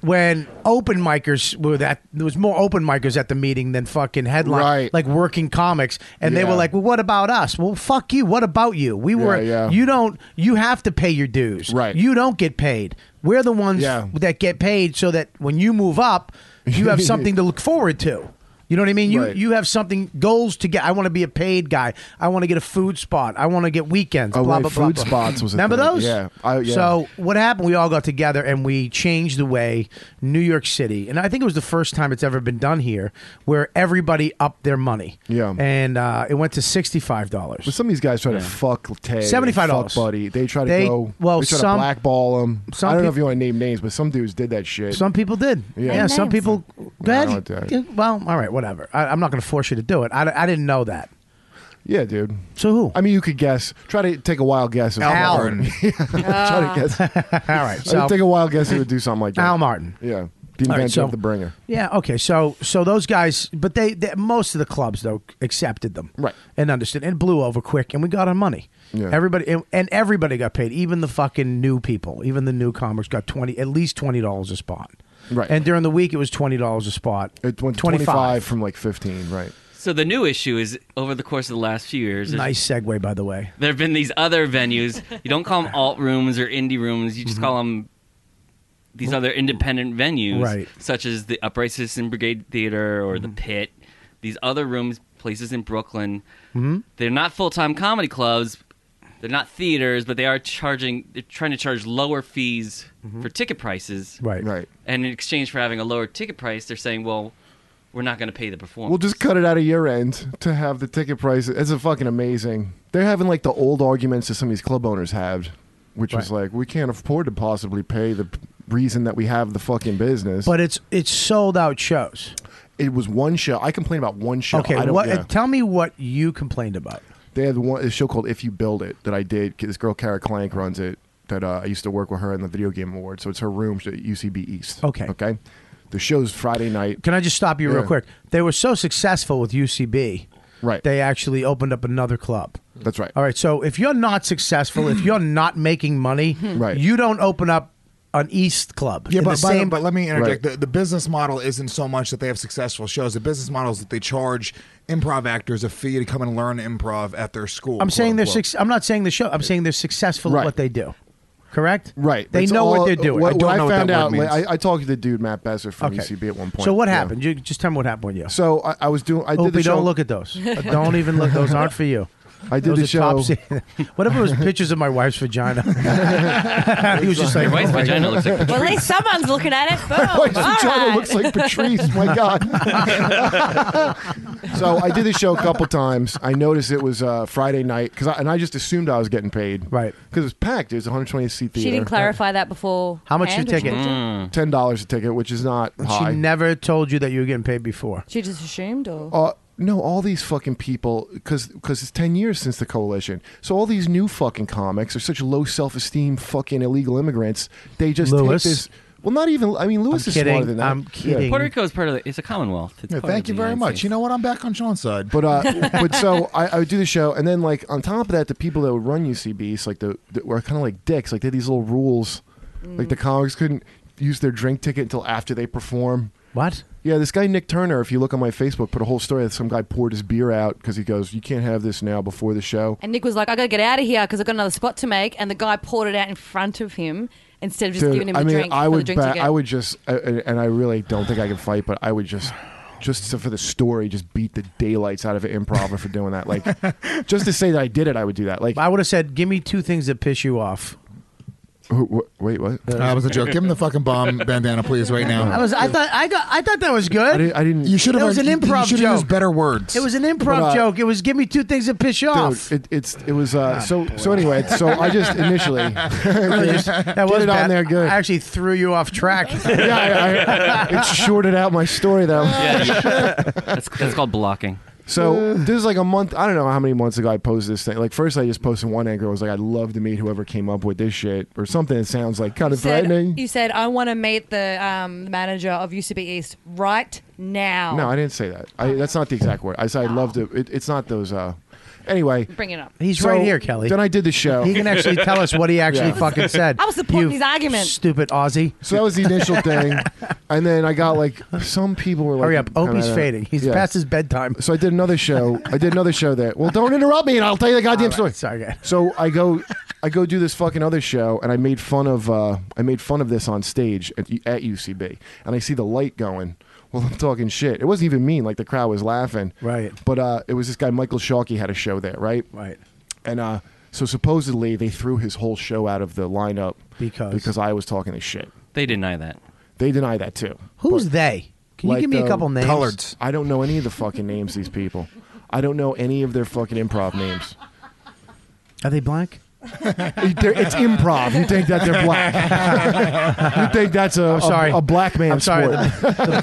Speaker 4: when open micers were that there was more open micers at the meeting than fucking headline like working comics and they
Speaker 8: Yeah.
Speaker 4: were like well what about us well fuck you what about you we were
Speaker 8: Yeah, yeah.
Speaker 4: you don't you have to pay your dues right you don't get paid we're the ones
Speaker 8: Yeah.
Speaker 4: that get paid so that when you move up you have something to look forward to you know what I mean? You
Speaker 8: Right.
Speaker 4: you have something goals to get. I want to be a paid guy. I want to get a food spot. I want to get weekends.
Speaker 8: Oh,
Speaker 4: blah
Speaker 8: right,
Speaker 4: blah blah.
Speaker 8: food
Speaker 4: blah.
Speaker 8: spots was a
Speaker 4: remember
Speaker 8: thing.
Speaker 4: those?
Speaker 8: Yeah. I- yeah.
Speaker 4: So what happened? We all got together and we changed the way New York City, and I think it was the first time it's ever been done here, where everybody upped their money. Yeah. And uh, it went to sixty-five dollars. But
Speaker 8: some of these guys try to fuck Ted, and
Speaker 4: Seventy-five
Speaker 8: fuck
Speaker 4: dollars,
Speaker 8: Buddy. They try to
Speaker 4: They-
Speaker 8: go.
Speaker 4: well,
Speaker 8: they try
Speaker 4: some-
Speaker 8: to blackball him.
Speaker 4: some
Speaker 8: I don't know if
Speaker 4: peop-
Speaker 8: you want to name names, but some dudes did that shit.
Speaker 4: Some people did.
Speaker 8: Yeah.
Speaker 4: Yeah. some
Speaker 8: Nice.
Speaker 4: people. Go
Speaker 8: No, I
Speaker 4: ahead.
Speaker 8: don't like that.
Speaker 4: Well, all right, whatever. I, I'm not going to force you to do it. I, I didn't know that.
Speaker 8: Yeah, dude.
Speaker 4: So who?
Speaker 8: I mean, you could guess. Try to take a wild guess.
Speaker 4: Al
Speaker 8: Martin. yeah, try to guess.
Speaker 4: all right.
Speaker 8: I
Speaker 4: So
Speaker 8: would take a wild guess. He would do something like that.
Speaker 4: Al Martin.
Speaker 8: Yeah, the inventor
Speaker 4: All right, so-
Speaker 8: of the bringer.
Speaker 4: Yeah. Okay. So so those guys, but they, they most of the clubs though accepted them, right? And understood and blew over quick, and we got our money.
Speaker 8: Yeah.
Speaker 4: Everybody and, and everybody got paid. Even the fucking new people, even the newcomers got twenty, at least twenty dollars a spot.
Speaker 8: Right.
Speaker 4: And during the week, it was twenty dollars a spot.
Speaker 8: It went
Speaker 4: 25.
Speaker 8: from like fifteen, right?
Speaker 2: So the new issue is over the course of the last few years. there's-
Speaker 4: Nice segue, by the way.
Speaker 2: There have been these other venues. You don't call them alt rooms or indie rooms. You just
Speaker 8: Mm-hmm.
Speaker 2: call 'em call them these other independent venues,
Speaker 4: Right.
Speaker 2: such as the Upright Citizen Brigade Theater or
Speaker 8: Mm-hmm.
Speaker 2: the Pit. These other rooms, places in Brooklyn.
Speaker 8: Mm-hmm.
Speaker 4: Hmm?
Speaker 2: They're not full time comedy clubs. They're not theaters, but they are charging. They're trying to charge lower fees for ticket prices.
Speaker 4: Right.
Speaker 8: Mm-hmm. Right.
Speaker 2: And in exchange for having a lower ticket price, they're saying, "Well, we're not going to pay the performance.
Speaker 8: We'll just cut it out of your end to have the ticket price. It's a fucking amazing. They're having like the old arguments that some of these club owners had, which was like, we can't afford to possibly pay the p- reason that we have the fucking business.
Speaker 4: But it's it's sold out shows.
Speaker 8: It was one show. I complained about one show.
Speaker 4: Okay.
Speaker 8: I don't-
Speaker 4: what? uh,
Speaker 8: yeah.
Speaker 4: Tell me what you complained about.
Speaker 8: They had one a show called If You Build It that I did. 'cause This girl Kara Clank runs it. That uh, I used to work with her in the video game award. So it's her room at UCB East. Okay. Okay. The show's Friday night.
Speaker 4: Can I just stop you real
Speaker 8: Yeah.
Speaker 4: quick? They were so successful with UCB.
Speaker 8: Right.
Speaker 4: They actually opened up another club.
Speaker 8: That's right.
Speaker 4: All right. So if you're not successful, if you're not making money,
Speaker 8: Right.
Speaker 4: you don't open up an East club.
Speaker 7: Yeah,
Speaker 4: In
Speaker 7: but,
Speaker 4: the
Speaker 7: but,
Speaker 4: same-
Speaker 7: but let me interject. The, the business model isn't so much that they have successful shows. The business model is that they charge improv actors a fee to come and learn improv at their school.
Speaker 4: I'm
Speaker 7: quote
Speaker 4: saying they're.
Speaker 7: unquote.
Speaker 4: Suc- I'm not saying the show. I'm saying they're successful at
Speaker 7: Right.
Speaker 4: what they do. Correct. Right. They
Speaker 8: That's
Speaker 4: know
Speaker 8: all-
Speaker 4: what they're doing.
Speaker 8: What, what I found out, like, I, I talked to the dude Matt Besser from
Speaker 4: Okay.
Speaker 8: UCB at one point.
Speaker 4: so what
Speaker 8: Yeah.
Speaker 4: happened? You just tell me what happened with you.
Speaker 8: So I, I was doing. I did the
Speaker 4: Opie,
Speaker 8: show.
Speaker 4: don't look at those. don't even look. Those aren't for you.
Speaker 8: I did
Speaker 4: Those
Speaker 8: the
Speaker 4: are top
Speaker 8: show.
Speaker 4: se- what if it was pictures of my wife's vagina? he was just like,
Speaker 2: Your wife's
Speaker 4: "Oh my
Speaker 2: vagina
Speaker 4: God."
Speaker 2: looks like
Speaker 12: Well, at least someone's looking at it. Boom.
Speaker 8: My wife's
Speaker 12: All
Speaker 8: vagina
Speaker 12: right.
Speaker 8: looks like Patrice. My God. so I did the show a couple times. I noticed it was uh, Friday night because, and I just assumed I was getting paid, right? Because it was packed. It was 120 seat theater.
Speaker 12: She didn't clarify that before. hand, which is good.
Speaker 8: Ten dollars a ticket, which is not high.
Speaker 4: She never told you that you were getting paid before.
Speaker 12: She just assumed, or
Speaker 8: Uh, no, all these fucking people, because it's 10 years since the coalition. So all these new fucking comics are such low self esteem fucking illegal immigrants. They just
Speaker 4: Lewis.
Speaker 8: take this. Well, not even. I mean, Lewis
Speaker 4: I'm
Speaker 8: is
Speaker 4: kidding.
Speaker 8: smarter than that.
Speaker 4: I'm kidding.
Speaker 2: Puerto Rico is part of the, it's a commonwealth. It's
Speaker 8: Yeah,
Speaker 2: part of
Speaker 8: thank
Speaker 2: the
Speaker 8: you very
Speaker 2: United
Speaker 8: much.
Speaker 2: States.
Speaker 7: You know what? I'm back on Sean's side.
Speaker 8: But uh, but so I, I would do the show, and then like on top of that, the people that would run UCBs like the, the were kind of like dicks. Like they had these little rules, like the comics couldn't use their drink ticket until after they perform.
Speaker 4: What?
Speaker 8: Yeah, this guy Nick Turner, if you look on my Facebook, put a whole story that some guy poured his beer out because he goes, "You can't have this now before the show."
Speaker 12: and Nick was like, "I gotta get out of here because I've got another spot to make," and the guy poured it out in front of him instead of just giving him
Speaker 8: I
Speaker 12: the
Speaker 8: mean,
Speaker 12: drink. for
Speaker 8: I
Speaker 12: the
Speaker 8: would,
Speaker 12: drink
Speaker 8: ba-
Speaker 12: ticket.
Speaker 8: I would just, uh, and and I really don't think I can fight, but I would just, just so for the story, just beat the daylights out of an improver for doing that. Like, just to say that I did it, I would do that. Like,
Speaker 4: I would have said, "Give me two things that piss you off."
Speaker 8: Who, wh- wait, what?
Speaker 7: That was a joke. Give him the fucking bomb bandana, please, right now.
Speaker 4: I was. I thought. I got. I thought that was good.
Speaker 8: I didn't- I didn't-
Speaker 7: You should have.
Speaker 4: It was an
Speaker 7: you- you
Speaker 4: improv
Speaker 7: should have
Speaker 4: joke.
Speaker 7: used better words.
Speaker 4: It was an improv
Speaker 8: But, uh,
Speaker 4: joke. It was give me two things that piss you off.
Speaker 8: Dude, it, it's it was uh, so so anyway. So I just initially
Speaker 4: Really just- that
Speaker 8: Get
Speaker 4: was
Speaker 8: it on
Speaker 4: bad.
Speaker 8: there good.
Speaker 4: I actually threw you off track.
Speaker 8: yeah, I, I, it shorted out my story though.
Speaker 2: that's, that's called blocking.
Speaker 8: So this is like a month. I don't know how many months ago I posted this thing. Like first, I just posted one anchor. I was like, I'd love to meet whoever came up with this shit or something. that sounds like kind
Speaker 14: You
Speaker 8: of
Speaker 14: said,
Speaker 8: threatening.
Speaker 14: you said, I want to meet the um, manager of UCB East right now.
Speaker 4: Oh.
Speaker 8: No, I didn't say that. I, that's not the exact word. I said I'd love to. It, it's not those. uh Anyway,
Speaker 14: Bring it up.
Speaker 4: He's
Speaker 8: so
Speaker 4: right here, Kelly.
Speaker 8: Then I did the show.
Speaker 4: He can actually tell us what he actually
Speaker 8: Yeah.
Speaker 4: fucking said.
Speaker 14: I was supporting
Speaker 4: You
Speaker 14: these arguments.
Speaker 4: Stupid Aussie.
Speaker 8: So that was the initial thing, and then I got like some people were like,
Speaker 4: Hurry up. Opie's
Speaker 8: kinda-
Speaker 4: fading. He's
Speaker 8: yeah.
Speaker 4: past his bedtime.
Speaker 8: So I did another show. I did another show there. Well, don't interrupt me, and I'll tell you the goddamn story.
Speaker 4: Sorry, guys.
Speaker 8: So I go, I go do this fucking other show, and I made fun of, uh, I made fun of this on stage at, at UCB, and I see the light going. Well, I'm talking shit. It wasn't even mean. Like the crowd was laughing. Right. But uh, it was this guy Michael Sharkey had a show there, right?
Speaker 4: Right.
Speaker 8: And uh, so supposedly they threw his whole show out of the lineup because because I was talking this shit.
Speaker 2: They deny that.
Speaker 8: They deny that too.
Speaker 4: Who's they? Can you
Speaker 8: Like
Speaker 4: give me
Speaker 8: the
Speaker 4: a couple names?
Speaker 8: Coloreds. I don't know any of the fucking names these people. I don't know any of their fucking improv names.
Speaker 4: Are they black?
Speaker 8: They're- it's improv. You think that they're black? you think that's a,
Speaker 4: I'm sorry.
Speaker 8: a, a black man
Speaker 4: I'm sorry.
Speaker 8: sport?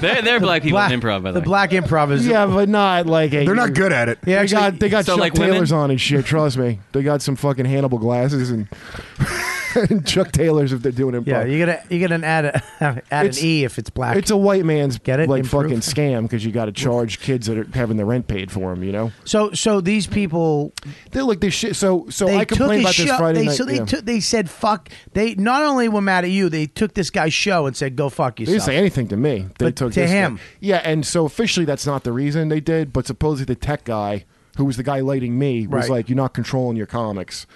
Speaker 2: They're, they're black people in improv, by the,
Speaker 4: The black improv is.
Speaker 8: yeah, but not like a.
Speaker 7: They're not good at it.
Speaker 8: They
Speaker 4: actually-
Speaker 8: got they got
Speaker 2: So,
Speaker 8: Chuck
Speaker 2: like, women?
Speaker 8: Taylors on and shit. Trust me, they got some fucking Hannibal glasses and, and Chuck Taylors if they're doing improv.
Speaker 4: Yeah, you gotta you gotta add a, add
Speaker 8: It's-
Speaker 4: an e if it's black.
Speaker 8: It's a white man's get it? like
Speaker 4: Improve.
Speaker 8: fucking scam because you got to charge kids that are having the rent paid for them. You know.
Speaker 4: so so these people
Speaker 8: they like this shit. So so I
Speaker 4: took his
Speaker 8: complained about this
Speaker 4: show-
Speaker 8: Friday
Speaker 4: they,
Speaker 8: night,
Speaker 4: So they
Speaker 8: yeah.
Speaker 4: took they said fuck. They not only were mad at you, they took this guy's show and said go fuck
Speaker 8: They didn't
Speaker 4: yourself.
Speaker 8: say anything to me. They
Speaker 4: But
Speaker 8: took
Speaker 4: to
Speaker 8: this
Speaker 4: him.
Speaker 8: guy. Yeah, and so officially that's not the reason they did, but supposedly the tech guy who was the guy lighting me was
Speaker 4: Right.
Speaker 8: like, "You're not controlling your comics."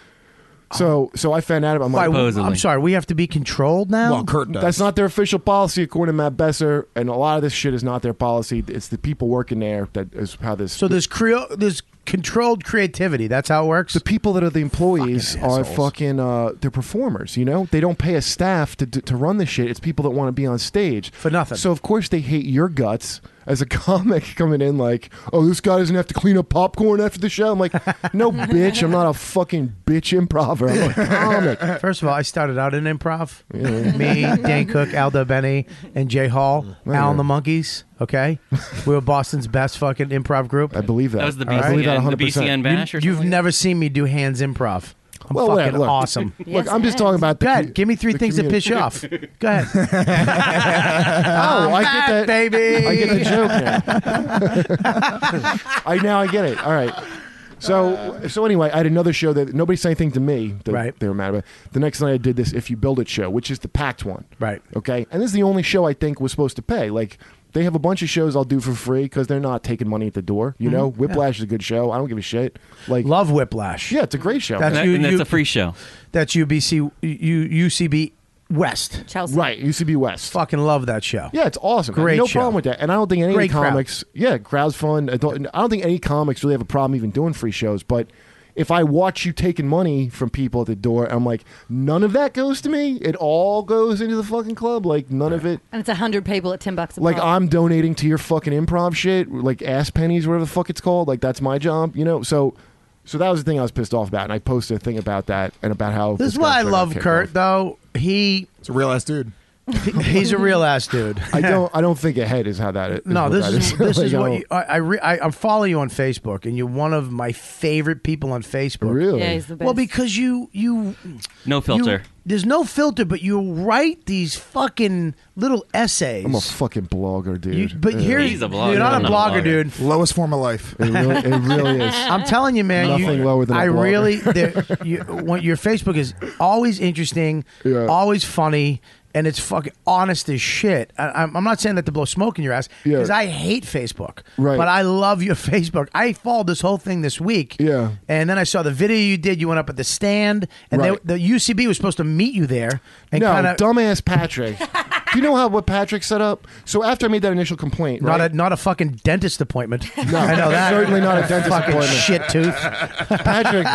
Speaker 8: So so I found out about
Speaker 4: Why,
Speaker 8: my.
Speaker 4: I'm sorry, we have to be controlled now.
Speaker 8: That's not their official policy, according to Matt Besser, and a lot of this shit is not their policy. It's the people working there that is how this.
Speaker 4: So there's creo there's controlled creativity. That's how it works. The
Speaker 8: people that are the employees are fucking uh, they're performers. You know, they don't pay a staff to to run the shit. It's people that want to be on stage for nothing. So of course they hate your guts as a comic coming in like, oh, this guy doesn't have to clean up popcorn after the show. I'm like, no, bitch, I'm not a fucking bitch improver. I'm a comic.
Speaker 4: First of all, I started out in improv. Me, Dan Cook, Aldo Benny, and Jay Hall, Al and the Monkeys. Okay, we were Boston's best fucking improv group. I
Speaker 8: believe that.
Speaker 2: That was the I believe that BCN the 100%. BCN bash or
Speaker 4: You, have never seen me do hands improv. I'm
Speaker 8: Well,
Speaker 4: fucking
Speaker 8: whatever, look.
Speaker 4: awesome.
Speaker 8: Look, I'm just talking about. The,
Speaker 4: Go ahead, give me three
Speaker 8: the
Speaker 4: things that piss you off.
Speaker 8: community.
Speaker 4: Go ahead.
Speaker 8: Oh, I
Speaker 4: Ah,
Speaker 8: get that,
Speaker 4: baby.
Speaker 8: I get the joke now. I now I get it. All right. So so anyway, I had another show that nobody said anything to me. That
Speaker 4: Right.
Speaker 8: They were mad about. The next night I did this "If You Build It" show, which is the packed one.
Speaker 4: Right.
Speaker 8: Okay. And this is the only show I think was supposed to pay. Like they have a bunch of shows I'll do for free because they're not taking money at the door. You know,
Speaker 4: Mhm.
Speaker 8: Whiplash is a good show. I don't give a shit. Like
Speaker 4: love Whiplash.
Speaker 8: Yeah, it's a great show.
Speaker 4: That's
Speaker 2: And that-
Speaker 4: you-
Speaker 2: and
Speaker 4: you-
Speaker 2: that's a free show.
Speaker 4: That's UBC, U, UCB West.
Speaker 14: Chelsea.
Speaker 8: Right, UCB West.
Speaker 4: Fucking love that show.
Speaker 8: Yeah, it's awesome.
Speaker 4: Great
Speaker 8: no
Speaker 4: show.
Speaker 8: problem with that. And I don't think any
Speaker 4: Great crowd.
Speaker 8: comics. Yeah, crowd's fun. I don't, I don't think any comics really have a problem even doing free shows. But if I watch you taking money from people at the door, I'm like, none of that goes to me. It all goes into the fucking club. Like none of it.
Speaker 14: And it's 100 people at 10 bucks a
Speaker 8: Like
Speaker 14: pop.
Speaker 8: I'm donating to your fucking improv shit, like ass pennies, whatever the fuck it's called. Like that's my job, you know. So, so that was the thing I was pissed off about, and I posted a thing about that and about how
Speaker 4: This is
Speaker 8: guy
Speaker 4: why I
Speaker 8: got
Speaker 4: love
Speaker 8: kicked
Speaker 4: Kurt,
Speaker 8: off.
Speaker 4: though. He
Speaker 8: It's a real ass dude.
Speaker 4: he's a real ass dude.
Speaker 8: I don't. I don't think ahead is how that is.
Speaker 4: No,
Speaker 8: what
Speaker 4: this
Speaker 8: that
Speaker 4: is this
Speaker 8: Like, oh.
Speaker 4: is
Speaker 8: I
Speaker 4: what
Speaker 8: don't-
Speaker 4: you, I I, re, I I follow you on Facebook, and you're one of my favorite people on Facebook.
Speaker 8: Really? Yeah, he's
Speaker 2: the
Speaker 4: Well, because you you
Speaker 2: No filter.
Speaker 4: you- there's no filter, but you write these fucking little essays.
Speaker 8: I'm a fucking blogger, dude.
Speaker 4: but
Speaker 8: Yeah.
Speaker 4: here you're not a blogger, dude.
Speaker 7: Lowest form of life.
Speaker 8: It really, it really is.
Speaker 4: I'm telling you, man.
Speaker 8: Nothing
Speaker 4: you,
Speaker 8: lower than a
Speaker 4: I
Speaker 8: blogger.
Speaker 4: really. there- You, what- your Facebook is always interesting, always funny, and it's fucking honest as shit. I, I'm I'm not saying that to blow smoke in your ass because I hate Facebook,
Speaker 8: Right.
Speaker 4: But I love your Facebook. I followed this whole thing this week,
Speaker 8: Yeah.
Speaker 4: and then I saw the video you did. You went up at the stand, and
Speaker 8: Right.
Speaker 4: they, the UCB was supposed to meet you there. And
Speaker 8: no,
Speaker 4: kinda,
Speaker 8: dumbass Patrick Do you know how what Patrick set up? So after I made that initial complaint,
Speaker 4: Not
Speaker 8: right?
Speaker 4: a not a fucking dentist appointment.
Speaker 8: No,
Speaker 4: I know that.
Speaker 8: certainly not a dentist
Speaker 4: fucking
Speaker 8: appointment.
Speaker 4: Shit tooth.
Speaker 8: Patrick.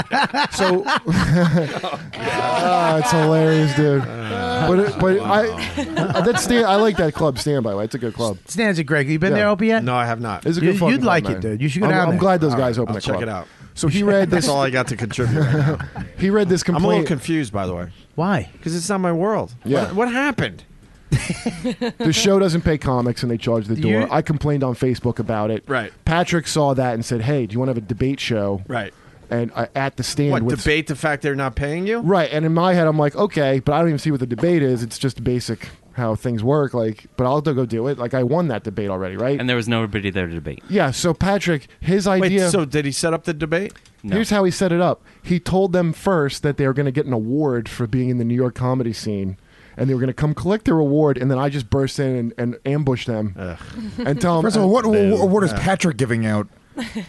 Speaker 8: So Ah, it's hilarious, dude. but it, but I that's stand, I like that club standby. It's a good club.
Speaker 4: Stan's a Greg. You been
Speaker 8: Yeah.
Speaker 4: there, Opie? Yet?
Speaker 8: No, I have not. It's a
Speaker 4: You-
Speaker 8: good. fucking
Speaker 4: you'd
Speaker 8: club,
Speaker 4: like it,
Speaker 8: man.
Speaker 4: dude. You should go
Speaker 8: I'm,
Speaker 4: down
Speaker 8: I'm
Speaker 4: there.
Speaker 8: glad those
Speaker 4: All
Speaker 8: guys
Speaker 4: right,
Speaker 8: opened
Speaker 4: I'll
Speaker 8: that
Speaker 4: check
Speaker 8: club.
Speaker 4: it out.
Speaker 8: So he read this.
Speaker 1: That's all I got to contribute right now.
Speaker 8: He read this
Speaker 1: I'm a
Speaker 8: complaint.
Speaker 1: little confused, by the way.
Speaker 4: Why?
Speaker 1: Because it's not my world.
Speaker 8: Yeah.
Speaker 1: What, what happened?
Speaker 8: the show doesn't pay comics and they charge the door.
Speaker 1: You-
Speaker 8: I complained on Facebook about it.
Speaker 1: Right.
Speaker 8: Patrick saw that and said, "Hey, do you want to have a debate show?"
Speaker 1: Right.
Speaker 8: And uh, at the stand
Speaker 1: What,
Speaker 8: with
Speaker 1: debate the fact they're not paying you?
Speaker 8: Right. And in my head, I'm like, okay, but I don't even see what the debate is. It's just basic how things work. Like, but I'll go do it. Like, I won that debate already, right?
Speaker 2: And there was nobody there to debate.
Speaker 8: yeah. So Patrick, his idea.
Speaker 1: Wait, so did he set up the debate?
Speaker 8: Here's how he set it up. He told them first that they were going to get an award for being in the New York comedy scene, and they were going to come collect their award, and then I just burst in and, and ambush them and tell them.
Speaker 7: First of all, what awa- award is Patrick giving out?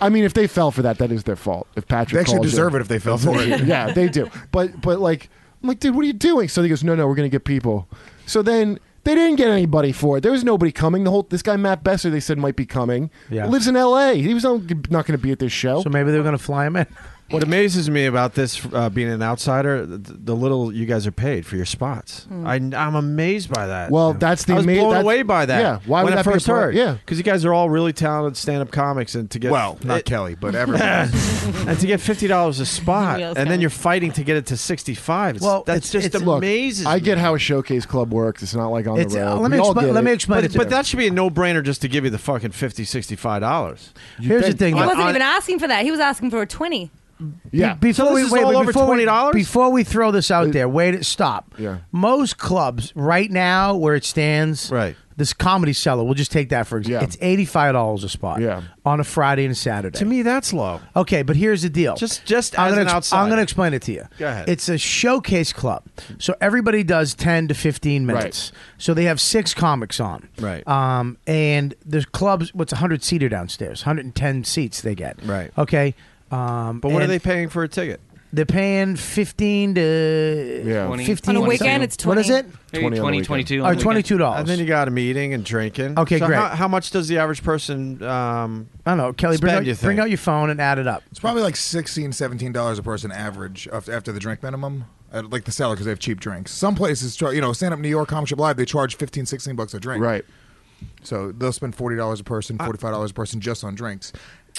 Speaker 8: I mean, if they fell for that, that is their fault. If Patrick,
Speaker 7: They actually
Speaker 8: calls
Speaker 7: deserve
Speaker 8: you-
Speaker 7: it if they fell for it.
Speaker 8: yeah, they do. But but like, I'm like, dude, what are you doing? So he goes, no, no, we're gonna get people. So then they didn't get anybody for it. There was nobody coming. The whole this guy Matt Besser, they said might be coming.
Speaker 4: Yeah.
Speaker 8: lives in L.A. He was not going to be at this show.
Speaker 4: So maybe they were going to fly him in.
Speaker 1: What amazes me about this uh, being an outsider, the, the little you guys are paid for your spots. I, am amazed by that.
Speaker 8: Well, that's the
Speaker 1: I was
Speaker 8: ama-
Speaker 1: blown
Speaker 8: that's-
Speaker 1: away by that.
Speaker 8: yeah, why
Speaker 1: when
Speaker 8: would
Speaker 1: I
Speaker 8: that be a
Speaker 1: first
Speaker 8: part-
Speaker 1: heard?
Speaker 8: yeah.
Speaker 1: because you guys are all really talented stand-up comics, and to get
Speaker 7: Well, not Kelly, but everyone.
Speaker 1: and to get fifty dollars a spot,
Speaker 7: Yes,
Speaker 1: and then you're fighting to get it to sixty-five. It's, well, that's just amazing.
Speaker 8: I get how a showcase club works. It's not like on
Speaker 1: It's-
Speaker 8: the road.
Speaker 1: uh, let
Speaker 8: We
Speaker 1: me
Speaker 8: all
Speaker 1: expla-
Speaker 8: get
Speaker 1: let me
Speaker 4: explain
Speaker 1: but,
Speaker 4: it to
Speaker 1: but
Speaker 4: you.
Speaker 1: that should be a no-brainer just to give you the fucking 50 65 dollars.
Speaker 4: Here's the thing,
Speaker 14: He
Speaker 1: On-
Speaker 14: wasn't
Speaker 1: on-
Speaker 14: even asking for that. He was asking for a 20.
Speaker 8: Yeah.
Speaker 4: Be- Before
Speaker 1: So this
Speaker 4: we
Speaker 1: is
Speaker 4: wait,
Speaker 1: all
Speaker 4: but
Speaker 1: over
Speaker 4: before we-
Speaker 1: $20?
Speaker 4: Before we throw this out there, wait, stop.
Speaker 8: Yeah.
Speaker 4: Most clubs right now, where it stands, right. This comedy cellar, we'll just take that for example. It's eighty-five dollars a spot. Yeah. On a Friday and a Saturday. To
Speaker 1: me, that's low.
Speaker 4: Okay, but here's the deal.
Speaker 1: Just- just
Speaker 4: I'm
Speaker 1: as
Speaker 4: gonna
Speaker 1: an
Speaker 4: I'm
Speaker 1: outsider.
Speaker 4: going to explain it to you.
Speaker 1: Go ahead.
Speaker 4: It's a showcase club, so everybody does ten to fifteen minutes. So they have six comics on.
Speaker 1: Right.
Speaker 4: Um, and the clubs, what's hundred seater downstairs, hundred and ten seats they get.
Speaker 1: Right.
Speaker 4: Okay. Um,
Speaker 1: But what are
Speaker 4: and-
Speaker 1: they paying for a ticket?
Speaker 4: they're paying fifteen to
Speaker 1: Yeah. 20.
Speaker 4: 20, fifteen.
Speaker 1: On a weekend,
Speaker 4: it's What is it?
Speaker 2: Maybe 20 20, 22 on
Speaker 4: Or
Speaker 2: the weekend.
Speaker 4: twenty-two dollars.
Speaker 1: And then you got a meeting and drinking.
Speaker 4: Okay,
Speaker 1: So
Speaker 4: great.
Speaker 1: How, how much does the average person? Um,
Speaker 4: I don't know, Kelly. Bring
Speaker 1: spend,
Speaker 4: out,
Speaker 1: you
Speaker 4: bring
Speaker 1: think?
Speaker 4: out your phone and add it up.
Speaker 7: It's probably like 16 dollars a person average af- after the drink minimum. At, like the seller because they have cheap drinks. Some places, char- you know, stand up New York Comic Shop Live, they charge 15, 16 bucks a drink.
Speaker 8: Right.
Speaker 7: So they'll spend forty dollars a person, forty five dollars a person just on drinks.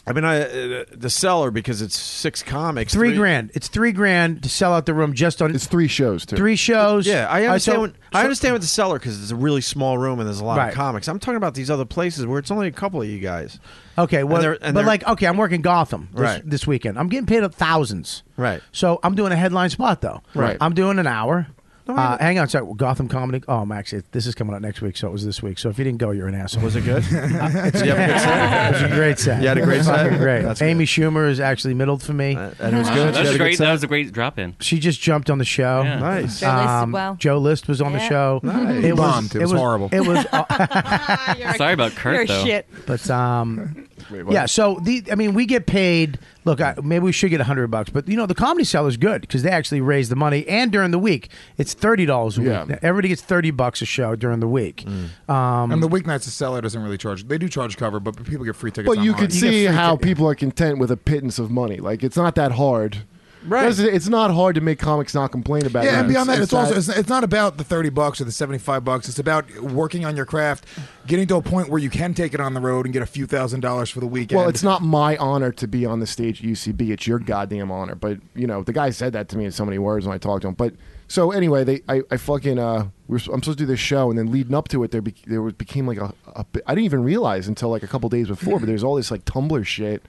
Speaker 1: I mean, I, uh, the seller because it's six comics.
Speaker 4: Three grand. It's three grand to sell out the room just on. It's
Speaker 8: three shows too.
Speaker 4: Three shows.
Speaker 1: Yeah, I
Speaker 4: All right,
Speaker 1: understand.
Speaker 4: so-
Speaker 1: when, I
Speaker 4: so-
Speaker 1: understand with the seller because it's a really small room and there's a lot
Speaker 4: Right.
Speaker 1: of comics. I'm talking about these other places where it's only a couple of you guys.
Speaker 4: Okay, well,
Speaker 1: they're- and
Speaker 4: but
Speaker 1: they're-
Speaker 4: like, okay, I'm working Gotham this,
Speaker 1: Right.
Speaker 4: this weekend. I'm getting paid up thousands.
Speaker 1: Right.
Speaker 4: So I'm doing a headline spot though.
Speaker 1: Right.
Speaker 4: I'm doing an hour. Uh, hang on, sorry. Gotham Comedy. Oh, Max, it, this is coming out next week, so it was this week. So if you didn't go, you're an asshole.
Speaker 1: Was it good?
Speaker 4: it's
Speaker 1: Did you have a good set?
Speaker 4: it was a great set.
Speaker 1: You had a great set?
Speaker 4: Fucking Great.
Speaker 1: That's
Speaker 4: Amy Schumer is actually middled for me,
Speaker 1: and it was good? She
Speaker 2: That
Speaker 1: had
Speaker 2: was
Speaker 1: a good
Speaker 2: great.
Speaker 1: set?
Speaker 2: That was a great drop in.
Speaker 4: She just jumped on the show. Um,
Speaker 2: Yeah. Nice. Joe
Speaker 14: List as well.
Speaker 4: Joe List was on the
Speaker 14: Yeah.
Speaker 4: show.
Speaker 2: Nice. Bombed. It was horrible.
Speaker 4: It was.
Speaker 2: Sorry about Ah, Kurt
Speaker 4: You're
Speaker 2: though.
Speaker 4: shit. But um,
Speaker 2: Wait, what?
Speaker 4: yeah. So the I mean, we get paid. Look, I, maybe we should get a hundred bucks, but you know, the comedy cell is good because they actually raise the money, and during the week, it's thirty dollars a week.
Speaker 7: Yeah.
Speaker 4: Now, everybody gets thirty bucks a show during the week.
Speaker 8: Mm.
Speaker 4: Um,
Speaker 7: and the weeknights, the seller doesn't really charge. They do charge cover, Mm-hmm. but people get free tickets.
Speaker 8: But you
Speaker 7: online.
Speaker 8: can see how people are content with a pittance of money. Like it's not that hard.
Speaker 7: Right.
Speaker 8: That's- It's not hard to make comics not complain about.
Speaker 7: Yeah,
Speaker 8: it.
Speaker 7: and beyond that, it's, also it's, it's not about the thirty bucks or the seventy five bucks. It's about working on your craft, getting to a point where you can take it on the road and get a few thousand dollars for the weekend.
Speaker 8: Well, it's not my honor to be on the stage at UCB. It's your goddamn honor. But you know, the guy said that to me in so many words when I talked to him. But so anyway, they I, I fucking uh, we're, I'm supposed to do this show, and then leading up to it, there be, there was, became like a, a bi- I didn't even realize until like a couple days before, but there's all this like Tumblr shit.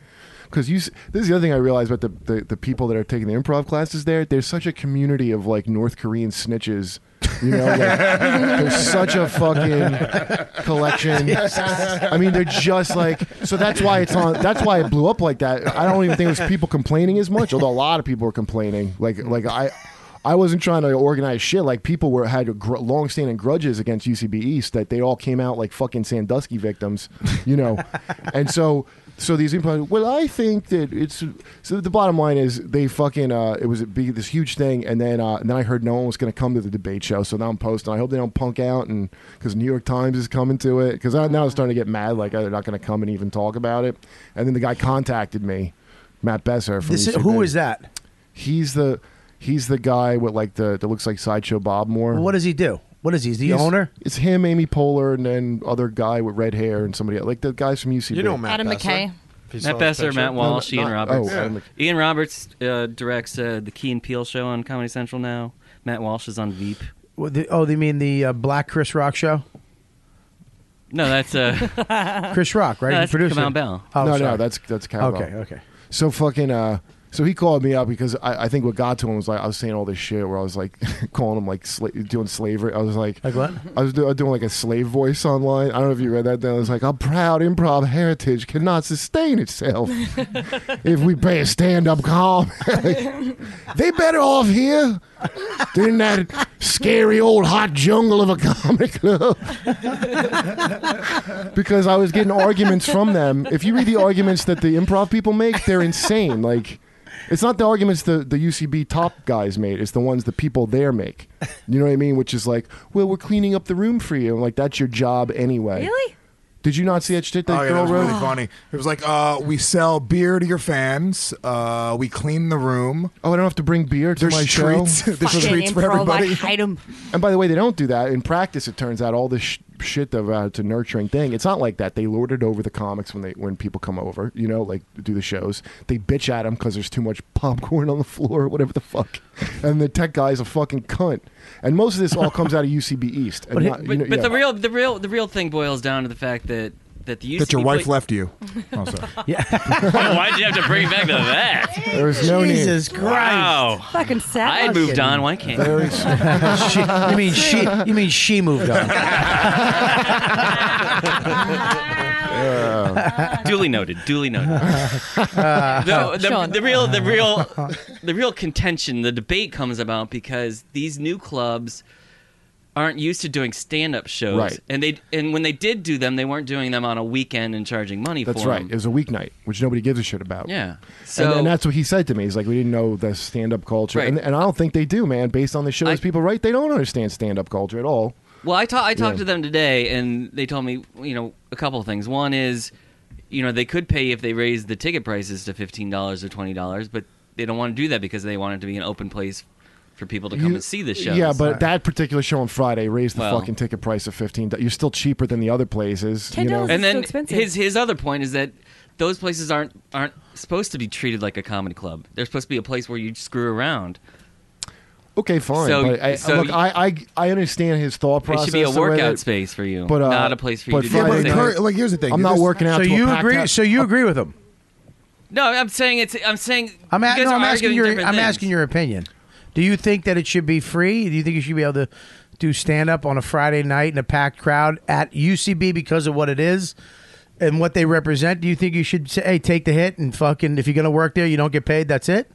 Speaker 8: Because you, s- this is the other thing I realized about the, the, the people that are taking the improv classes there. There's such a community of like North Korean snitches. You know, like, there's such a fucking collection. I mean, they're just like so. That's why it's on. That's why it blew up like that. I don't even think it was people complaining as much, although a lot of people were complaining. Like, like I, I wasn't trying to organize shit. Like people were had gr- long-standing grudges against UCB East that they all came out like fucking Sandusky victims, you know, and so So these implants. Well, I think that it's. So the bottom line is they fucking. Uh, it was a big, this huge thing, and then uh, and then I heard no one was going to come to the debate show. So now I'm posting. I hope they don't punk out, and because New York Times is coming to it. Because now I'm starting to get mad. Like they're not going to come and even talk about it. And then the guy contacted me, Matt Besser. From
Speaker 4: This is-
Speaker 8: ECB.
Speaker 4: who is that?
Speaker 8: He's the he's the guy with like the that looks like sideshow Bob more.
Speaker 4: What does he do? What is he? He's the owner.
Speaker 8: It's him, Amy Poehler, and then other guy with red hair and somebody else. like the guys from UCB.
Speaker 2: You know Matt Adam Besser. McKay.
Speaker 8: If you saw
Speaker 2: Matt
Speaker 8: his
Speaker 2: Besser,
Speaker 8: picture.
Speaker 2: Matt
Speaker 8: No,
Speaker 2: Walsh,
Speaker 8: no,
Speaker 2: Ian
Speaker 8: not-
Speaker 2: Roberts.
Speaker 8: oh, Adam Mc-
Speaker 2: Ian Roberts uh, directs uh, the Key and Peele show on Comedy Central now. Matt Walsh is on Veep.
Speaker 4: What the- oh, they mean the uh, Black Chris Rock show?
Speaker 2: No, that's uh,
Speaker 4: Chris Rock, right?
Speaker 2: No,
Speaker 4: The
Speaker 2: that's
Speaker 4: producer.
Speaker 2: Kamau Bell.
Speaker 4: Oh,
Speaker 8: no, no,
Speaker 4: sorry.
Speaker 8: that's that's Cowbell.
Speaker 4: Okay, okay.
Speaker 8: So fucking uh, so he called me up because I, I think what got to him was like I was saying all this shit where I was like calling him like sla- doing slavery. I was like
Speaker 4: like what?
Speaker 8: I was do- uh, doing like a slave voice online. I don't know if you read that. Down. I was like, "Our proud improv heritage cannot sustain itself if we pay a stand-up call. they better off here than that scary old hot jungle of a comedy club." because I was getting arguments from them. If you read the arguments that the improv people make, they're insane. Like, it's not the arguments the, the UCB top guys made, it's the ones the people there make. You know what I mean? Which is like, well, we're cleaning up the room for you. I'm like, that's your job anyway.
Speaker 14: Really?
Speaker 8: Did you not see that shit that
Speaker 7: Oh, yeah,
Speaker 8: girl
Speaker 7: that was
Speaker 8: wrote?
Speaker 7: really funny. It was like, uh, we sell beer to your fans. Uh, we clean the room.
Speaker 8: Oh, I don't have to bring beer to
Speaker 7: There's
Speaker 8: my show?
Speaker 7: treats. There's treats for everybody.
Speaker 8: And by the way, they don't do that in practice. It turns out all this sh- shit about it's a nurturing thing. It's not like that. They lord it over the comics when they when people come over. You know, like do the shows. They bitch at them because there's too much popcorn on the floor, or whatever the fuck. And the tech guy's a fucking cunt. And most of this all comes out of UCB East. And
Speaker 2: But,
Speaker 8: not, you know,
Speaker 2: but- but
Speaker 8: yeah.
Speaker 2: the real, the real, the real thing boils down to the fact that that the UCB
Speaker 7: That your wife
Speaker 2: play-
Speaker 7: left you. Oh, sorry.
Speaker 2: Why'd you have to bring it back to that?
Speaker 8: There was no need.
Speaker 4: Jesus Christ.
Speaker 2: Wow.
Speaker 14: Fucking sad.
Speaker 2: I had moved on. Why can't
Speaker 8: Very
Speaker 4: she, you mean she? You mean she moved on?
Speaker 8: Uh,
Speaker 2: duly noted. Duly noted. No, the,
Speaker 14: Sean.
Speaker 2: the real, the real, the real contention, the debate comes about because these new clubs aren't used to doing stand-up shows,
Speaker 8: Right.
Speaker 2: and they and when they did do them, they weren't doing them on a weekend and charging money
Speaker 8: That's
Speaker 2: for
Speaker 8: right.
Speaker 2: them.
Speaker 8: It was a weeknight, which nobody gives a shit about.
Speaker 2: Yeah.
Speaker 8: and,
Speaker 2: So-
Speaker 8: and that's what he said to me. He's like, we didn't know the stand up culture,
Speaker 2: Right.
Speaker 8: and, and I don't think they do, man. Based on the shows people write, they don't understand stand up culture at all.
Speaker 2: Well, I, ta- I talked
Speaker 8: Yeah.
Speaker 2: to them today, and they told me, you know, a couple of things. One is, you know, they could pay if they raised the ticket prices to fifteen dollars or twenty dollars, but they don't want to do that because they want it to be an open place for people to come
Speaker 8: You-
Speaker 2: and see the show.
Speaker 8: Yeah, but that particular show on Friday raised the
Speaker 2: Well.
Speaker 8: fucking ticket price of fifteen. dollars You're still cheaper than the other places. you know?
Speaker 2: and then his his other point is that those places aren't aren't supposed to be treated like a comedy club. They're supposed to be a place where you screw around.
Speaker 8: okay, fine.
Speaker 2: So-
Speaker 8: but I,
Speaker 2: so
Speaker 8: look,
Speaker 2: you-
Speaker 8: I, I I understand his thought
Speaker 2: It
Speaker 8: process.
Speaker 2: should be a
Speaker 8: the way
Speaker 2: workout
Speaker 8: that-
Speaker 2: space for you,
Speaker 8: but, uh,
Speaker 2: not a place for you
Speaker 8: but
Speaker 2: to
Speaker 8: Friday
Speaker 2: do things.
Speaker 8: night- I'm not working out.
Speaker 4: So
Speaker 8: to a
Speaker 4: you
Speaker 8: packed
Speaker 4: agree?
Speaker 8: house.
Speaker 4: So you agree with him?
Speaker 2: No, I'm saying it's. I'm saying.
Speaker 4: I'm, a-
Speaker 2: you guys
Speaker 4: no,
Speaker 2: are
Speaker 4: I'm asking
Speaker 2: arguing
Speaker 4: your.
Speaker 2: different
Speaker 4: I'm
Speaker 2: things.
Speaker 4: asking your opinion. Do you think that it should be free? Do you think you should be able to do stand up on a Friday night in a packed crowd at UCB because of what it is and what they represent? Do you think you should say, "Hey, take the hit and fucking if you're gonna work there, you don't get paid. That's it."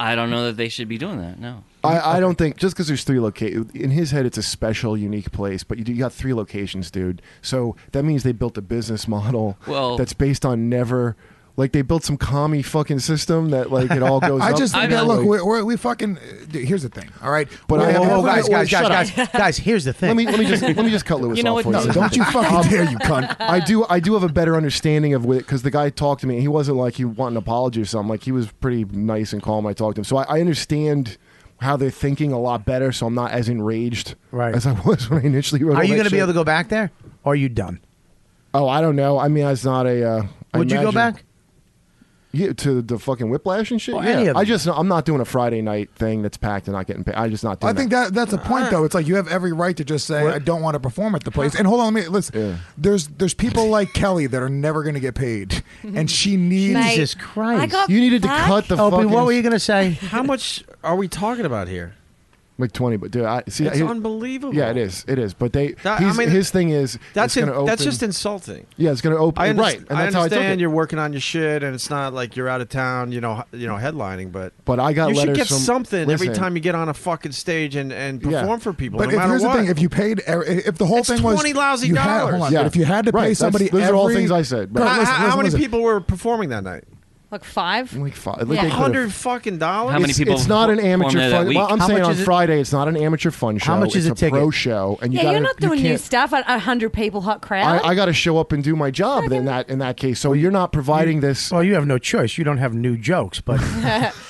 Speaker 2: I don't know that they should be doing that. No.
Speaker 8: I, I don't think just because there's three locations in his head, it's a special, unique place. But you, you got three locations, dude. So that means they built a business model
Speaker 2: Well-
Speaker 8: that's based on never, like they built some commie fucking system that like it all goes.
Speaker 7: I
Speaker 8: up.
Speaker 7: just think that look, we we we fucking. Dude, here's the thing. All right,
Speaker 8: But
Speaker 7: We
Speaker 8: I
Speaker 7: have
Speaker 8: have-
Speaker 7: every-
Speaker 8: Whoa, whoa,
Speaker 7: wait,
Speaker 8: guys,
Speaker 7: shut
Speaker 8: guys,
Speaker 7: up.
Speaker 8: guys,
Speaker 4: Guys, here's the thing.
Speaker 8: Let me let me just let me just cut Lewis
Speaker 4: You know
Speaker 8: off
Speaker 4: what? No,
Speaker 8: for you.
Speaker 4: don't you fucking dare, you cunt.
Speaker 8: I do I do have a better understanding of what because the guy talked to me. and He wasn't like he wanted an apology or something. Like he was pretty nice and calm. When I talked to him, so I, I understand how they're thinking a lot better. So I'm not as enraged
Speaker 4: Right.
Speaker 8: as I was when I initially wrote.
Speaker 4: Are
Speaker 8: all
Speaker 4: you
Speaker 8: that
Speaker 4: going to be
Speaker 8: shit.
Speaker 4: able to go back there? Or are you done?
Speaker 8: Oh, I don't know. I mean, it's not a. Uh, I
Speaker 4: Would you go
Speaker 8: imagine-
Speaker 4: back?
Speaker 8: Yeah, to the fucking whiplash and shit.
Speaker 4: Or
Speaker 8: yeah,
Speaker 4: any of
Speaker 8: I
Speaker 4: them.
Speaker 8: just I'm not doing a Friday night thing that's packed and not getting paid. I'm just not
Speaker 7: I
Speaker 8: doing.
Speaker 7: think that that's a point though. It's like you have every right to just say I don't want to perform at the place. And hold on, let me listen. There's there's people like Kelly that are never going to get paid,
Speaker 1: Mm-hmm.
Speaker 7: and she needs
Speaker 4: Mate, Jesus Christ. I got
Speaker 8: You needed to cut the
Speaker 4: Opie,
Speaker 7: fucking-
Speaker 4: what were you going to say?
Speaker 15: How much are we talking about here?
Speaker 8: like twenty. But dude, I see.
Speaker 1: It's
Speaker 8: he-
Speaker 1: unbelievable.
Speaker 8: Yeah, it is. It is. But they.
Speaker 1: That- I
Speaker 8: he's-
Speaker 1: mean,
Speaker 8: his thing is
Speaker 1: That's
Speaker 8: it's
Speaker 1: in,
Speaker 8: gonna
Speaker 1: that's
Speaker 8: open-
Speaker 1: just insulting.
Speaker 8: Yeah, it's going to open.
Speaker 1: I, underst-
Speaker 8: right, and
Speaker 1: I
Speaker 8: that's how I took
Speaker 1: understand
Speaker 8: it.
Speaker 1: you're working on your shit, and it's not like you're out of town, you know, you know, headlining. But
Speaker 8: But I got
Speaker 1: you should
Speaker 8: letters
Speaker 1: get
Speaker 8: from-
Speaker 1: something every
Speaker 8: listen.
Speaker 1: time you get on a fucking stage and, and perform for people.
Speaker 7: But
Speaker 1: no
Speaker 7: if,
Speaker 1: matter
Speaker 7: here's
Speaker 1: what.
Speaker 7: the thing: if you paid, er- if the whole
Speaker 1: It's
Speaker 7: thing was
Speaker 1: 20 lousy
Speaker 7: you had- hold
Speaker 1: dollars.
Speaker 7: on,
Speaker 1: Yeah.
Speaker 7: but if you had to
Speaker 1: Right,
Speaker 7: pay
Speaker 1: that's-
Speaker 7: somebody,
Speaker 1: those are all
Speaker 7: every-
Speaker 1: things I said,
Speaker 7: Bro,
Speaker 1: How-
Speaker 7: listen,
Speaker 1: how,
Speaker 7: listen,
Speaker 1: many
Speaker 7: listen.
Speaker 1: people were performing that night?
Speaker 12: Like five?
Speaker 8: Like five.
Speaker 1: Yeah.
Speaker 8: they could've-
Speaker 1: hundred fucking dollars.
Speaker 8: It's- It's not an amateur fun. Well, I'm
Speaker 1: How
Speaker 8: saying
Speaker 1: much
Speaker 8: on
Speaker 1: is it-
Speaker 8: Friday, it's not an amateur fun show.
Speaker 1: much is
Speaker 8: it's
Speaker 1: a
Speaker 8: pro
Speaker 1: ticket?
Speaker 8: show, and you
Speaker 12: yeah,
Speaker 8: gotta,
Speaker 12: you're not
Speaker 8: you
Speaker 12: doing new
Speaker 8: can't-
Speaker 12: stuff. A a hundred people, hot crowd.
Speaker 8: I, I got to show up and do my job in that in that case. So you're not providing this.
Speaker 4: Well, you have no choice. You don't have new jokes, but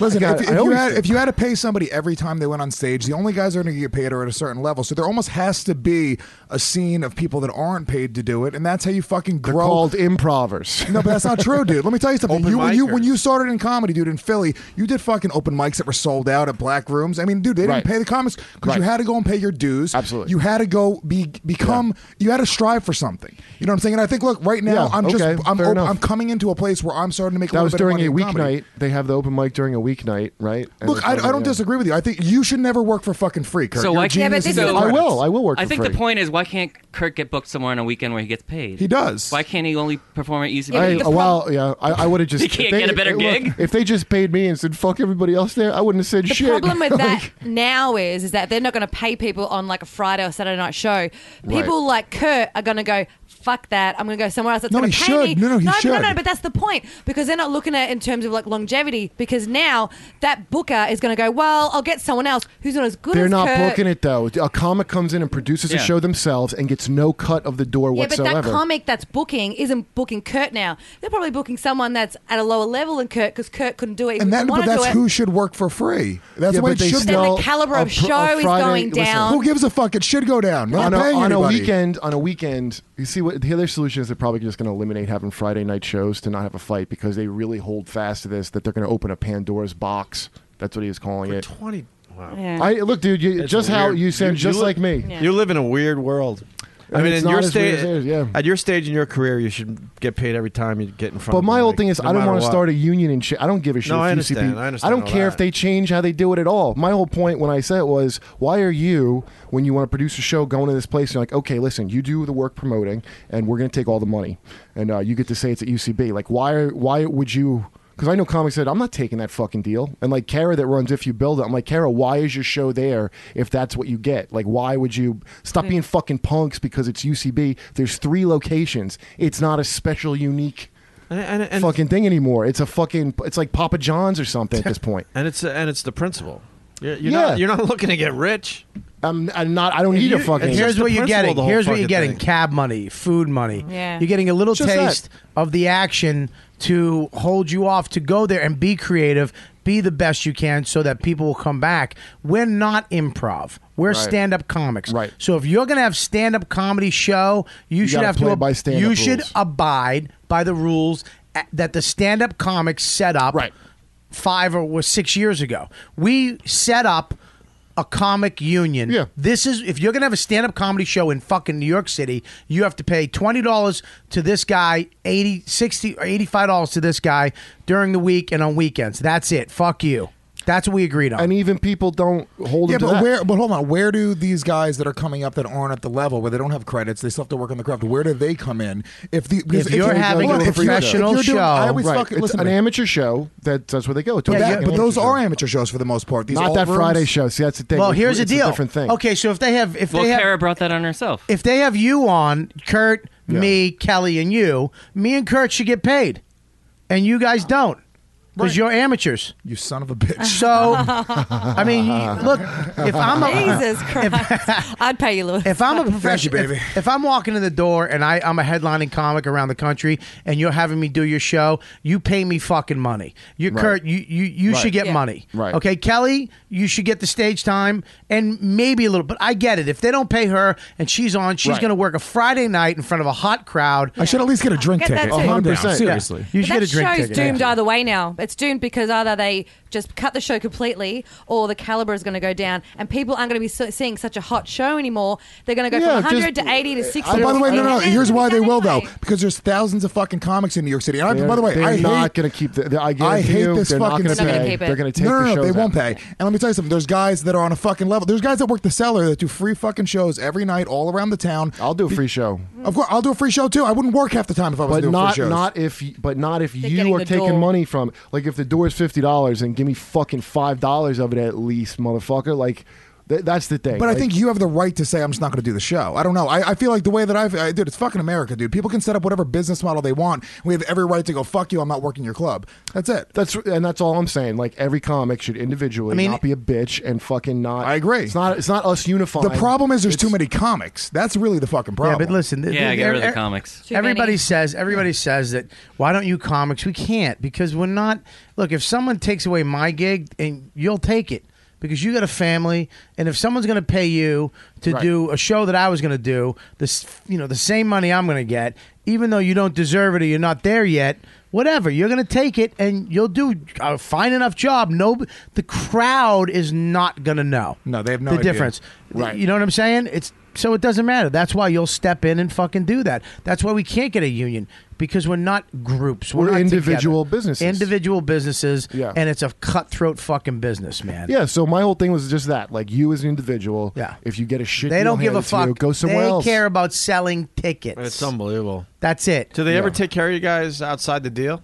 Speaker 7: Listen,
Speaker 8: I
Speaker 7: if,
Speaker 8: got- I
Speaker 7: if, you
Speaker 8: always
Speaker 7: had,
Speaker 8: do.
Speaker 7: if you had to pay somebody every time they went on stage, the only guys that are going to get paid are at a certain level. So there almost has to be a scene of people that aren't paid to do it, and that's how you fucking grow.
Speaker 8: called improvers.
Speaker 7: No, but that's not true, dude. Let me tell you something.
Speaker 8: Open
Speaker 7: You, when you when
Speaker 8: micers.
Speaker 7: you started in comedy, dude, in Philly, you did fucking open mics that were sold out at black rooms. I mean, dude, they didn't
Speaker 8: Right.
Speaker 7: pay the comics because you
Speaker 8: Right.
Speaker 7: had to go and pay your dues. Absolutely, you had to go be become. You had to strive for something. You know what I'm saying? And I think, look, right now,
Speaker 8: Yeah,
Speaker 7: I'm
Speaker 8: okay,
Speaker 7: just I'm
Speaker 8: fair
Speaker 7: open,
Speaker 8: enough.
Speaker 7: I'm coming into a place where I'm starting to make a little
Speaker 8: That was
Speaker 7: bit of
Speaker 8: during
Speaker 7: money
Speaker 8: a
Speaker 7: in comedy.
Speaker 8: weeknight. They have the open mic during a weeknight, right? And
Speaker 7: Look,
Speaker 8: it's
Speaker 7: I, I
Speaker 8: like,
Speaker 7: don't
Speaker 8: yeah.
Speaker 7: disagree with you. I think you should never work for fucking free, Kurt.
Speaker 2: So
Speaker 7: You're a
Speaker 2: why can't
Speaker 7: genius and
Speaker 2: so-
Speaker 7: you're credits.
Speaker 2: I think the point is why can't Kirk get booked somewhere on a weekend where he gets paid?
Speaker 7: He does.
Speaker 2: Why can't he only perform at UCB?
Speaker 8: I, well, yeah, I, I would have just.
Speaker 2: You can't
Speaker 8: if they-
Speaker 2: get a better
Speaker 8: look,
Speaker 2: gig?
Speaker 8: if they just paid me and said "fuck everybody else" there. I wouldn't have said
Speaker 14: The
Speaker 8: shit.
Speaker 14: problem with
Speaker 8: Like,
Speaker 14: that now is, is that they're not going to pay people on like a Friday or Saturday night show. People like Kurt are going to go. Fuck that! I'm going to go somewhere else. That's
Speaker 7: No,
Speaker 14: going to
Speaker 7: he
Speaker 14: pay
Speaker 7: should.
Speaker 14: me.
Speaker 7: No, no, he
Speaker 14: no, but no,
Speaker 7: should.
Speaker 14: no. But that's the point because they're not looking at it in terms of like longevity. Because now that booker is going to go. Well, I'll get someone else who's not as good.
Speaker 8: They're
Speaker 14: as
Speaker 8: not
Speaker 14: Kurt.
Speaker 8: booking it though. A comic comes in and produces
Speaker 14: Yeah.
Speaker 8: a show themselves and gets no cut of the door
Speaker 14: Yeah,
Speaker 8: whatsoever.
Speaker 14: but that comic that's booking isn't booking Kurt now. They're probably booking someone that's at a lower level than Kurt because Kurt couldn't do it. He
Speaker 7: And that,
Speaker 14: didn't
Speaker 7: but
Speaker 14: wanna
Speaker 7: that's
Speaker 14: do it.
Speaker 7: who should work for free. That's
Speaker 8: Yeah,
Speaker 7: why
Speaker 8: but
Speaker 7: it
Speaker 8: they
Speaker 7: should.
Speaker 14: Then the still- caliber of a pr- a show is Friday- going listen. down.
Speaker 7: Who gives a fuck? It should go down. They're
Speaker 8: on, a,
Speaker 7: not paying
Speaker 8: on a
Speaker 7: anybody.
Speaker 8: weekend, on a weekend, you see what the other solution is. They're probably just going to eliminate having Friday night shows to not have a fight because they really hold fast to this that they're going to open a Pandora's box. That's what he was calling it.
Speaker 1: Twenty. Wow.
Speaker 8: Yeah. I- look, dude, you-
Speaker 1: It's
Speaker 8: just how
Speaker 1: weird.
Speaker 8: you sound just
Speaker 1: live-
Speaker 8: like me. Yeah.
Speaker 1: You live in a weird world. I
Speaker 8: And
Speaker 1: mean,
Speaker 8: it's
Speaker 1: in your
Speaker 8: not as weird
Speaker 1: stage,
Speaker 8: as theirs, yeah.
Speaker 1: at your stage in your career, you should get paid every time you get in front.
Speaker 8: But
Speaker 1: of
Speaker 8: my
Speaker 1: them,
Speaker 8: old
Speaker 1: like,
Speaker 8: thing is,
Speaker 1: no
Speaker 8: I don't
Speaker 1: matter
Speaker 8: want to
Speaker 1: what.
Speaker 8: start e- a union and shit. I don't give a shit.
Speaker 1: No,
Speaker 8: if
Speaker 1: I
Speaker 8: UCB
Speaker 1: understand. I understand
Speaker 8: don't
Speaker 1: all
Speaker 8: care if
Speaker 1: that.
Speaker 8: they change how they do it at all. My whole point when I said it was, why are you, when you want to produce a show, going to this place and you're like, okay, listen, you do the work promoting, and we're going to take all the money, and uh, you get to say it's at UCB. Like, why? are- Why would you? Because I know comics said, I'm not taking that fucking deal. And like Kara that runs If You Build It, I'm like, Kara, why is your show there if that's what you get? Like, why would you stop being fucking punks because it's UCB? There's three locations. It's not a special, unique
Speaker 1: And, and, and
Speaker 8: fucking thing anymore. It's a fucking. It's like Papa John's or something at this point.
Speaker 1: And it's uh, and it's the principle. You're, you're
Speaker 8: Yeah.
Speaker 1: not you're not looking to get rich.
Speaker 8: I'm, I'm not. I don't need a fucking.
Speaker 4: Here's what you're getting. Here's what you're getting: cab money, food money.
Speaker 8: Yeah.
Speaker 4: You're getting a little
Speaker 8: Just that.
Speaker 4: taste of the action to hold you off to go there and be creative, be the best you can, so that people will come back. We're not improv. We're
Speaker 8: Right.
Speaker 4: stand-up comics. Right. So if you're gonna have stand-up comedy show, you, should
Speaker 8: gotta
Speaker 4: have to
Speaker 8: play
Speaker 4: ab-
Speaker 8: by stand-up
Speaker 4: You should
Speaker 8: rules.
Speaker 4: abide by the rules a- that the stand-up comics set up. Right. Five or was six years ago. We set up a comic union. Yeah. This is if you're gonna have a stand up comedy show in fucking New York City, you have to pay twenty dollars to this guy, 80, 60 or eighty five dollars to this guy during the week and on weekends. That's it. Fuck you. That's what we agreed on. And
Speaker 8: even people don't hold
Speaker 7: Yeah, but where? But hold on. Where do these guys that are coming up that aren't at the level where they don't have credits, they still have to work on the craft? Where do they come in? If the because
Speaker 4: If you're having
Speaker 7: hold
Speaker 4: a
Speaker 7: on, if you're- if
Speaker 4: professional
Speaker 7: you're doing- I always
Speaker 8: Right.
Speaker 7: fucking
Speaker 8: It's
Speaker 7: listen. to
Speaker 8: an
Speaker 7: me.
Speaker 8: amateur show. That, that's where they go. It's a
Speaker 7: But, that-
Speaker 8: fucking
Speaker 7: but those
Speaker 8: amateur
Speaker 7: are amateur shows for the most part.
Speaker 8: show.
Speaker 7: These
Speaker 8: not
Speaker 7: alt
Speaker 8: that
Speaker 7: rooms-
Speaker 8: Friday show. See, that's the thing.
Speaker 4: Well,
Speaker 8: It's-
Speaker 4: here's the
Speaker 8: it's
Speaker 4: deal.
Speaker 8: A different thing.
Speaker 4: Okay, so if they have if
Speaker 2: well,
Speaker 4: they have
Speaker 2: Kara brought that on herself.
Speaker 4: if they have you on, Kurt, me, Kelly, and you, me and Kurt should get paid, and you guys don't because you're amateurs.
Speaker 7: You son of a bitch.
Speaker 4: So, I mean, you- look, if I'm a,
Speaker 14: Jesus Christ, I'd pay you, Louis.
Speaker 4: If I'm a
Speaker 14: Thank you,
Speaker 4: professional, if-
Speaker 14: baby.
Speaker 4: If, I'm walking in the door and I, I'm a headlining comic around the country, and you're having me do your show, you pay me fucking money. You,
Speaker 8: Right.
Speaker 4: Kurt, you you, you
Speaker 8: Right.
Speaker 4: should get
Speaker 8: Yeah.
Speaker 4: money.
Speaker 8: Right.
Speaker 4: Okay, Kelly, you should get the stage time and maybe a little. But I get it. If they don't pay her and she's on, she's
Speaker 7: Right.
Speaker 4: going to work a Friday night in front of a hot crowd.
Speaker 7: I should at least get a drink
Speaker 14: Get that
Speaker 7: ticket.
Speaker 14: too.
Speaker 7: Calm down,
Speaker 4: 100%.
Speaker 7: seriously.
Speaker 4: Yeah. You should
Speaker 14: But
Speaker 4: get a
Speaker 14: that
Speaker 4: drink
Speaker 14: show's
Speaker 4: ticket.
Speaker 14: doomed either way now. It's it's doomed because either they just cut the show completely or the caliber is going to go down and people aren't going to be so- seeing such a hot show anymore. They're going to go
Speaker 7: Yeah,
Speaker 14: from 100
Speaker 7: just-
Speaker 14: to 80 to 60.
Speaker 7: Uh, by the way, no, no, no.
Speaker 14: And
Speaker 7: Here's why they will though, because there's thousands of fucking comics in New York City. And I, by the way,
Speaker 8: they're
Speaker 7: I hate,
Speaker 8: not going to keep. The, I,
Speaker 7: I
Speaker 8: guarantee
Speaker 7: hate
Speaker 8: you,
Speaker 7: this
Speaker 8: they're
Speaker 7: fucking.
Speaker 8: Not gonna
Speaker 7: thing.
Speaker 8: pay. They're going to take
Speaker 7: no, no,
Speaker 8: the
Speaker 7: no,
Speaker 8: shows
Speaker 7: they
Speaker 8: out.
Speaker 7: won't pay. And let me tell you something. There's guys that are on a fucking level. There's guys that work the cellar that do free fucking shows every night all around the town. I'll do a free
Speaker 8: show.
Speaker 7: Of course, I'll do a free show too. I wouldn't work half the time if I was
Speaker 8: But
Speaker 7: doing
Speaker 8: not
Speaker 7: free shows.
Speaker 8: not if y- but not if
Speaker 7: getting
Speaker 8: you are
Speaker 7: the
Speaker 8: taking
Speaker 7: door.
Speaker 8: money from like if the door is fifty dollars and give me fucking five dollars of it at least, motherfucker. Like th- that's the thing.
Speaker 7: But
Speaker 8: Like,
Speaker 7: I think you have the right to say I'm just not going to do the show. I don't know. I, I feel like the way that I've, I, dude, it's fucking America, dude. People can set up whatever business model they want. We have every right to go. Fuck you. I'm not working your club. That's it.
Speaker 8: That's and that's all I'm saying. Like every comic should individually
Speaker 7: I mean-
Speaker 8: not be a bitch and fucking not. I
Speaker 7: agree.
Speaker 8: It's not. It's not us unifying.
Speaker 7: The problem is there's too many comics. That's really the fucking problem.
Speaker 4: Yeah, but listen. th- th- er- er- Everybody says everybody says that. Why don't you comics? We can't because we're not. Look, if someone takes away my gig, and you'll take it because you got a family, and if someone's going to pay you to
Speaker 7: Right.
Speaker 4: do a show that I was going to do, this you know the same money I'm going to get, even though you don't deserve it or you're not there yet. Whatever you're going to take it, and you'll do a fine enough job. No, the crowd is not going to know.
Speaker 7: No, they have no
Speaker 4: the
Speaker 7: idea.
Speaker 4: difference.
Speaker 7: Right.
Speaker 4: You know what I'm saying? It's so it doesn't matter. That's why you'll step in and fucking do that. That's why we can't get a union because we're not groups. We're,
Speaker 8: We're
Speaker 4: not
Speaker 8: individual
Speaker 4: together.
Speaker 8: businesses.
Speaker 4: Individual businesses. Yeah. And it's a cutthroat fucking business, man.
Speaker 8: Yeah, so my whole thing was just that, like you as an individual. Yeah. If you get a shit,
Speaker 4: They
Speaker 8: deal
Speaker 4: don't give a
Speaker 8: handed to
Speaker 4: fuck.
Speaker 8: You, go somewhere
Speaker 4: they
Speaker 8: else.
Speaker 4: care about selling tickets.
Speaker 1: It's unbelievable.
Speaker 4: That's it.
Speaker 1: Do they ever take care of you guys outside the deal?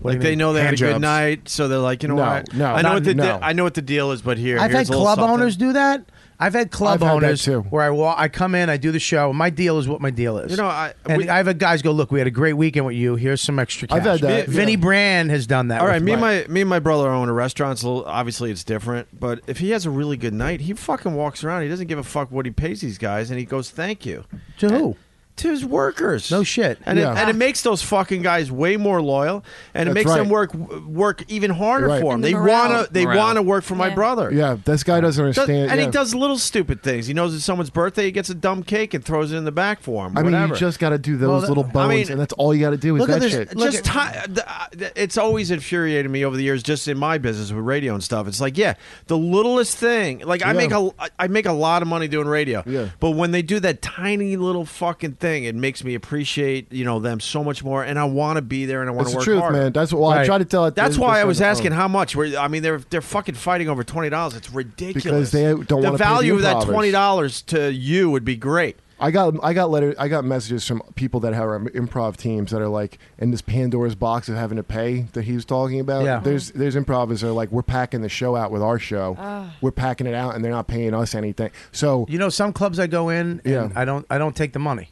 Speaker 4: What
Speaker 1: like
Speaker 4: do you
Speaker 1: they
Speaker 4: mean?
Speaker 1: know they had
Speaker 4: Hand
Speaker 1: a good
Speaker 4: jobs.
Speaker 1: night, so they're like, you know
Speaker 4: No,
Speaker 1: what?
Speaker 4: no,
Speaker 1: I know
Speaker 4: not-
Speaker 1: what the
Speaker 4: no.
Speaker 1: de- I know what the deal is, but here,
Speaker 4: I've
Speaker 1: here's
Speaker 4: had
Speaker 1: a little
Speaker 4: club
Speaker 1: something.
Speaker 4: owners do that. I've had club
Speaker 1: I've had that
Speaker 4: owners
Speaker 1: too.
Speaker 4: where I walk, I come in, I do the show. My deal is what my deal is.
Speaker 1: You know, I-
Speaker 4: and
Speaker 1: we-
Speaker 4: I've had guys go, look, we had a great weekend with you. Here's some extra cash.
Speaker 1: I've had that,
Speaker 4: Vinny
Speaker 1: yeah.
Speaker 4: Brand has done that.
Speaker 1: All right,
Speaker 4: with
Speaker 1: me and
Speaker 4: my-
Speaker 1: my me and my brother own a restaurant. So obviously it's different. But if he has a really good night, he fucking walks around. He doesn't give a fuck what he pays these guys, and he goes, "Thank you."
Speaker 4: To who?
Speaker 1: To his workers.
Speaker 4: No shit.
Speaker 1: And, it, and it makes those fucking guys way more loyal, and it
Speaker 8: That's
Speaker 1: makes them
Speaker 8: right.
Speaker 1: work work even harder
Speaker 8: Right.
Speaker 1: for him.
Speaker 8: And the
Speaker 1: They
Speaker 8: morale.
Speaker 1: wanna they
Speaker 8: Morale.
Speaker 1: wanna work for my brother.
Speaker 8: Yeah, this guy doesn't
Speaker 1: Does-
Speaker 8: understand.
Speaker 1: and
Speaker 8: yeah.
Speaker 1: he does little stupid things. He knows it's someone's birthday. He gets a dumb cake and throws it in the back for him.
Speaker 8: I mean,
Speaker 1: whatever.
Speaker 8: you just got to do those
Speaker 1: Well, that-
Speaker 8: little
Speaker 1: I
Speaker 8: bones,
Speaker 1: mean-
Speaker 8: and that's all you got to do is that shit.
Speaker 1: Just ti- the- uh, th- it's always infuriated me over the years, just in my business with radio and stuff. It's like, yeah, the littlest thing. Like I
Speaker 8: Yeah.
Speaker 1: make a, I make a lot of money doing radio. Yeah. But when they do that tiny little fucking thing, it makes me appreciate you know them so much more, and I want to be there and I want
Speaker 8: That's
Speaker 1: to
Speaker 8: the
Speaker 1: work
Speaker 8: truth,
Speaker 1: harder.
Speaker 8: man. That's what- well, I try to tell it-
Speaker 1: That's
Speaker 8: this
Speaker 1: why I
Speaker 8: on
Speaker 1: was
Speaker 8: the phone.
Speaker 1: asking how much. We're, I mean, they're they're fucking fighting over twenty dollars. It's ridiculous.
Speaker 8: they don't wanna pay
Speaker 1: the
Speaker 8: the
Speaker 1: value of that
Speaker 8: improvers.
Speaker 1: twenty dollars to you would be great.
Speaker 8: I got I got letter I got messages from people that have improv teams that are like in this Pandora's box of having to pay that he was talking about.
Speaker 4: Yeah.
Speaker 8: There's there's improvers that are like we're packing the show out with our show.
Speaker 4: Ah.
Speaker 8: We're packing it out and they're not paying us anything. So
Speaker 4: You know, some clubs I go in, and
Speaker 8: Yeah.
Speaker 4: I don't, I don't take the money.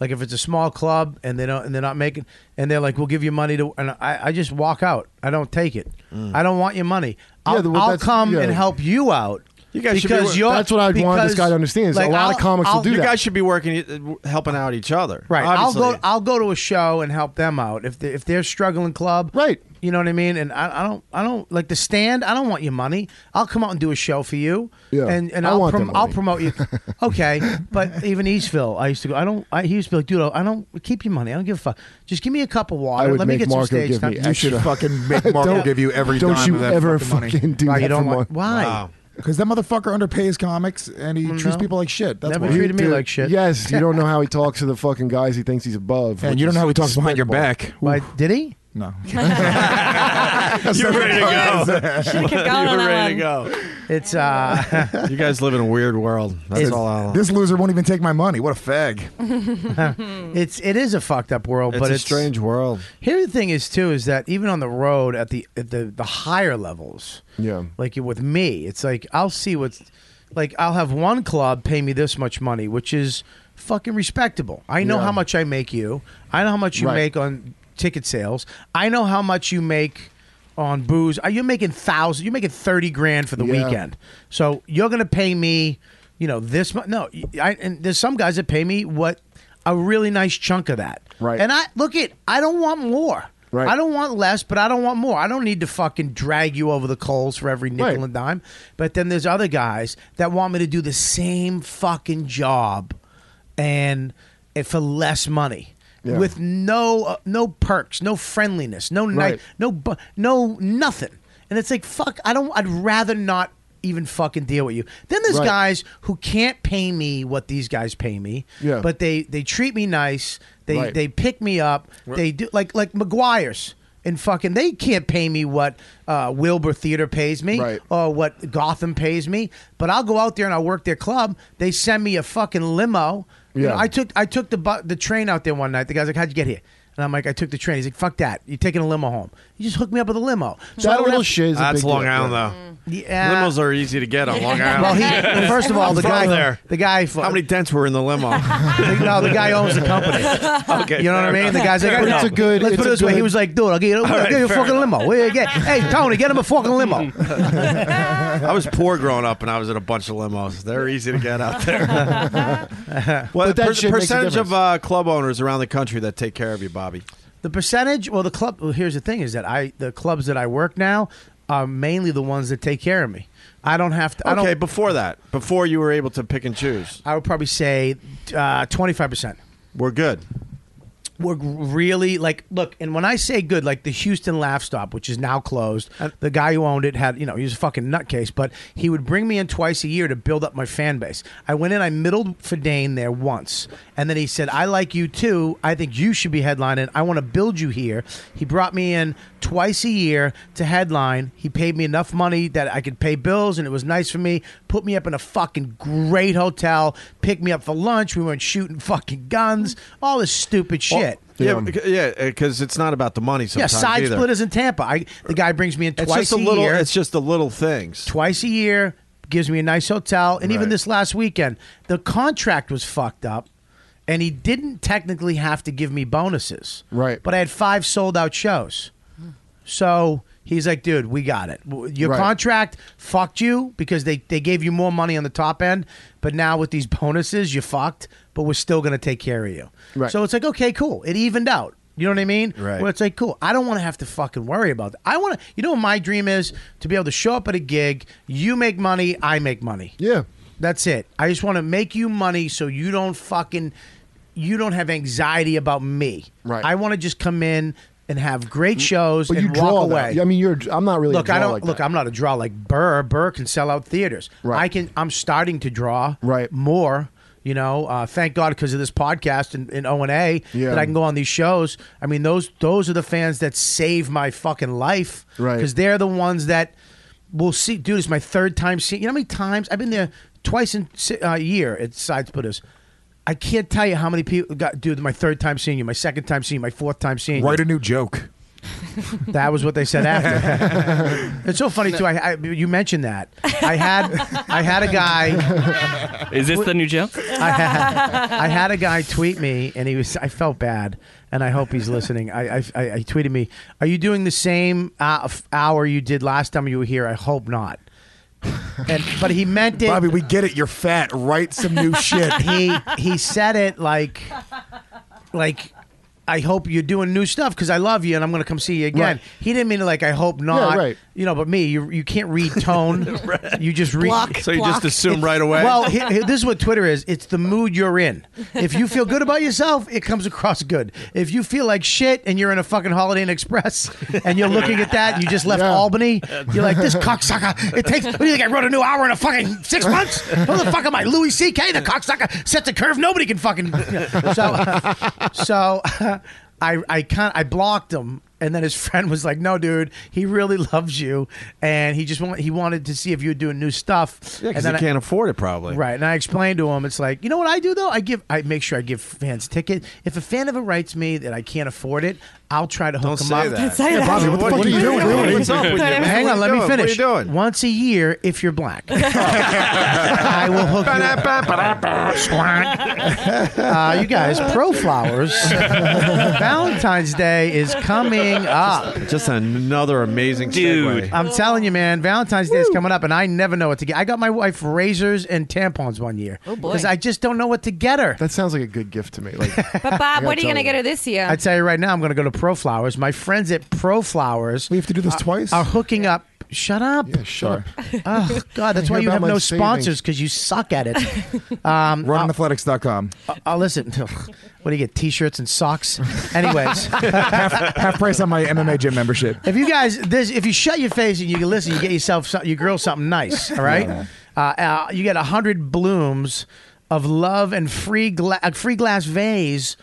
Speaker 4: Like if it's a small club and they don't, and they're not making, and they're like, "We'll give you money to," and I, I just walk out. I don't take it.
Speaker 1: Mm.
Speaker 4: I don't want your money. I'll,
Speaker 8: the- well,
Speaker 4: I'll
Speaker 8: that's-
Speaker 4: come
Speaker 8: yeah.
Speaker 4: and help you out.
Speaker 1: You guys should be
Speaker 4: because
Speaker 1: wor-
Speaker 4: you're,
Speaker 1: That's what I'd want this
Speaker 4: because,
Speaker 1: guy to understand, is a
Speaker 4: like,
Speaker 1: lot of
Speaker 4: I'll-
Speaker 1: comics will
Speaker 4: I'll-
Speaker 1: do You that. guys should be working, uh, helping out each other.
Speaker 4: Right. I'll
Speaker 1: Obviously.
Speaker 4: go. I'll go to a show and help them out if they, if they're struggling club.
Speaker 8: Right.
Speaker 4: You know what I mean? And I, I don't. I don't like the stand. I don't want your money. I'll come out and do a show for you.
Speaker 8: Yeah.
Speaker 4: And and
Speaker 8: I
Speaker 4: I'll
Speaker 8: want
Speaker 4: prom-
Speaker 8: their
Speaker 4: I'll
Speaker 8: money.
Speaker 4: promote you. okay. But even Eastville, I used to go. I don't. I, he used to be like, dude, I don't keep your money. I don't give a fuck. Just give me a cup of water.
Speaker 8: I would
Speaker 4: Let me
Speaker 8: make
Speaker 4: get
Speaker 8: Marco
Speaker 4: some stage
Speaker 8: give
Speaker 4: time.
Speaker 8: me.
Speaker 7: You should fucking make Marco give you every
Speaker 8: Don't
Speaker 7: dime
Speaker 8: you
Speaker 7: of that
Speaker 8: ever
Speaker 7: fucking money.
Speaker 8: fucking do
Speaker 4: Wow, you
Speaker 8: that
Speaker 4: don't
Speaker 8: for
Speaker 4: want-
Speaker 8: Mar-
Speaker 4: why?
Speaker 7: Because that motherfucker underpays comics and he treats
Speaker 4: Mm, no.
Speaker 7: people like shit. That's
Speaker 4: Never
Speaker 7: why.
Speaker 4: treated me like shit.
Speaker 8: Yes, you don't know how he talks to the fucking guys he thinks he's above.
Speaker 7: And
Speaker 8: which
Speaker 7: you don't know
Speaker 8: is
Speaker 7: how he talks behind your
Speaker 8: spitball.
Speaker 7: back.
Speaker 4: Why did he?
Speaker 7: No.
Speaker 1: You're ready to go.
Speaker 7: Should've kept
Speaker 1: You're
Speaker 7: going on that
Speaker 1: ready to
Speaker 4: one.
Speaker 1: go.
Speaker 4: It's uh.
Speaker 1: you guys live in a weird world. That's
Speaker 4: It's-
Speaker 1: all. I'll,
Speaker 7: This loser won't even take my money. What a fag.
Speaker 4: Mm-hmm. it's it is a fucked up world,
Speaker 1: It's
Speaker 4: but
Speaker 1: a
Speaker 4: it's
Speaker 1: strange world.
Speaker 4: Here the thing is too is that even on the road at the at the the higher levels,
Speaker 8: Yeah.
Speaker 4: like with me, it's like I'll see what's like I'll have one club pay me this much money, which is fucking respectable. I know
Speaker 8: Yeah.
Speaker 4: how much I make you. I know how much you
Speaker 8: Right.
Speaker 4: make on ticket sales. I know how much you make on booze. Uh, You're making thousand. You're making thirty grand for the
Speaker 8: Yeah.
Speaker 4: weekend. So you're gonna pay me, you know, this much. No, I, and there's some guys that pay me what a really nice chunk of that. Right. And I look it. I don't want more.
Speaker 8: Right.
Speaker 4: I don't want less, but I don't want more. I don't need to fucking drag you over the coals for every nickel
Speaker 8: Right.
Speaker 4: and dime. But then there's other guys that want me to do the same fucking job and and for eh, less money.
Speaker 8: Yeah.
Speaker 4: with no uh, no perks, no friendliness, no
Speaker 8: Right.
Speaker 4: night, no bu- no nothing. And it's like fuck, I don't. I'd rather not even fucking deal with you. Then there's
Speaker 8: Right.
Speaker 4: guys who can't pay me what these guys pay me.
Speaker 8: Yeah.
Speaker 4: But they they treat me nice. They
Speaker 8: Right.
Speaker 4: they pick me up.
Speaker 8: Right.
Speaker 4: They do like like McGuire's. And fucking, they can't pay me what uh, Wilbur Theater pays me or what Gotham pays me, but I'll go out there and I'll work their club. They send me a fucking limo. You know,
Speaker 8: Yeah.
Speaker 4: I took I took the bu- the train out there one night. The guy's like, "How'd you get here?" And I'm like, "I took the train." He's like, "Fuck that! You're taking a limo home. You just hook me up with a limo." I
Speaker 8: that
Speaker 4: don't
Speaker 8: little
Speaker 4: have-
Speaker 8: shit is a
Speaker 1: That's
Speaker 8: big
Speaker 1: Long
Speaker 8: deal.
Speaker 1: Island, though.
Speaker 4: Mm. Yeah.
Speaker 1: Limos are easy to get on Long
Speaker 4: Well,
Speaker 1: Island.
Speaker 4: he- well, first of all, the
Speaker 1: From
Speaker 4: guy-
Speaker 1: there.
Speaker 4: the guy.
Speaker 1: How many dents were in the limo?
Speaker 4: no, the guy owns the company.
Speaker 1: okay,
Speaker 4: you know what
Speaker 1: fair
Speaker 4: I mean? The
Speaker 1: enough.
Speaker 4: guy's like,
Speaker 1: Fair
Speaker 4: "Oh,
Speaker 1: enough.
Speaker 4: no, Let's put it this way. He was like, "Dude, I'll get you, I'll
Speaker 1: All right,
Speaker 4: get you a
Speaker 1: fair
Speaker 4: fucking
Speaker 1: enough.
Speaker 4: limo. Where you get? Hey, Tony, get him a fucking limo."
Speaker 1: I was poor growing up, and I was in a bunch of limos. They're easy to get out there. well,
Speaker 4: But
Speaker 1: the
Speaker 4: that
Speaker 1: per-
Speaker 4: shit makes a
Speaker 1: percentage
Speaker 4: difference.
Speaker 1: of uh, club owners around the country that take care of you, Bobby.
Speaker 4: The percentage, well, the club. Well, here's the thing: is that I the clubs that I work now are mainly the ones that take care of me. I don't have to. I
Speaker 1: Okay,
Speaker 4: don't.
Speaker 1: before that, before you were able to pick and choose,
Speaker 4: I would probably say twenty five percent.
Speaker 1: We're good.
Speaker 4: We're g- really like look, and when I say good, like the Houston Laugh Stop, which is now closed. The guy who owned it had, you know, he was a fucking nutcase, but he would bring me in twice a year to build up my fan base. I went in, I middled for Dane there once, and then he said, "I like you too. I think you should be headlining. I want to build you here." He brought me in twice a year to headline. He paid me enough money that I could pay bills, and it was nice for me. Put me up in a fucking great hotel, picked me up for lunch. We weren't shooting fucking guns, all this stupid shit.
Speaker 1: Yeah, becau- yeah, because it's not about the money
Speaker 4: yeah,
Speaker 1: sometimes
Speaker 4: side
Speaker 1: either.
Speaker 4: splitters in Tampa. I, the guy brings me in
Speaker 1: It's
Speaker 4: twice
Speaker 1: just a little.
Speaker 4: year
Speaker 1: It's just the little things.
Speaker 4: twice a year, gives me a nice hotel. And even
Speaker 1: Right.
Speaker 4: this last weekend, the contract was fucked up, and he didn't technically have to give me bonuses. Right. But I had five sold out shows. So he's like, dude, we got it. W- Your
Speaker 8: Right.
Speaker 4: contract fucked you because they, they gave you more money on the top end, but now with these bonuses, you're fucked, but we're still going to take care of you.
Speaker 8: Right.
Speaker 4: So it's like, okay, cool. It evened out. You know what I mean?
Speaker 8: Right.
Speaker 4: Where it's like, cool. I don't want to have to fucking worry about that. I want to, you know what my dream is? To be able to show up at a gig, you make money, I make money.
Speaker 8: Yeah.
Speaker 4: That's it. I just want to make you money so you don't fucking, you don't have anxiety about me. Right. I want to just come in and have great shows
Speaker 8: Mm, But
Speaker 4: and
Speaker 8: you draw
Speaker 4: walk
Speaker 8: though.
Speaker 4: away.
Speaker 8: I mean, you're. I'm not really. a
Speaker 4: look, I
Speaker 8: draw
Speaker 4: don't
Speaker 8: like
Speaker 4: look.
Speaker 8: that.
Speaker 4: I'm not a draw like Burr. Burr can sell out theaters. Right. I can. I'm starting to draw. Right. More. You know. Uh, thank God because of this podcast and, and O and A
Speaker 8: Yeah.
Speaker 4: that I can go on these shows. I mean, those those are the fans that save my fucking life.
Speaker 8: Right.
Speaker 4: Because they're the ones that will see. Dude, it's my third time seeing. You know how many times I've been there twice in si- uh, a year at Side Splitters. I can't tell you how many people got, dude, my third time seeing you, my second time seeing you, my fourth time seeing you.
Speaker 7: Write a new joke.
Speaker 4: That was what they said after. it's so funny too. I, I you mentioned that I had I had a guy.
Speaker 2: Is this the new joke?
Speaker 4: I had, I had a guy tweet me, and he was. I felt bad, and I hope he's listening. I I, I I tweeted me, "Are you doing the same uh, f- hour you did last time you were here? I hope not." And but he meant it.
Speaker 7: Bobby, we get it. You're fat. Write some new shit.
Speaker 4: he he said it like like I hope you're doing new stuff because I love you and I'm going to come see you again.
Speaker 8: Right.
Speaker 4: He didn't mean it like I hope not.
Speaker 8: right.
Speaker 4: You know, but me, you you can't read tone. You just read.
Speaker 1: Block, So you just block. assume
Speaker 4: It's-
Speaker 1: right away?
Speaker 4: Well, he- he- this is what Twitter is. It's the mood you're in. If you feel good about yourself, it comes across good. If you feel like shit and you're in a fucking Holiday Inn Express and you're looking at that, and you just left Albany. You're like this cocksucker. It takes. What do you think? I wrote a new hour in a fucking six months. Who the fuck am I? Louis C.K. The cocksucker sets a curve. Nobody can fucking. So, so I I can't. I blocked him, and then his friend was like, "No, dude, he really loves you, and he just want, he wanted to see if you were doing new stuff."
Speaker 1: Yeah,
Speaker 4: and
Speaker 1: because
Speaker 4: then
Speaker 1: they
Speaker 4: I-
Speaker 1: can't afford it probably.
Speaker 4: Right, and I explained to him, it's like you know what I do though. I give, I make sure I give fans ticket. If a fan ever writes me that I can't afford it, I'll try to
Speaker 1: Don't
Speaker 4: hook them
Speaker 1: say
Speaker 4: up.
Speaker 1: that. Don't say Yeah, that. Bobby, what the fuck are you doing? What's up with you, man?
Speaker 4: Hang
Speaker 1: What
Speaker 4: on,
Speaker 1: you
Speaker 4: let me
Speaker 1: doing? What are you
Speaker 4: finish. Once a year, if you're black, I will hook you. uh, you guys, pro flowers. Valentine's Day is coming up.
Speaker 1: Just another amazing segue.
Speaker 4: I'm telling you, man, Valentine's Day is coming up, and I never know what to get. I got my wife razors and tampons one year
Speaker 14: Oh, boy.
Speaker 4: because I just don't know what to get her.
Speaker 8: That sounds like a good gift to me. Like,
Speaker 14: But Bob, what are you going to get her this year?
Speaker 4: Uh, I tell you right now, I'm going to go to Pro Flowers. My friends at Pro Flowers, we have to do this twice. Are hooking up Shut up.
Speaker 8: sure.
Speaker 4: oh God, that's
Speaker 8: I
Speaker 4: why
Speaker 8: hear
Speaker 4: you
Speaker 8: about
Speaker 4: have
Speaker 8: my
Speaker 4: no
Speaker 8: savings.
Speaker 4: sponsors because you suck at it. Um, RunAthletics.com. I'll listen. What do you get? T-shirts and socks. Anyways,
Speaker 7: half, half price on my MMA gym membership.
Speaker 4: if you guys, this, if you shut your face and you can listen, you get yourself some, your girl something nice. All right,
Speaker 7: Yeah.
Speaker 4: uh, uh, you get a hundred blooms of love and free gla- a free glass vase.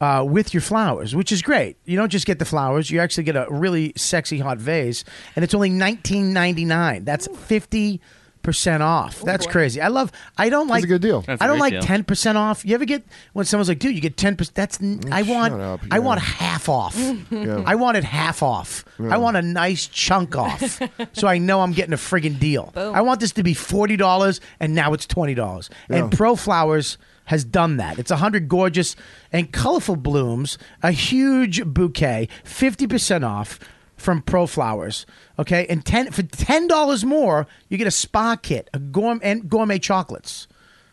Speaker 4: Uh, with your flowers, which is great. You don't just get the flowers; you actually get a really sexy hot vase, and it's only nineteen ninety nine. That's fifty percent off. That's crazy. I love. I don't like.
Speaker 8: a good deal. That's a
Speaker 4: I don't
Speaker 8: great
Speaker 4: like
Speaker 8: deal.
Speaker 4: ten percent off. You ever get when someone's like, "Dude, you get ten percent." That's n- I want.
Speaker 8: up,
Speaker 4: I
Speaker 8: yeah.
Speaker 4: want half off.
Speaker 8: Yeah.
Speaker 4: I want it half off.
Speaker 8: Yeah.
Speaker 4: I want a nice chunk off, so I know I'm getting a friggin' deal. I want this to be forty dollars, and now it's twenty dollars. And
Speaker 8: Yeah.
Speaker 4: Pro Flowers has done that. It's hundred gorgeous and colorful blooms, a huge bouquet, fifty percent off from Pro Flowers. Okay, and ten for ten dollars more, you get a spa kit, a gourmet and gourmet chocolates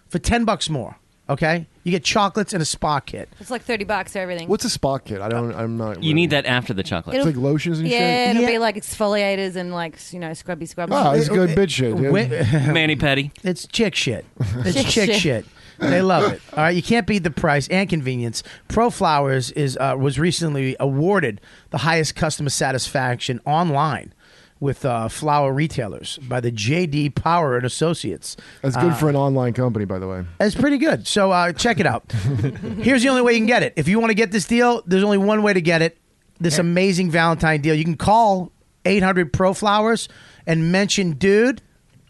Speaker 4: for ten bucks more. Okay, you get chocolates and a spa kit.
Speaker 14: It's like 30 bucks for everything.
Speaker 8: What's a spa kit? I don't. I'm not.
Speaker 2: You need that after the chocolate.
Speaker 14: It'll-
Speaker 8: lotions
Speaker 14: yeah, it'll be like exfoliators and like, s- you know, scrubby scrubby.
Speaker 8: Oh, Ah, bitch shit.
Speaker 2: Manny Petty.
Speaker 4: It's chick shit. It's
Speaker 14: Chick
Speaker 4: chick,
Speaker 14: shit.
Speaker 4: shit. They love it. All right, you can't beat the price and convenience. Pro Flowers is uh, was recently awarded the highest customer satisfaction online with uh, flower retailers by the JD Power and Associates.
Speaker 8: That's good
Speaker 4: Uh,
Speaker 8: for an online company, by the way.
Speaker 4: it's pretty good. So uh, check it out. Here's the only way you can get it. If you want to get this deal, there's only one way to get it. This amazing Valentine deal. You can call 800 Pro Flowers and mention dude.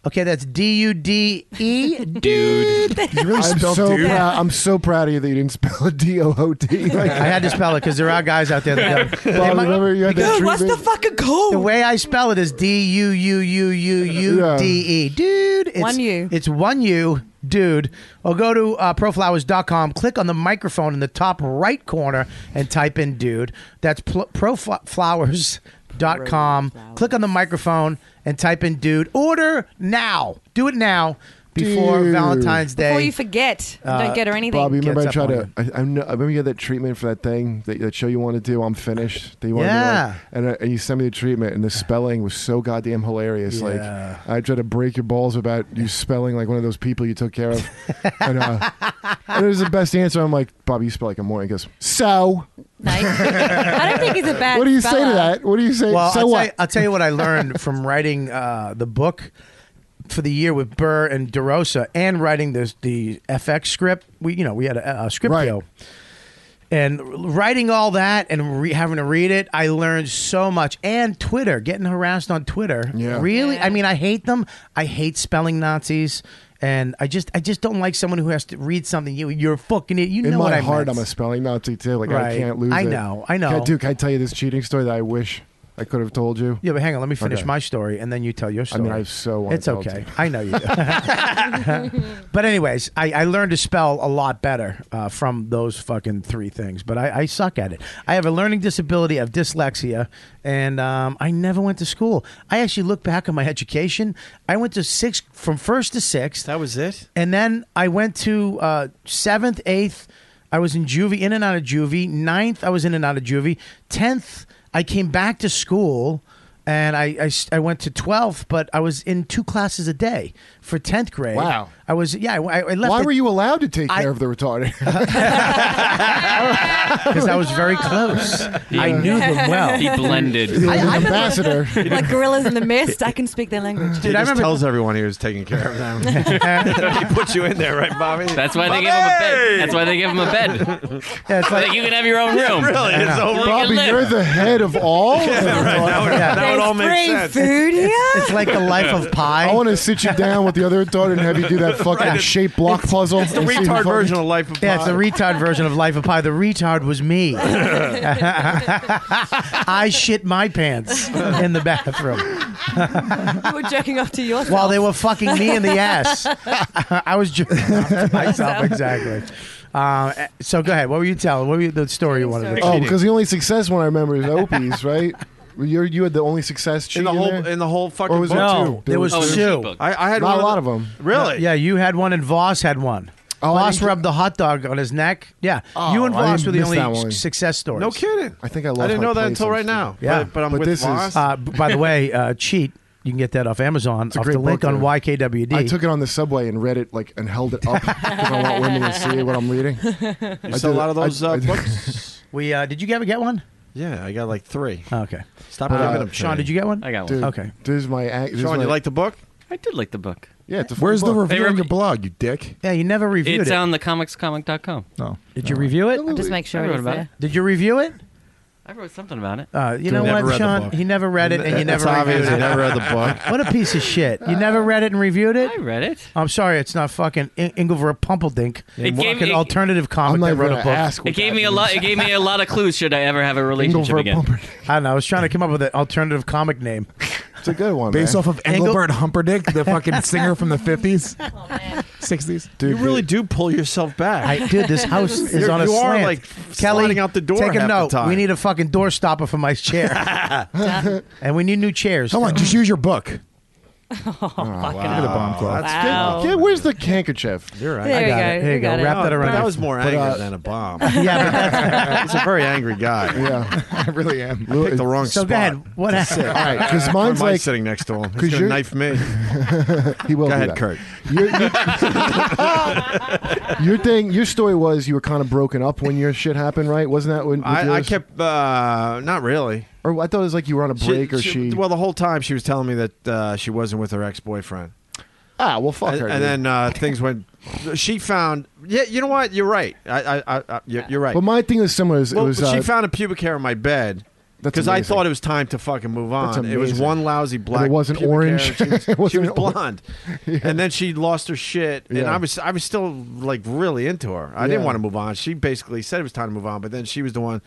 Speaker 4: Okay, that's D U D E. Dude. You
Speaker 8: I'm so proud. I'm so proud of you that you didn't spell it D O O T.
Speaker 4: I had to spell it because there are guys out there that don't. They might-
Speaker 8: remember you had that
Speaker 4: Dude, what's
Speaker 8: treatment?
Speaker 4: fucking code? The way I spell it is D U U U U U D E. Dude. It's,
Speaker 14: One U.
Speaker 4: It's one U, dude. Or go to uh, proflowers.com, click on the microphone in the top right corner, and type in dude. That's pl- proflowers.com. Click on the microphone and type in dude. Order now. Do it now before
Speaker 8: Dude.
Speaker 4: Valentine's Day.
Speaker 14: Before you forget, don't get her anything.
Speaker 8: Bobby, remember I
Speaker 4: Gets up
Speaker 8: tried
Speaker 4: on
Speaker 8: to. I, I, know, I remember you had that treatment for that thing that, that show you wanted to do. I'm finished. That you wanted to do, like-
Speaker 4: Yeah.
Speaker 8: and, uh, and you sent me the treatment, and the spelling was so goddamn hilarious.
Speaker 4: Yeah.
Speaker 8: Like I tried to break your balls about you spelling like one of those people you took care of. and, uh, and it was the best answer. I'm like, Bobby, you spell like a moron. He goes, so.
Speaker 14: I don't think he's a bad
Speaker 8: What do you say to
Speaker 14: speller.
Speaker 8: that? What do you say?
Speaker 4: Well,
Speaker 8: so
Speaker 4: I'll,
Speaker 8: what?
Speaker 4: Tell you, I'll tell you what I learned from writing uh, the book for the year with Burr and DeRosa, and writing the the FX script. We you know we had a, a script deal, and writing all that and re- having to read it, I learned so much. And Twitter, getting harassed on Twitter,
Speaker 8: Yeah.
Speaker 4: really. I mean, I hate them. I hate spelling Nazis. And I just, I just don't like someone who has to read something. You, you're fucking it. You
Speaker 8: in
Speaker 4: know
Speaker 8: my
Speaker 4: what I
Speaker 8: heart,
Speaker 4: meant.
Speaker 8: I'm a spelling Nazi too. Like I
Speaker 4: Right.
Speaker 8: can't lose.
Speaker 4: I
Speaker 8: it.
Speaker 4: know, I know.
Speaker 8: Can, dude, can I tell you this cheating story that I wish I could have told you?
Speaker 4: Yeah, but hang on, let me finish
Speaker 8: Okay.
Speaker 4: my story and then you tell your
Speaker 8: I
Speaker 4: story.
Speaker 8: mean, I so want
Speaker 4: It's
Speaker 8: to tell
Speaker 4: okay.
Speaker 8: it to
Speaker 4: I know you do. but anyways, I, I learned to spell a lot better uh, from those fucking three things. But I, I suck at it. I have a learning disability of dyslexia, and um, I never went to school. I actually look back on my education. I went to sixth from first to sixth. That was it. And then I went to uh, seventh, eighth. I was in juvie, in and out of juvie. Ninth, I was in and out of juvie. Tenth, I came back to school and I, I s- I went to 12th, but I was in two classes a day for 10th grade.
Speaker 8: Wow.
Speaker 4: I was, yeah, I, I left.
Speaker 8: Why were you allowed to take
Speaker 4: I-
Speaker 8: care of the retarded?
Speaker 4: Because I was very close. I knew them well.
Speaker 2: He blended.
Speaker 4: I- I-
Speaker 8: ambassador.
Speaker 14: like gorillas in the mist, I can speak their language.
Speaker 1: He just tells everyone he was taking care of them. he put you in there, right, Bobby?
Speaker 2: That's why they gave him a bed. That's why they gave him a bed.
Speaker 4: Yeah, it's
Speaker 2: So that you can have your own room.
Speaker 1: really, it's
Speaker 2: You
Speaker 1: over.
Speaker 2: can
Speaker 8: Bobby,
Speaker 2: live.
Speaker 8: you're the head of all.
Speaker 1: Yeah, right. Now, it-
Speaker 4: Yeah.
Speaker 1: now it all makes sense.
Speaker 4: It's like the life of Pi.
Speaker 8: I want to sit you down with the other retarded and have you do that fucking
Speaker 4: Right.
Speaker 8: shape block puzzle.
Speaker 1: It's the
Speaker 8: and see who
Speaker 1: retard
Speaker 8: fucking-
Speaker 1: version of Life of
Speaker 4: Yeah, it's
Speaker 1: Pi.
Speaker 4: the retard version of Life of Pi. The retard was me. I shit my pants in the bathroom
Speaker 14: you were jerking off to yourself.
Speaker 4: while they were fucking me in the ass. I was jerking off to myself, exactly. Uh, so go ahead. What were you telling? What were you, the story you wanted to
Speaker 8: Oh, because the only success one I remember is Opie's, right? You're, you had the only success
Speaker 1: in
Speaker 8: cheating
Speaker 1: the whole
Speaker 8: there?
Speaker 1: in the whole fucking
Speaker 8: Or was
Speaker 1: book.
Speaker 8: it
Speaker 4: No,
Speaker 8: two?
Speaker 4: there was
Speaker 1: two.
Speaker 4: two.
Speaker 1: I, I had
Speaker 8: Not
Speaker 1: one
Speaker 8: a lot of them.
Speaker 1: Really?
Speaker 4: Yeah, you had one and Voss had one.
Speaker 8: Oh,
Speaker 4: Voss rubbed the hot dog on his neck. Yeah, you and
Speaker 8: I
Speaker 4: Voss
Speaker 8: didn't
Speaker 4: were the
Speaker 8: miss
Speaker 4: only
Speaker 8: that one.
Speaker 4: s- success stories.
Speaker 1: No kidding.
Speaker 8: I think I lost.
Speaker 1: I didn't
Speaker 8: my
Speaker 1: know that
Speaker 8: place
Speaker 1: until
Speaker 8: on
Speaker 1: right
Speaker 8: Steam.
Speaker 1: now.
Speaker 4: Yeah.
Speaker 1: but, but I'm
Speaker 8: But
Speaker 1: with
Speaker 8: this is-
Speaker 1: Voss.
Speaker 4: Uh, b- by the way, uh, cheat You can get that off Amazon.
Speaker 8: a
Speaker 4: off
Speaker 8: great
Speaker 4: the link
Speaker 8: book,
Speaker 4: on
Speaker 8: dude.
Speaker 4: YKWd.
Speaker 8: I took it on the subway and read it like and held it up because I want women to see what I'm reading. I did- I-
Speaker 1: uh,
Speaker 8: I-
Speaker 4: books. we uh, did you ever get one? Oh,
Speaker 1: Yeah, I got like three.
Speaker 4: Okay.
Speaker 1: Stop
Speaker 8: But,
Speaker 1: giving
Speaker 8: uh,
Speaker 1: them. to
Speaker 8: Sean,
Speaker 1: me.
Speaker 8: did you get one? I got one. Dude,
Speaker 4: Okay.
Speaker 8: This is my. Ac- this is
Speaker 1: Sean,
Speaker 8: my-
Speaker 1: you like the book?
Speaker 2: I did like the book.
Speaker 8: Yeah, it's a
Speaker 7: Where's the
Speaker 8: book.
Speaker 7: review
Speaker 8: They
Speaker 7: on
Speaker 8: re-
Speaker 7: your blog, you dick?
Speaker 4: Yeah, you never reviewed
Speaker 2: it's
Speaker 4: it.
Speaker 2: on the comicscomic.com.
Speaker 7: No.
Speaker 4: Did you review it?
Speaker 2: I'll just make sure
Speaker 4: I
Speaker 2: it's
Speaker 4: wrote about
Speaker 2: there.
Speaker 4: it. Did you review it?
Speaker 2: I wrote something about it.
Speaker 4: Uh, you
Speaker 2: Dude,
Speaker 4: know
Speaker 2: never read
Speaker 4: what,
Speaker 2: the
Speaker 4: Sean?
Speaker 2: book.
Speaker 4: He never read it, and you
Speaker 2: That's
Speaker 4: never reviewed
Speaker 2: obvious
Speaker 4: it.
Speaker 2: he never read
Speaker 1: the book.
Speaker 4: What a piece of shit! You never read it and reviewed it. I
Speaker 2: read it.
Speaker 4: I'm sorry, it's not fucking In- Inglever Pumpeldink.
Speaker 2: It gave
Speaker 4: fucking
Speaker 2: me-
Speaker 4: alternative comic that wrote a book.
Speaker 2: It gave me a lot. It gave me a lot of clues. Should I ever have a relationship
Speaker 4: Engelbert
Speaker 2: again?
Speaker 4: Humperdinck. I don't know. I was trying to come up with an alternative comic name.
Speaker 8: It's a good one.
Speaker 7: Based off of
Speaker 4: Engelbert
Speaker 7: Engelbert Humperdinck, the fucking singer
Speaker 15: Oh,
Speaker 7: from the 50s, 60s.
Speaker 1: you really do pull yourself back.
Speaker 4: I did. This house is
Speaker 1: You're-
Speaker 4: on a
Speaker 1: you
Speaker 4: slant.
Speaker 1: are like
Speaker 4: Kelly,
Speaker 1: sliding out the door.
Speaker 4: Take a
Speaker 1: half
Speaker 4: note.
Speaker 1: The time.
Speaker 4: We need a fucking door stopper for my chair, and we need new chairs.
Speaker 7: Come on, just use your book.
Speaker 1: Oh,
Speaker 8: Look at the bomb cloth. That's good.
Speaker 4: Wow.
Speaker 8: Oh. Yeah, where's the handkerchief?
Speaker 1: You're right.
Speaker 4: There I you got go. it. There you You go. got Wrap it. that around
Speaker 1: That
Speaker 4: it.
Speaker 1: was more
Speaker 4: But,
Speaker 1: anger
Speaker 4: uh,
Speaker 1: than a bomb.
Speaker 4: Yeah, but
Speaker 1: he's a very angry guy.
Speaker 8: Yeah, I really am.
Speaker 1: I picked the wrong
Speaker 4: So,
Speaker 1: spot.
Speaker 4: go ahead. What
Speaker 1: to sit.
Speaker 4: happened? All right,
Speaker 8: 'cause mine's
Speaker 1: Or am I
Speaker 8: like-
Speaker 1: sitting next to him.
Speaker 8: 'cause
Speaker 1: He's gonna
Speaker 8: you're-
Speaker 1: knife me.
Speaker 8: he will.
Speaker 1: Go
Speaker 8: do
Speaker 1: ahead,
Speaker 8: that.
Speaker 1: Kurt.
Speaker 8: Your, your- your thing, your story was you were kind of broken up when your shit happened, right? Wasn't that when? with
Speaker 1: I, I
Speaker 8: yours?
Speaker 1: kept uh, not really.
Speaker 8: Or I thought it was like you were on a break, or she.
Speaker 1: Well, the whole time she was telling me that uh, she wasn't with her ex boyfriend.
Speaker 8: ah, well, fuck
Speaker 1: and,
Speaker 8: her.
Speaker 1: and
Speaker 8: dude.
Speaker 1: then uh, things went. She found. Yeah, you know what? You're right. I, I, I, I you're you're right.
Speaker 8: But my thing was similar. It was, it
Speaker 1: Well,
Speaker 8: was,
Speaker 1: she
Speaker 8: uh,
Speaker 1: found a pubic hair in my bed
Speaker 8: That's
Speaker 1: because I
Speaker 8: amazing.
Speaker 1: thought it was time to fucking move
Speaker 8: That's
Speaker 1: on. It was
Speaker 8: amazing.
Speaker 1: one lousy
Speaker 8: And it
Speaker 1: black.
Speaker 8: wasn't
Speaker 1: pubic hair,
Speaker 8: orange.
Speaker 1: and she was-
Speaker 8: It wasn't
Speaker 1: she was
Speaker 8: orange.
Speaker 1: blonde, and then she lost her shit. And
Speaker 8: Yeah.
Speaker 1: I was I was still like really into her. I
Speaker 8: Yeah.
Speaker 1: didn't want to move on. She basically said it was time to move on, but then she was the one.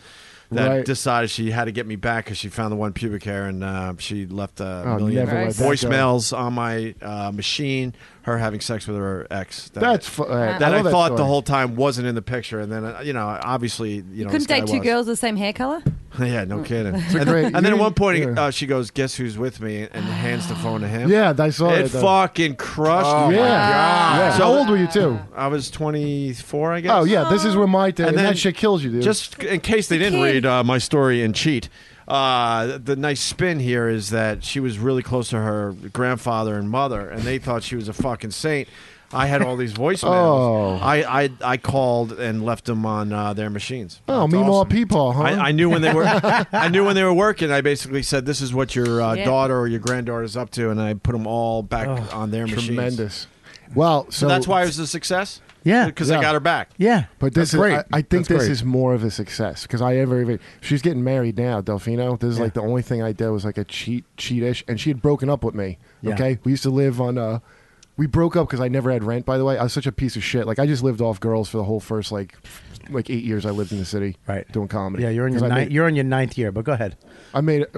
Speaker 1: That
Speaker 8: Right.
Speaker 1: decided she had to get me back because she found the one pubic hair and uh, she left a
Speaker 8: Oh,
Speaker 1: million
Speaker 8: never let that go.
Speaker 1: voicemails on my uh, machine. Her having sex with her ex. That,
Speaker 8: That's fu- all right.
Speaker 1: that
Speaker 8: I
Speaker 1: I,
Speaker 8: love that
Speaker 1: thought the
Speaker 8: story.
Speaker 1: whole time wasn't in the picture, and then uh, you know obviously you, know
Speaker 14: Couldn't
Speaker 1: this guy
Speaker 14: date two
Speaker 1: was.
Speaker 14: girls Mm. the same hair color?
Speaker 1: Yeah, no kidding.
Speaker 8: a
Speaker 1: And,
Speaker 8: great-
Speaker 1: and then at
Speaker 8: you-
Speaker 1: one point,
Speaker 8: yeah.
Speaker 1: uh, she goes, "Guess who's with me?" and hands the phone to him.
Speaker 8: Yeah, I saw
Speaker 1: it.
Speaker 8: it, though.
Speaker 1: fucking crushed.
Speaker 8: Oh,
Speaker 1: me.
Speaker 8: yeah. Yeah.
Speaker 1: So
Speaker 8: How old were you too?
Speaker 1: I was twenty four, I guess.
Speaker 8: Oh yeah, this is where my thing. And,
Speaker 1: And then-
Speaker 8: that shit kills you, dude.
Speaker 1: Just in case they didn't read uh, my story and cheat, uh, the nice spin here is that she was really close to her grandfather and mother, and they thought she was a fucking saint. I had all these voicemails.
Speaker 8: Oh.
Speaker 1: I, I I called and left them on uh, their machines.
Speaker 8: oh, meanwhile, people, huh?
Speaker 1: I, I knew when they were. I knew when they were working. I basically said, "This is what your uh,
Speaker 8: Yeah.
Speaker 1: daughter or your granddaughter is up to," and I put them all back on their machines.
Speaker 8: Oh, Tremendous. Well,
Speaker 1: So,
Speaker 8: so
Speaker 1: that's why it was a success.
Speaker 8: Yeah.
Speaker 1: because I
Speaker 8: Yeah.
Speaker 1: got her back.
Speaker 4: Yeah,
Speaker 8: But this
Speaker 1: That's
Speaker 8: is,
Speaker 1: great.
Speaker 8: I, I think
Speaker 1: That's
Speaker 8: this
Speaker 1: great.
Speaker 8: is more of a success because I ever, even she's getting married now, Delfino. This is like the only thing I did was like a cheat, cheatish, and she had broken up with me.
Speaker 4: Yeah.
Speaker 8: Okay, we used to live on. uh We broke up because I never had rent. By the way, I was such a piece of shit. Like I just lived off girls for the whole first like, like eight years I lived in the city, right, doing comedy.
Speaker 4: Yeah, you're in
Speaker 8: 'Cause
Speaker 4: your
Speaker 8: I
Speaker 4: ni-
Speaker 8: made-
Speaker 4: you're in your ninth year, but go ahead.
Speaker 8: I made it.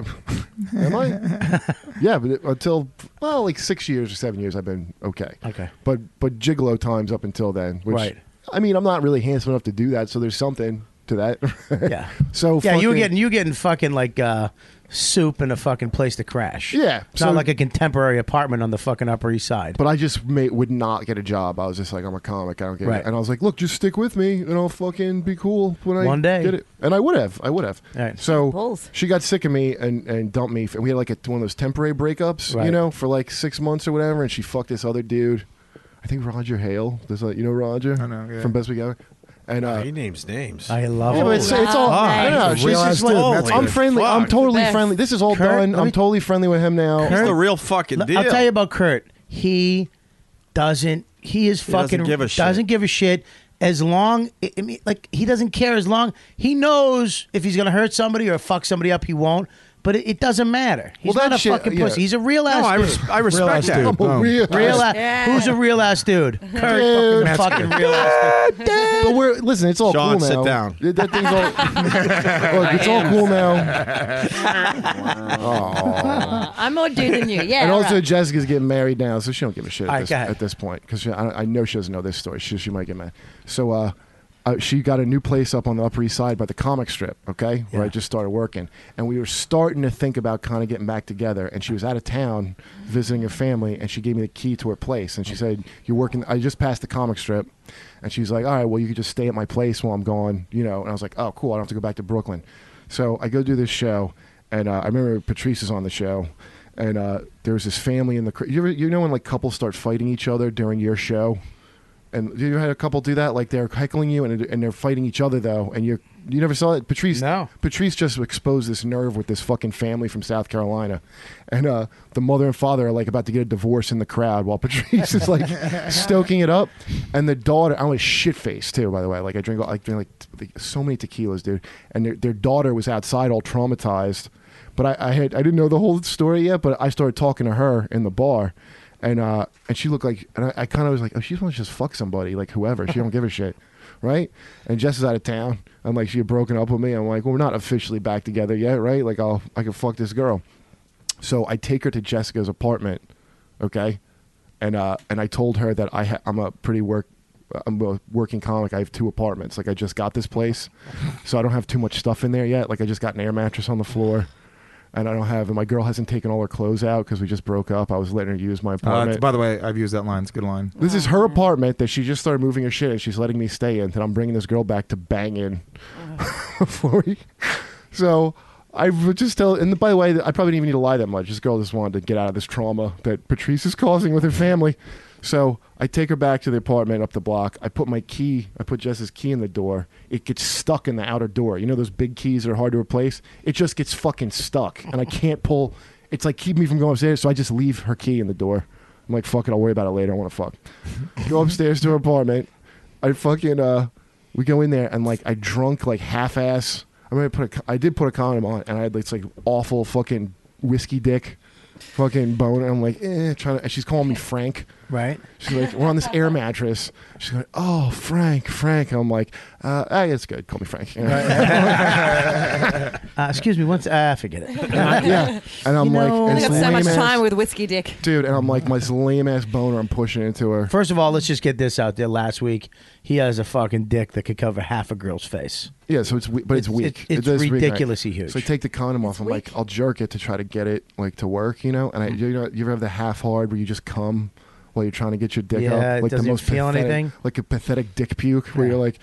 Speaker 8: Am I? yeah, but it- until well, like six years or seven years, I've been okay.
Speaker 4: Okay.
Speaker 8: But but gigolo times up until then, which,
Speaker 4: Right.
Speaker 8: I mean, I'm not really handsome enough to do that, so there's something to that.
Speaker 4: Yeah.
Speaker 8: so
Speaker 4: yeah, you were
Speaker 8: fucking-
Speaker 4: getting you were getting fucking like uh, soup and a fucking place to crash.
Speaker 8: Yeah,
Speaker 4: it's not
Speaker 8: so-
Speaker 4: like a contemporary apartment on the fucking Upper East Side.
Speaker 8: But I just made, would not get a job. I was just like, I'm a comic. I don't get
Speaker 4: Right.
Speaker 8: it. And I was like, look, just stick with me, and I'll fucking be cool when I
Speaker 4: One day.
Speaker 8: get it. And I would have. I would have.
Speaker 4: Right.
Speaker 8: So she got sick of me and, and dumped me. And we had like a, one of those temporary breakups,
Speaker 4: Right.
Speaker 8: you know, for like six months or whatever. And she fucked this other dude. I think Roger Hale. This, uh, you know Roger I know,
Speaker 1: yeah.
Speaker 8: from Best Week Ever. And uh,
Speaker 1: he names names.
Speaker 4: I love
Speaker 8: Yeah, but it's, it's all.
Speaker 1: Fuck.
Speaker 8: no, no, she's just like, I'm friendly. I'm
Speaker 1: Fuck.
Speaker 8: totally
Speaker 4: Best.
Speaker 8: friendly. This is all
Speaker 4: Kurt,
Speaker 8: done.
Speaker 4: let
Speaker 8: I'm
Speaker 4: me-
Speaker 8: totally friendly with him now.
Speaker 1: He's the real fucking
Speaker 4: L-
Speaker 1: deal.
Speaker 4: I'll tell you about Kurt. He doesn't. He is
Speaker 1: He doesn't
Speaker 4: fucking
Speaker 1: give a shit.
Speaker 4: doesn't give a shit. As long, I I mean, like he doesn't care. As long he knows if he's gonna hurt somebody or fuck somebody up, he won't. But it, it doesn't matter. He's
Speaker 1: Well, that
Speaker 4: not a
Speaker 1: shit-
Speaker 4: fucking
Speaker 1: yeah.
Speaker 4: pussy. He's a real ass.
Speaker 1: No, I
Speaker 4: dude.
Speaker 1: res- I respect Real ass that. dude.
Speaker 4: I'm a
Speaker 1: Boom.
Speaker 4: real
Speaker 1: Real
Speaker 4: ass-
Speaker 1: ass-
Speaker 4: Who's a real ass dude? Kurt
Speaker 8: Dude.
Speaker 4: fucking,
Speaker 8: That's
Speaker 4: fucking
Speaker 8: good.
Speaker 4: real ass dude.
Speaker 8: But we're listen. It's all
Speaker 1: Sean,
Speaker 8: cool
Speaker 1: sit
Speaker 8: now.
Speaker 1: down.
Speaker 8: That- That thing's all. look, it's all cool now.
Speaker 14: Uh, I'm more dude than you. Yeah.
Speaker 8: and also,
Speaker 14: right.
Speaker 8: Jessica's getting married now, so she don't give a shit
Speaker 4: All
Speaker 8: at,
Speaker 4: right,
Speaker 8: this,
Speaker 4: go ahead.
Speaker 8: at this point because I, I know she doesn't know this story. She, she might get mad. So, uh, uh, she got a new place up on the Upper East Side by the comic strip, okay, where I just started working, and we were starting to think about kind of getting back together. And she was out of town visiting her family, and she gave me the key to her place,
Speaker 4: Oh.
Speaker 8: and she said, "You're working." I just passed the comic strip, and she's like, "All right, well, you could just stay at my place while I'm gone," you know. And I was like, "Oh, cool. I don't have to go back to Brooklyn." So I go do this show, and uh, I remember Patrice is on the show, and uh, there was this family in the. cr- You, ever, you know when like couples start fighting each other during your show, and you ever had a couple do that? Like they're heckling you and and they're fighting each other though, and you're you never saw it. Patrice, no. Patrice just exposed this nerve with this fucking family from South Carolina, and uh, the mother and father are like about to get a divorce in the crowd while Patrice is like stoking it up, and the daughter. I'm a shit face too, by the way. Like I drink like drink like, t- like so many tequilas, dude, and their their daughter was outside all traumatized but I, I had I didn't know the whole story yet. But I started talking to her in the bar, and uh, and she looked like and I, I kind of was like, oh, she wants to just fuck somebody, like whoever. She don't give a shit, right? And Jess is out of town, and like she had broken up with me. I'm like, well, we're not officially back together yet, right? Like I'll I can fuck this girl. So I take her to Jessica's apartment, okay, and uh, and I told her that I ha- I'm a pretty work. I'm a working comic. I have two apartments. Like I just got this place, so I don't have too much stuff in there yet. Like I just got an air mattress on the floor, and I don't have. And my girl hasn't taken all her clothes out because we just broke up. I was letting her use my
Speaker 15: Uh,
Speaker 8: apartment.
Speaker 15: it's- by the way, I've used that line. It's a good line.
Speaker 8: This is her apartment that she just started moving her shit and she's letting me stay in. And I'm bringing this girl back to bang in before we. So I would just tell. And by the way, I probably didn't even need to lie that much. This girl just wanted to get out of this trauma that Patrice is causing with her family. So I take her back to the apartment up the block. I put my key, I put Jess's key in the door. It gets stuck in the outer door. You know those big keys that are hard to replace? It just gets fucking stuck. And I can't pull. It's like keeping me from going upstairs. So I just leave her key in the door. I'm like, fuck it, I'll worry about it later. I want to fuck. go upstairs to her apartment. I fucking uh, we go in there and like I drunk like half ass. I mean, I put a, co- I did put a condom on and I had this like awful fucking whiskey dick, fucking bone. And I'm like, eh, trying to. And she's calling me Frank.
Speaker 4: Right.
Speaker 8: She's like, we're on this air mattress. She's like, oh, Frank, Frank. I'm like, uh, ah, it's good. Call me Frank.
Speaker 4: Uh, excuse me, once I forget it.
Speaker 8: yeah. And I'm
Speaker 4: You
Speaker 8: like,
Speaker 4: know-
Speaker 8: and
Speaker 14: I got
Speaker 8: it's
Speaker 14: so much
Speaker 8: lame ass-
Speaker 14: time with whiskey dick.
Speaker 8: Dude, and I'm like, my lame ass boner, I'm pushing into her.
Speaker 4: First of all, let's just get this out there. Last week, he has a fucking dick that could cover half a girl's face.
Speaker 8: Yeah, so it's we- but it's,
Speaker 4: It's-
Speaker 8: weak.
Speaker 4: it's- it's
Speaker 8: does reignite.
Speaker 4: ridiculously huge.
Speaker 8: So I take the condom off. I'm like, I'll jerk it to try to get it like to work, you know. And
Speaker 4: Mm-hmm.
Speaker 8: I, you know, you ever have the half hard where you just come while you're trying to get your dick
Speaker 4: Yeah,
Speaker 8: up,
Speaker 4: it
Speaker 8: like
Speaker 4: doesn't
Speaker 8: the most
Speaker 4: feel
Speaker 8: pathetic,
Speaker 4: anything.
Speaker 8: like a pathetic dick puke where you're like,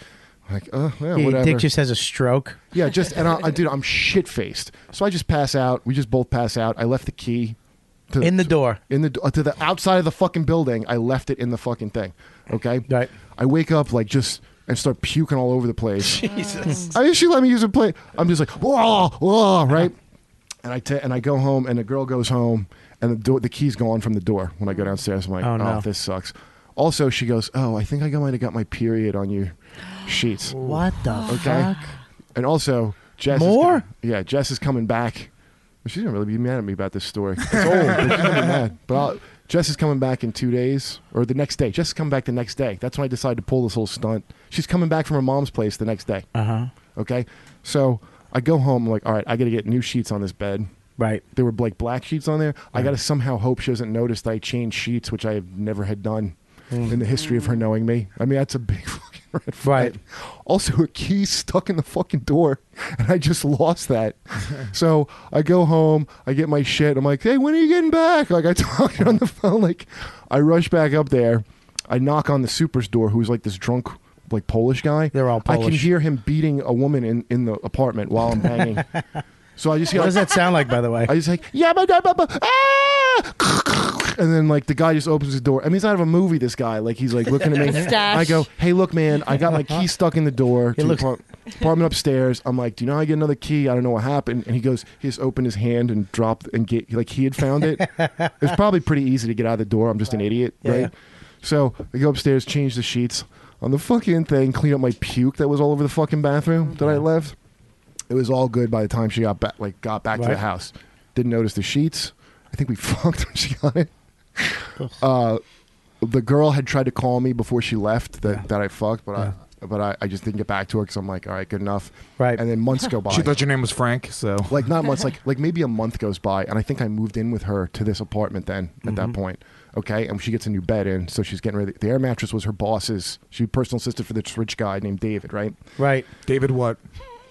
Speaker 8: like, oh, yeah,
Speaker 4: Yeah, your
Speaker 8: whatever.
Speaker 4: dick just has a stroke.
Speaker 8: Yeah, just and I, I dude, I'm shit faced. So I just pass out. We just both pass out. I left the key to,
Speaker 4: In the door.
Speaker 8: In the do- to the outside of the fucking building. I left it in the fucking thing. Okay. Right. I wake up like just and start puking all over the place. Jesus. I she let me use a plate. I'm just like whoa, whoa, right. And I ta- and I go home, and the girl goes home, and the door, the key's gone from the door when I go downstairs. I'm like,
Speaker 4: Oh,
Speaker 8: oh,
Speaker 4: no.
Speaker 8: this sucks. Also, she goes, oh, I think I might have got my period on your sheets.
Speaker 4: What the fuck?
Speaker 8: And also, Jess
Speaker 4: More?
Speaker 8: Is, yeah, Jess is coming back. She's gonna really be mad at me about this story. It's old, but she's gonna be mad. But I'll, Jess is coming back in two days or the next day. Jess is coming back the next day. That's when I decided to pull this whole stunt. She's coming back from her mom's place the next day. Uh
Speaker 4: Uh-huh.
Speaker 8: huh. Okay, so I go home. I'm like, all right, I gotta get new sheets on this bed.
Speaker 4: Right.
Speaker 8: There were like black sheets on there. I gotta somehow hope she doesn't notice that I changed sheets, which I have never had done
Speaker 4: Hmm.
Speaker 8: in the history of her knowing me. I mean, that's a big fucking red flag. Right. Also, her key stuck in the fucking door, and I just lost that. so I go home, I get my shit. I'm like, hey, when are you getting back? Like, I talk on the phone. Like, I rush back up there. I knock on the super's door, who's like this drunk, like Polish guy. They're all I can
Speaker 4: Polish.
Speaker 8: hear him beating a woman in, in the apartment while I'm banging. so I just hear.
Speaker 4: What does that sound like, by the way?
Speaker 8: I just like, yeah, but, but, but, ah! and then like the guy just opens his door. I mean, it's out of a movie. This guy, like, he's like looking at me.
Speaker 4: Stash.
Speaker 8: I go, hey, look, man, I got my key stuck in the door to the apart- apartment upstairs. I'm like, do you know how I get another key? I don't know what happened. And he goes, he just opened his hand and dropped and get like he had found it. it's probably pretty easy to get out of the door. I'm just an idiot,
Speaker 4: Yeah.
Speaker 8: right? So I go upstairs, change the sheets on the fucking thing, clean up my puke that was all over the fucking bathroom that
Speaker 4: Mm-hmm.
Speaker 8: I left. It was all good by the time she got back, like got back to
Speaker 4: Right.
Speaker 8: the house. Didn't notice the sheets. I think we fucked when she got it. Uh, the girl had tried to call me before she left that, that I fucked, but I but I, I just didn't get back to her because I'm like, all right, good enough. Right. And then months go by.
Speaker 15: She thought your name was Frank, so
Speaker 8: like not months, like like maybe a month goes by, and I think I moved in with her to this apartment then at that
Speaker 15: Mhm.
Speaker 8: point. Okay, and she gets a new bed in, so she's getting ready. The air mattress was her boss's. She personal assistant for this rich guy named David, right?
Speaker 4: Right.
Speaker 15: David, what?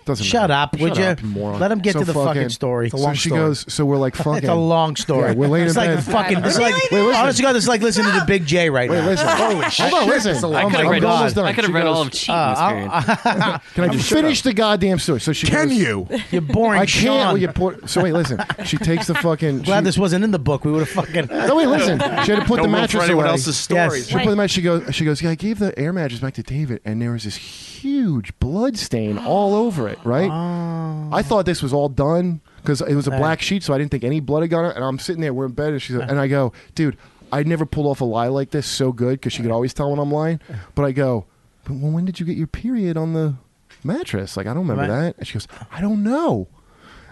Speaker 8: Doesn't
Speaker 4: Shut
Speaker 8: matter.
Speaker 4: up, would
Speaker 8: Shut
Speaker 4: ya?
Speaker 8: up, moron.
Speaker 4: Let him get to the fucking story. It's a
Speaker 8: so
Speaker 4: long
Speaker 8: she
Speaker 4: story.
Speaker 8: goes. So we're like fucking.
Speaker 4: It's a long story.
Speaker 8: Yeah, we're late
Speaker 4: It's
Speaker 8: in
Speaker 4: like
Speaker 8: bed.
Speaker 4: fucking. It's like,
Speaker 8: Wait, listen.
Speaker 4: honest to God, it's like listening to Big J right
Speaker 8: Wait,
Speaker 4: now.
Speaker 8: listen. Holy shit. Hold on, listen. It's a long- I could've I'm read- almost done. I could've Oh She read goes, all of Cheat in this
Speaker 4: I'll-
Speaker 8: period.
Speaker 4: I-
Speaker 8: Can I just finish the goddamn story? So she
Speaker 4: Can
Speaker 8: goes,
Speaker 4: you? You're boring
Speaker 8: I can't.
Speaker 4: Sean.
Speaker 8: Well, you poor- so wait, listen. She takes the fucking.
Speaker 4: Glad
Speaker 8: she-
Speaker 4: this wasn't in the book. We would have fucking.
Speaker 8: No, wait, listen. She had to put the mattress away.
Speaker 4: Yes.
Speaker 8: She put the mattress. She goes. She goes. Yeah, I gave the air mattress back to David, and there was this huge blood stain all over it. Right. I thought this was all done because it was a black sheet, so I didn't think any blood had gone. out. And I'm sitting there, we're in bed, and she's and I go, dude, I never pulled off a lie like this so good because she could always tell when I'm lying. But I go, but when when did you get your period on the mattress? Like I don't remember that. And she goes, I don't know.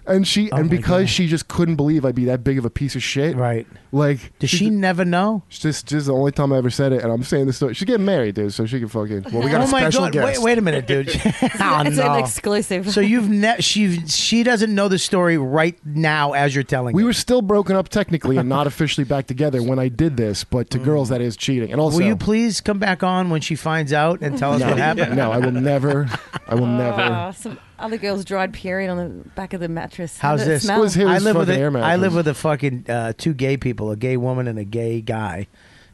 Speaker 8: And she and because she just couldn't believe I'd be that big of a piece of shit. Right. Like Does she
Speaker 4: never know?
Speaker 8: Just this is the only time I ever said it and I'm saying this story. She's getting married, dude, so she can fucking Well
Speaker 4: oh my God. Wait, wait a minute, dude. oh,
Speaker 8: It's an
Speaker 4: no.
Speaker 12: exclusive.
Speaker 4: So you've never she she doesn't know the story right now as you're telling.
Speaker 8: We were still broken up technically and not officially back together when I did this, but to girls that is cheating. And also
Speaker 4: Mm. will you please come back on when she finds out and tell us
Speaker 8: no,
Speaker 4: what happened?
Speaker 8: No, I will never. I will
Speaker 12: Uh,
Speaker 8: never.
Speaker 12: some other girl's dried period on the back of the mattress.
Speaker 4: How's
Speaker 12: Did it
Speaker 4: this?
Speaker 12: smell?
Speaker 4: I live with a,
Speaker 8: air
Speaker 4: I live
Speaker 8: mattress.
Speaker 4: with a fucking uh, two gay people, a gay woman and a gay guy.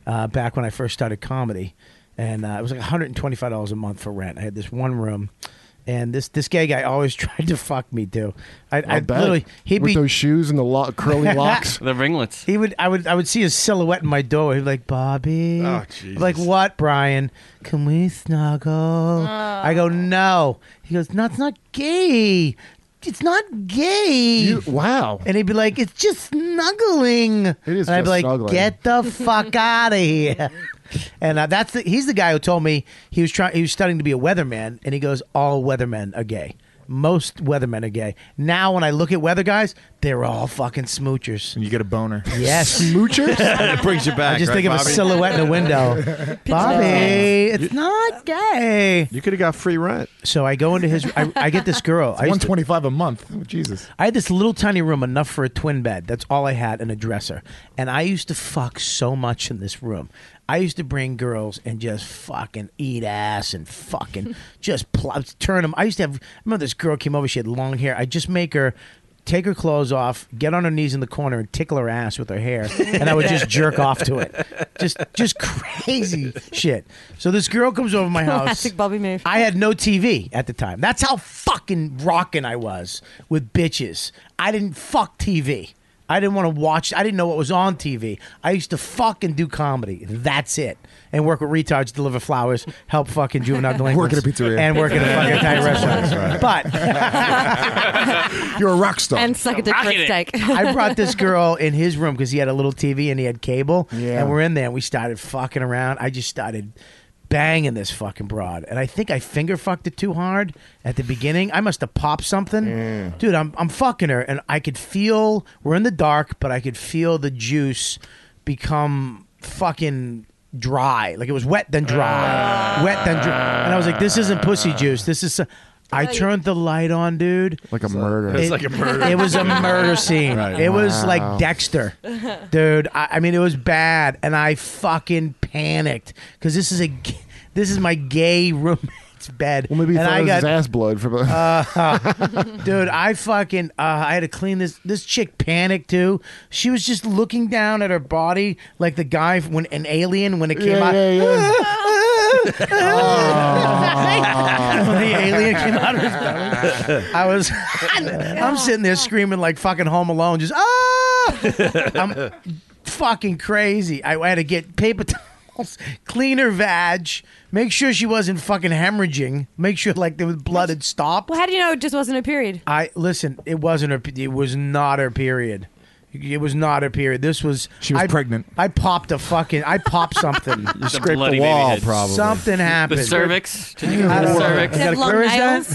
Speaker 4: Uh, back when I first started comedy, and uh, it was like 125 dollars a month for rent. I had this one room, and this this gay guy always tried to fuck me too. I, I,
Speaker 8: I bet.
Speaker 4: literally he'd
Speaker 8: With
Speaker 4: be
Speaker 8: those shoes and the lo- curly locks.
Speaker 2: the ringlets.
Speaker 4: He would. I would. I would see his silhouette in my door. He'd be like, "Bobby."
Speaker 2: Oh,
Speaker 4: I'm Like what, Brian? Can we snuggle? I go, "No." He goes, "No, it's not gay. It's not gay."
Speaker 8: wow.
Speaker 4: And he'd be like, "It's just snuggling." It
Speaker 8: is
Speaker 4: And I'd
Speaker 8: just
Speaker 4: be like,
Speaker 8: snuggling.
Speaker 4: "Get the fuck out of here." And uh, that's the, he's the guy who told me he was trying. He was studying to be a weatherman, and he goes, "All weathermen are gay." Most weathermen are gay. Now, when I look at weather guys, they're all fucking smoochers. And
Speaker 15: you get a boner.
Speaker 4: Yes.
Speaker 8: Smoochers?
Speaker 1: That brings you back,
Speaker 4: I just
Speaker 1: right,
Speaker 4: think of
Speaker 1: Bobby?
Speaker 4: a silhouette in a window. Bobby, it's not gay.
Speaker 1: You could have got free rent.
Speaker 4: So I go into his. I, I get this girl. I used to-
Speaker 15: 125 a month. Oh, Jesus.
Speaker 4: I had this little tiny room, enough for a twin bed. That's all I had, and a dresser. And I used to fuck so much in this room. I used to bring girls and just fucking eat ass and fucking just pl- turn them. I used to have. I remember this girl came over. She had long hair. I just make her. Take her clothes off, get on her knees in the corner, and tickle her ass with her hair, and I would just jerk off to it, just just crazy shit. So this girl comes over my house.
Speaker 12: Classic Bobby move.
Speaker 4: I had no TV at the time. That's how fucking rockin' I was with bitches. I didn't fuck TV. I didn't want to watch. I didn't know what was on TV. I used to fucking do comedy. That's it. And work with retards, deliver flowers, help fucking juvenile delinquents,
Speaker 7: Work at a pizzeria.
Speaker 4: and work at a fucking Italian restaurant. But
Speaker 7: you're a rock star.
Speaker 12: And suck a dick for a steak.
Speaker 4: I brought this girl in his room because he had a little TV and he had cable.
Speaker 7: Yeah.
Speaker 4: And we're in there and we started fucking around. I just started banging this fucking broad. And I think I finger fucked it too hard at the beginning. I must have popped something. Dude, I'm, I'm fucking her and I could feel, we're in the dark, but I could feel the juice become fucking dry. Like it was wet then dry. wet then dry. And I was like, this isn't pussy juice. This is. I turned the light on, dude.
Speaker 8: Like a murder.
Speaker 4: It- It was a murder scene. It was
Speaker 8: Wow.
Speaker 4: like Dexter, dude. I, I mean, it was bad, and I fucking panicked because this is a g- this is my gay roommate's bed. Well,
Speaker 8: Maybe he
Speaker 4: and
Speaker 8: thought
Speaker 4: I
Speaker 8: it was
Speaker 4: got
Speaker 8: his ass blood from.
Speaker 4: uh, dude, I fucking uh, I had to clean this. This chick panicked too. She was just looking down at her body like the guy when an alien when it came
Speaker 8: Yeah,
Speaker 4: out.
Speaker 8: yeah,
Speaker 4: Oh. when the alien came out of his belly, I was I'm sitting there screaming like fucking Home Alone, just ah. I'm fucking crazy. I had to get paper towels, clean her vag, make sure she wasn't fucking hemorrhaging, make sure like there was blood had stopped.
Speaker 12: Well, how do you know it just wasn't a period?
Speaker 4: I listen. It wasn't her. It was not her period. It was not her period. This was she was I, pregnant. I popped a fucking. I popped something.
Speaker 2: The scraped the bloody baby wall, head. probably.
Speaker 4: Something
Speaker 2: The
Speaker 4: happened.
Speaker 2: cervix? Did you get
Speaker 4: I
Speaker 2: the
Speaker 4: don't know.
Speaker 2: cervix?
Speaker 4: Is that a-
Speaker 2: Long
Speaker 4: where is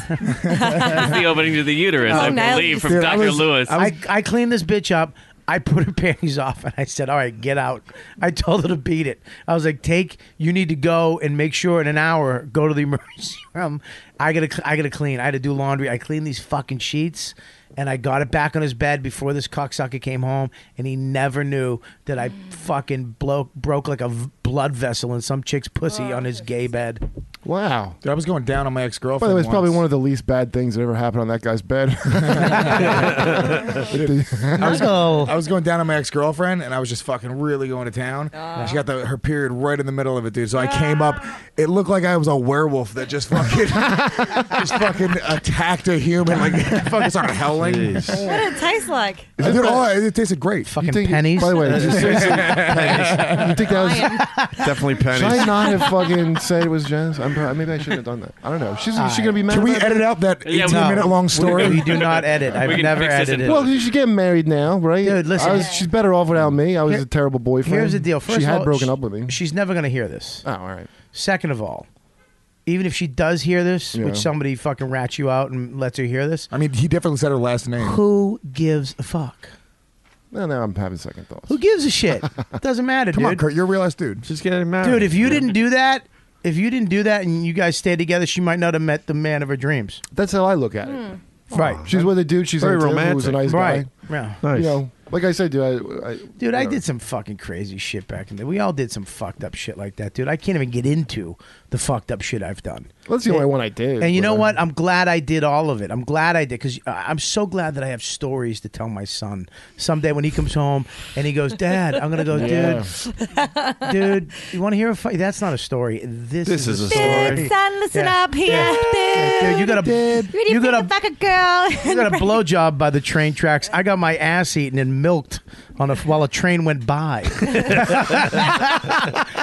Speaker 4: that?
Speaker 2: It's the opening to the uterus, I
Speaker 4: Long nails.
Speaker 2: believe, from
Speaker 4: Dude, I
Speaker 2: Dr.
Speaker 4: was-
Speaker 2: Lewis.
Speaker 4: I, I cleaned this bitch up. I put her panties off and I said, All right, get out. I told her to beat it. I was like, Take, you need to go and make sure in an hour, go to the emergency room. I gotta, cl- I gotta clean. I had to do laundry. I cleaned these fucking sheets and I got it back on his bed before this cocksucker came home and he never knew that I fucking bloke, broke like a v- blood vessel in some chick's pussy on his gay bed.
Speaker 8: Wow.
Speaker 15: Dude, I was going down on my ex girlfriend.
Speaker 8: By the way, it's probably one of the least bad things that ever happened on that guy's bed.
Speaker 15: I was, I was going down on my ex girlfriend, and I was just fucking really going to town. And she got the, her period right in the middle of it, dude. So I came up. It looked like I was a werewolf that just fucking just fucking attacked a human. Like fucking started howling.
Speaker 12: What did it taste like?
Speaker 15: I did all. It tasted great.
Speaker 4: Fucking
Speaker 8: pennies. By the way, did you seriously-
Speaker 1: pennies.
Speaker 8: You think
Speaker 4: Oh,
Speaker 8: that was?
Speaker 1: Definitely pennies.
Speaker 8: Should I not have fucking said it was Janice? I'm, pro- maybe I shouldn't have done that. I don't know. She's
Speaker 4: All
Speaker 8: she gonna be
Speaker 4: right.
Speaker 8: mad.
Speaker 4: Can we
Speaker 8: about
Speaker 4: edit out that Yeah, we- 18 minute long story? We do not edit. We I've can never fix this in edited.
Speaker 8: Well, she's getting married now, right?
Speaker 4: Dude, listen.
Speaker 8: I was- she's better off without me. I was
Speaker 4: Here-
Speaker 8: a terrible boyfriend.
Speaker 4: Here's the deal. First
Speaker 8: she
Speaker 4: of
Speaker 8: had
Speaker 4: all,
Speaker 8: broken
Speaker 4: sh-
Speaker 8: up with me.
Speaker 4: She's never going to hear this.
Speaker 8: Oh, all right.
Speaker 4: Second of all, even if she does hear this,
Speaker 15: Yeah.
Speaker 4: which somebody fucking rats you out and lets her hear this,
Speaker 15: I mean, he definitely said her last name.
Speaker 4: Who gives a fuck?
Speaker 8: No, no, I'm having second thoughts.
Speaker 4: who gives a shit? Doesn't matter,
Speaker 15: Come
Speaker 4: dude.
Speaker 15: on, Kurt, you're a real ass dude.
Speaker 1: Just get married.
Speaker 4: Dude, if you didn't do that, if you didn't do that and you guys stayed together, she might not have met the man of her dreams.
Speaker 8: That's how I look at it.
Speaker 4: Right.
Speaker 8: She's with a dude. She's
Speaker 4: Very
Speaker 8: into, Who's a
Speaker 4: romantic.
Speaker 8: nice
Speaker 4: Hmm. Right.
Speaker 8: guy.
Speaker 4: Yeah.
Speaker 8: You
Speaker 4: Nice.
Speaker 8: know, like I said, dude. I, I,
Speaker 4: Dude, I did some fucking crazy shit back in the We all did some fucked up shit like that, dude. I can't even get into the fucked up shit I've done.
Speaker 8: That's the only one I did.
Speaker 4: And you
Speaker 8: but
Speaker 4: know
Speaker 8: I-
Speaker 4: what? I'm glad I did all of it. I'm glad I did because I'm so glad that I have stories to tell my son someday when he comes home and he goes, "Dad, I'm gonna go,
Speaker 14: Yeah.
Speaker 4: dude, dude, you want to hear a fight? That's not a story. This,
Speaker 1: This is
Speaker 4: is,
Speaker 1: a
Speaker 4: story.
Speaker 1: story. Dude,
Speaker 14: son, listen up here,
Speaker 4: dude. You got a
Speaker 14: You got a fucking girl.
Speaker 4: I got a blowjob by the train tracks. I got my ass eaten and milked on a while a train went by.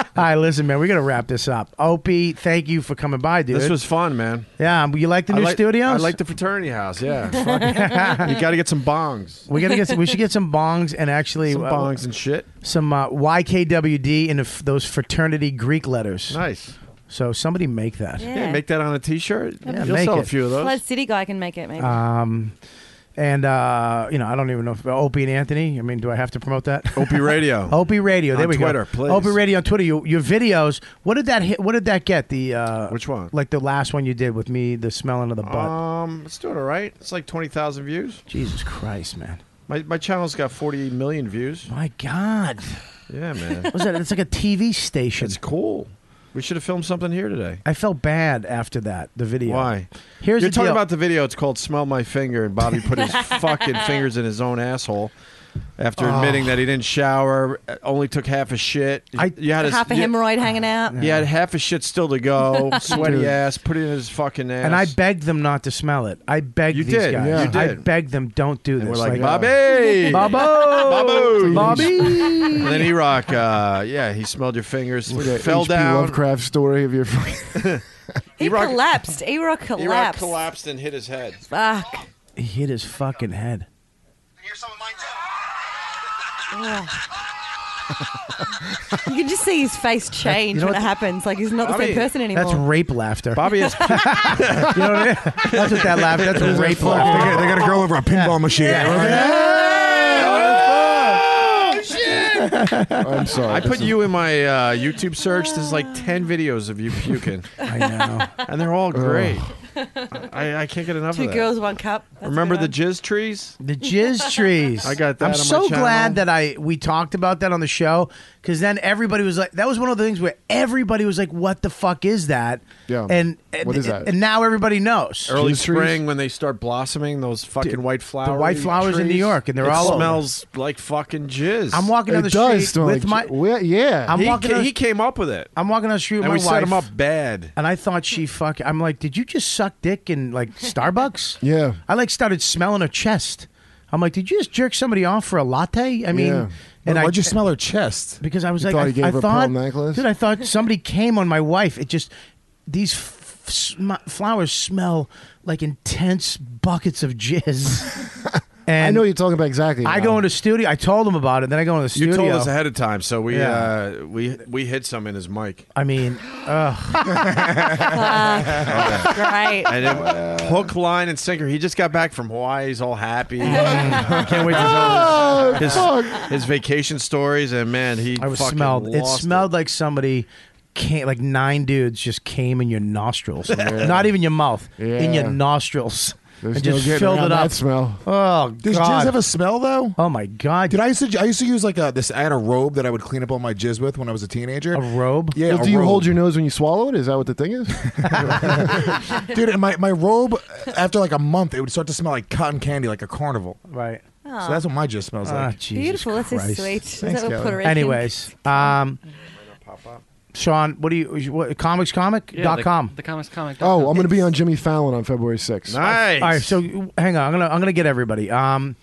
Speaker 4: All right, listen, man, we got to wrap this up. Opie, thank you for coming by, dude.
Speaker 1: This was fun, man.
Speaker 4: yeah. You like the
Speaker 1: I
Speaker 4: new
Speaker 1: like-
Speaker 4: studios?
Speaker 1: I like the fraternity house. Yeah, you got to get some bongs.
Speaker 4: We gotta get. Some, we should get some bongs and actually uh,
Speaker 1: Some bongs and shit.
Speaker 4: Some uh, YKWd in the f- those fraternity Greek letters.
Speaker 1: Nice.
Speaker 4: So somebody make that.
Speaker 1: Yeah, make that on a t-shirt.
Speaker 4: Yeah,
Speaker 1: You'll
Speaker 4: make
Speaker 1: sell a
Speaker 4: it.
Speaker 1: few of those.
Speaker 14: Flood City guy can make it, maybe.
Speaker 4: Um, and uh, you know, I don't even know if Opie and Anthony. I mean, do I have to promote that?
Speaker 1: Opie Radio.
Speaker 4: Opie Radio. There
Speaker 1: On
Speaker 4: we
Speaker 1: Twitter,
Speaker 4: go.
Speaker 1: please.
Speaker 4: Opie Radio on Twitter. Your, your videos. What did that hit? What did that get? The uh,
Speaker 1: which one?
Speaker 4: Like the last one you did with me, the smelling of the butt.
Speaker 1: Um, it's doing all right. It's like twenty thousand views.
Speaker 4: Jesus Christ, man!
Speaker 1: My my channel's got forty million views.
Speaker 4: My God.
Speaker 1: Yeah, man.
Speaker 4: What was that? It's like a TV station. It's
Speaker 1: cool. We should have filmed something here today.
Speaker 4: I felt bad after that. The video.
Speaker 1: Why?
Speaker 4: Here's
Speaker 1: You're
Speaker 4: the
Speaker 1: talking
Speaker 4: deal.
Speaker 1: about the video. It's called "Smell My Finger," and Bobby put his fucking fingers in his own asshole after
Speaker 4: Oh.
Speaker 1: admitting that he didn't shower, only took half a shit. you had
Speaker 14: Half a hemorrhoid
Speaker 4: Uh,
Speaker 14: hanging out.
Speaker 1: You, you had half a shit still to go. Sweaty
Speaker 4: Dude.
Speaker 1: ass. Put it in his fucking ass.
Speaker 4: And I begged them not to smell it. I begged
Speaker 1: You
Speaker 4: these
Speaker 1: did.
Speaker 4: guys.
Speaker 1: Yeah. You
Speaker 4: I
Speaker 1: did.
Speaker 4: begged them, don't do this.
Speaker 1: we're like, Bobby!
Speaker 4: Bobbo,
Speaker 1: Bobbo!
Speaker 4: Bobby.
Speaker 1: And then E Rock, uh, yeah, he smelled your fingers,
Speaker 8: Look at
Speaker 1: fell
Speaker 8: H.P.
Speaker 1: down.
Speaker 8: Lovecraft story of your.
Speaker 14: He collapsed. E-Rock
Speaker 1: E-Rock
Speaker 14: collapsed.
Speaker 1: collapsed and hit his head.
Speaker 14: Fuck.
Speaker 4: He hit his fucking head.
Speaker 14: Ugh. you can just see his face change
Speaker 4: you know
Speaker 14: when it
Speaker 4: what the-
Speaker 14: happens. Like he's not the
Speaker 4: Bobby,
Speaker 14: same person anymore.
Speaker 4: That's rape laughter.
Speaker 1: Bobby is.
Speaker 4: you know what I mean? That's what that laughter. That's
Speaker 15: There's a
Speaker 4: rape
Speaker 15: fuck. They
Speaker 4: laughter.
Speaker 15: got, they got a girl over a pinball machine.
Speaker 1: I'm sorry. I put you in my uh, YouTube search. There's like ten videos of you puking.
Speaker 4: I know,
Speaker 1: and they're all great. I, I can't get enough
Speaker 14: Two
Speaker 1: of that.
Speaker 14: girls, one cup.
Speaker 1: Remember the jizz trees?
Speaker 4: The jizz trees.
Speaker 1: I got that
Speaker 4: I'm
Speaker 1: on my
Speaker 4: so
Speaker 1: channel.
Speaker 4: glad that I we talked about that on the show because then everybody was like, that was one of the things where everybody was like, "What the fuck is that?"
Speaker 8: Yeah.
Speaker 4: And
Speaker 8: What is that?
Speaker 4: And now everybody knows.
Speaker 1: Early spring when they start blossoming, those fucking white flowers.
Speaker 4: white flowers in New York, and they're all over.
Speaker 1: smells like fucking jizz.
Speaker 4: I'm walking down the street with my
Speaker 8: yeah.
Speaker 4: I'm
Speaker 1: he,
Speaker 4: walking.
Speaker 1: ca-
Speaker 4: down,
Speaker 1: he came up with it,
Speaker 4: I'm walking down the street with
Speaker 1: and
Speaker 4: my
Speaker 1: we
Speaker 4: wife.
Speaker 1: set him up bad.
Speaker 4: And I thought she fuck. I'm like, did you just suck dick in like Starbucks?
Speaker 8: Yeah.
Speaker 4: I like started smelling her chest. I'm like, did you just jerk somebody off for a latte? I mean,
Speaker 8: Yeah.
Speaker 4: and I,
Speaker 8: Why'd you smell
Speaker 4: her chest? Because I was
Speaker 8: You
Speaker 4: like,
Speaker 8: thought
Speaker 4: I,
Speaker 8: he gave
Speaker 4: I
Speaker 8: her a pearl
Speaker 4: thought,
Speaker 8: necklace?
Speaker 4: dude, I thought somebody came on my wife. It just these f- f- sm- flowers smell like intense buckets of jizz. and
Speaker 8: I know what you're talking about exactly.
Speaker 4: I
Speaker 8: now.
Speaker 4: go into studio. I told him about it. Then I go into the studio.
Speaker 1: You told us ahead of time, so we
Speaker 4: Yeah.
Speaker 1: uh, we we hid some in his mic.
Speaker 4: I mean,
Speaker 1: Fuck.
Speaker 14: Great.
Speaker 1: And it, hook, line, and sinker. He just got back from Hawaii. He's all happy. Can't wait to
Speaker 4: Oh,
Speaker 1: tell his,
Speaker 4: fuck.
Speaker 1: his, his vacation stories. And man, he
Speaker 4: I was
Speaker 1: fucking
Speaker 4: smelled. It
Speaker 1: Lost
Speaker 4: smelled like somebody came, like nine dudes just came in your nostrils, not even your mouth, in
Speaker 1: Yeah.
Speaker 4: your nostrils.
Speaker 8: There's
Speaker 4: and
Speaker 8: no
Speaker 4: just
Speaker 8: getting
Speaker 4: filled
Speaker 8: around
Speaker 4: it up.
Speaker 8: that smell.
Speaker 4: Oh
Speaker 7: Does
Speaker 4: God.
Speaker 7: jizz have a smell though?
Speaker 4: Oh my god!
Speaker 7: Did I used to I used to use like a this I had a robe that I would clean up all my jizz with when I was a teenager. A
Speaker 4: robe?
Speaker 7: Yeah.
Speaker 8: Well,
Speaker 7: a
Speaker 8: do you
Speaker 7: robe.
Speaker 8: hold your nose when you swallow it? Is that what the thing is?
Speaker 7: dude? And my my robe uh, after like a month it would start to smell like cotton candy, like a carnival.
Speaker 4: Right.
Speaker 7: So that's what my jizz smells
Speaker 4: Ah,
Speaker 7: like.
Speaker 4: Jesus
Speaker 12: Beautiful, that's so
Speaker 4: Christ.
Speaker 12: sweet. Is Thanks, that what Kelly. Puerto Rican-
Speaker 4: Anyways, um, Sean, what do you? What, comicscomic.com.
Speaker 2: Yeah, the- the comics comic.
Speaker 8: Oh, I'm going to be on Jimmy Fallon on February 6th.
Speaker 4: All right, so hang on. I'm gonna I'm gonna get everybody. Um,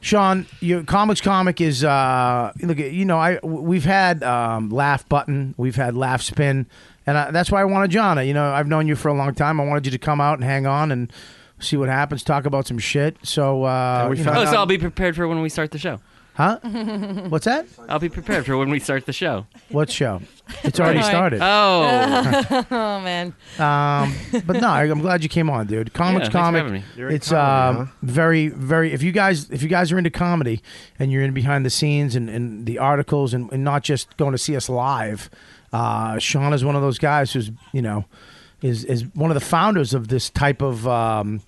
Speaker 4: Sean, your comics comic is uh, look. You know, I we've had um, laugh button, we've had laugh spin, and I, that's why I wanted John. You know, I've known you for a long time. I wanted you to come out and hang on and see what happens, talk about some shit. So uh, you know-
Speaker 2: oh, so I'll be prepared for when we start the show.
Speaker 4: huh? What's that?
Speaker 2: I'll be prepared for when we start the show.
Speaker 4: What show? It's already
Speaker 2: Right.
Speaker 4: started.
Speaker 2: Oh.
Speaker 12: oh man.
Speaker 4: Um, but no, I- I'm glad you came on, dude. Comics,
Speaker 2: thanks for having
Speaker 4: comic.
Speaker 2: me. You're in
Speaker 4: It's
Speaker 2: comedy,
Speaker 4: um, very, very. If you guys, if you guys are into comedy and you're in behind the scenes and, and the articles and, and not just going to see us live, uh, Sean is one of those guys who's you know is is one of the founders of this type of um,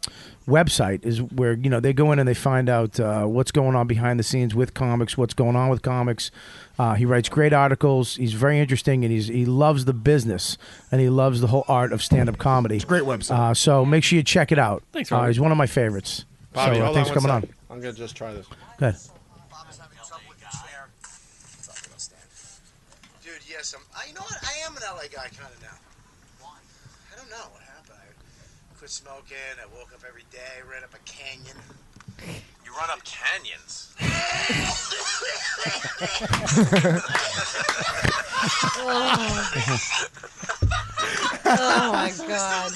Speaker 4: website. Is where you know they go in and they find out uh, what's going on behind the scenes with comics, what's going on with comics. Uh, he writes great articles. He's very interesting, and he's he loves the business and he loves the whole art of stand up comedy. It's a
Speaker 7: great website.
Speaker 4: Uh, so make sure you check it out.
Speaker 1: Thanks,
Speaker 4: uh,
Speaker 1: Robert.
Speaker 4: He's one of my favorites.
Speaker 1: Bobby,
Speaker 4: so, uh,
Speaker 1: hold
Speaker 4: thanks
Speaker 1: on
Speaker 4: for
Speaker 1: one
Speaker 4: coming
Speaker 1: sec. I'm going to just try this.
Speaker 4: on. Good.
Speaker 16: Dude, yes, I'm. I, you know what? I am an LA guy kind of now. Why? I don't know what happened. I quit smoking. I woke up every day. Ran up a canyon. You run up canyons.
Speaker 9: oh.
Speaker 12: Oh my god.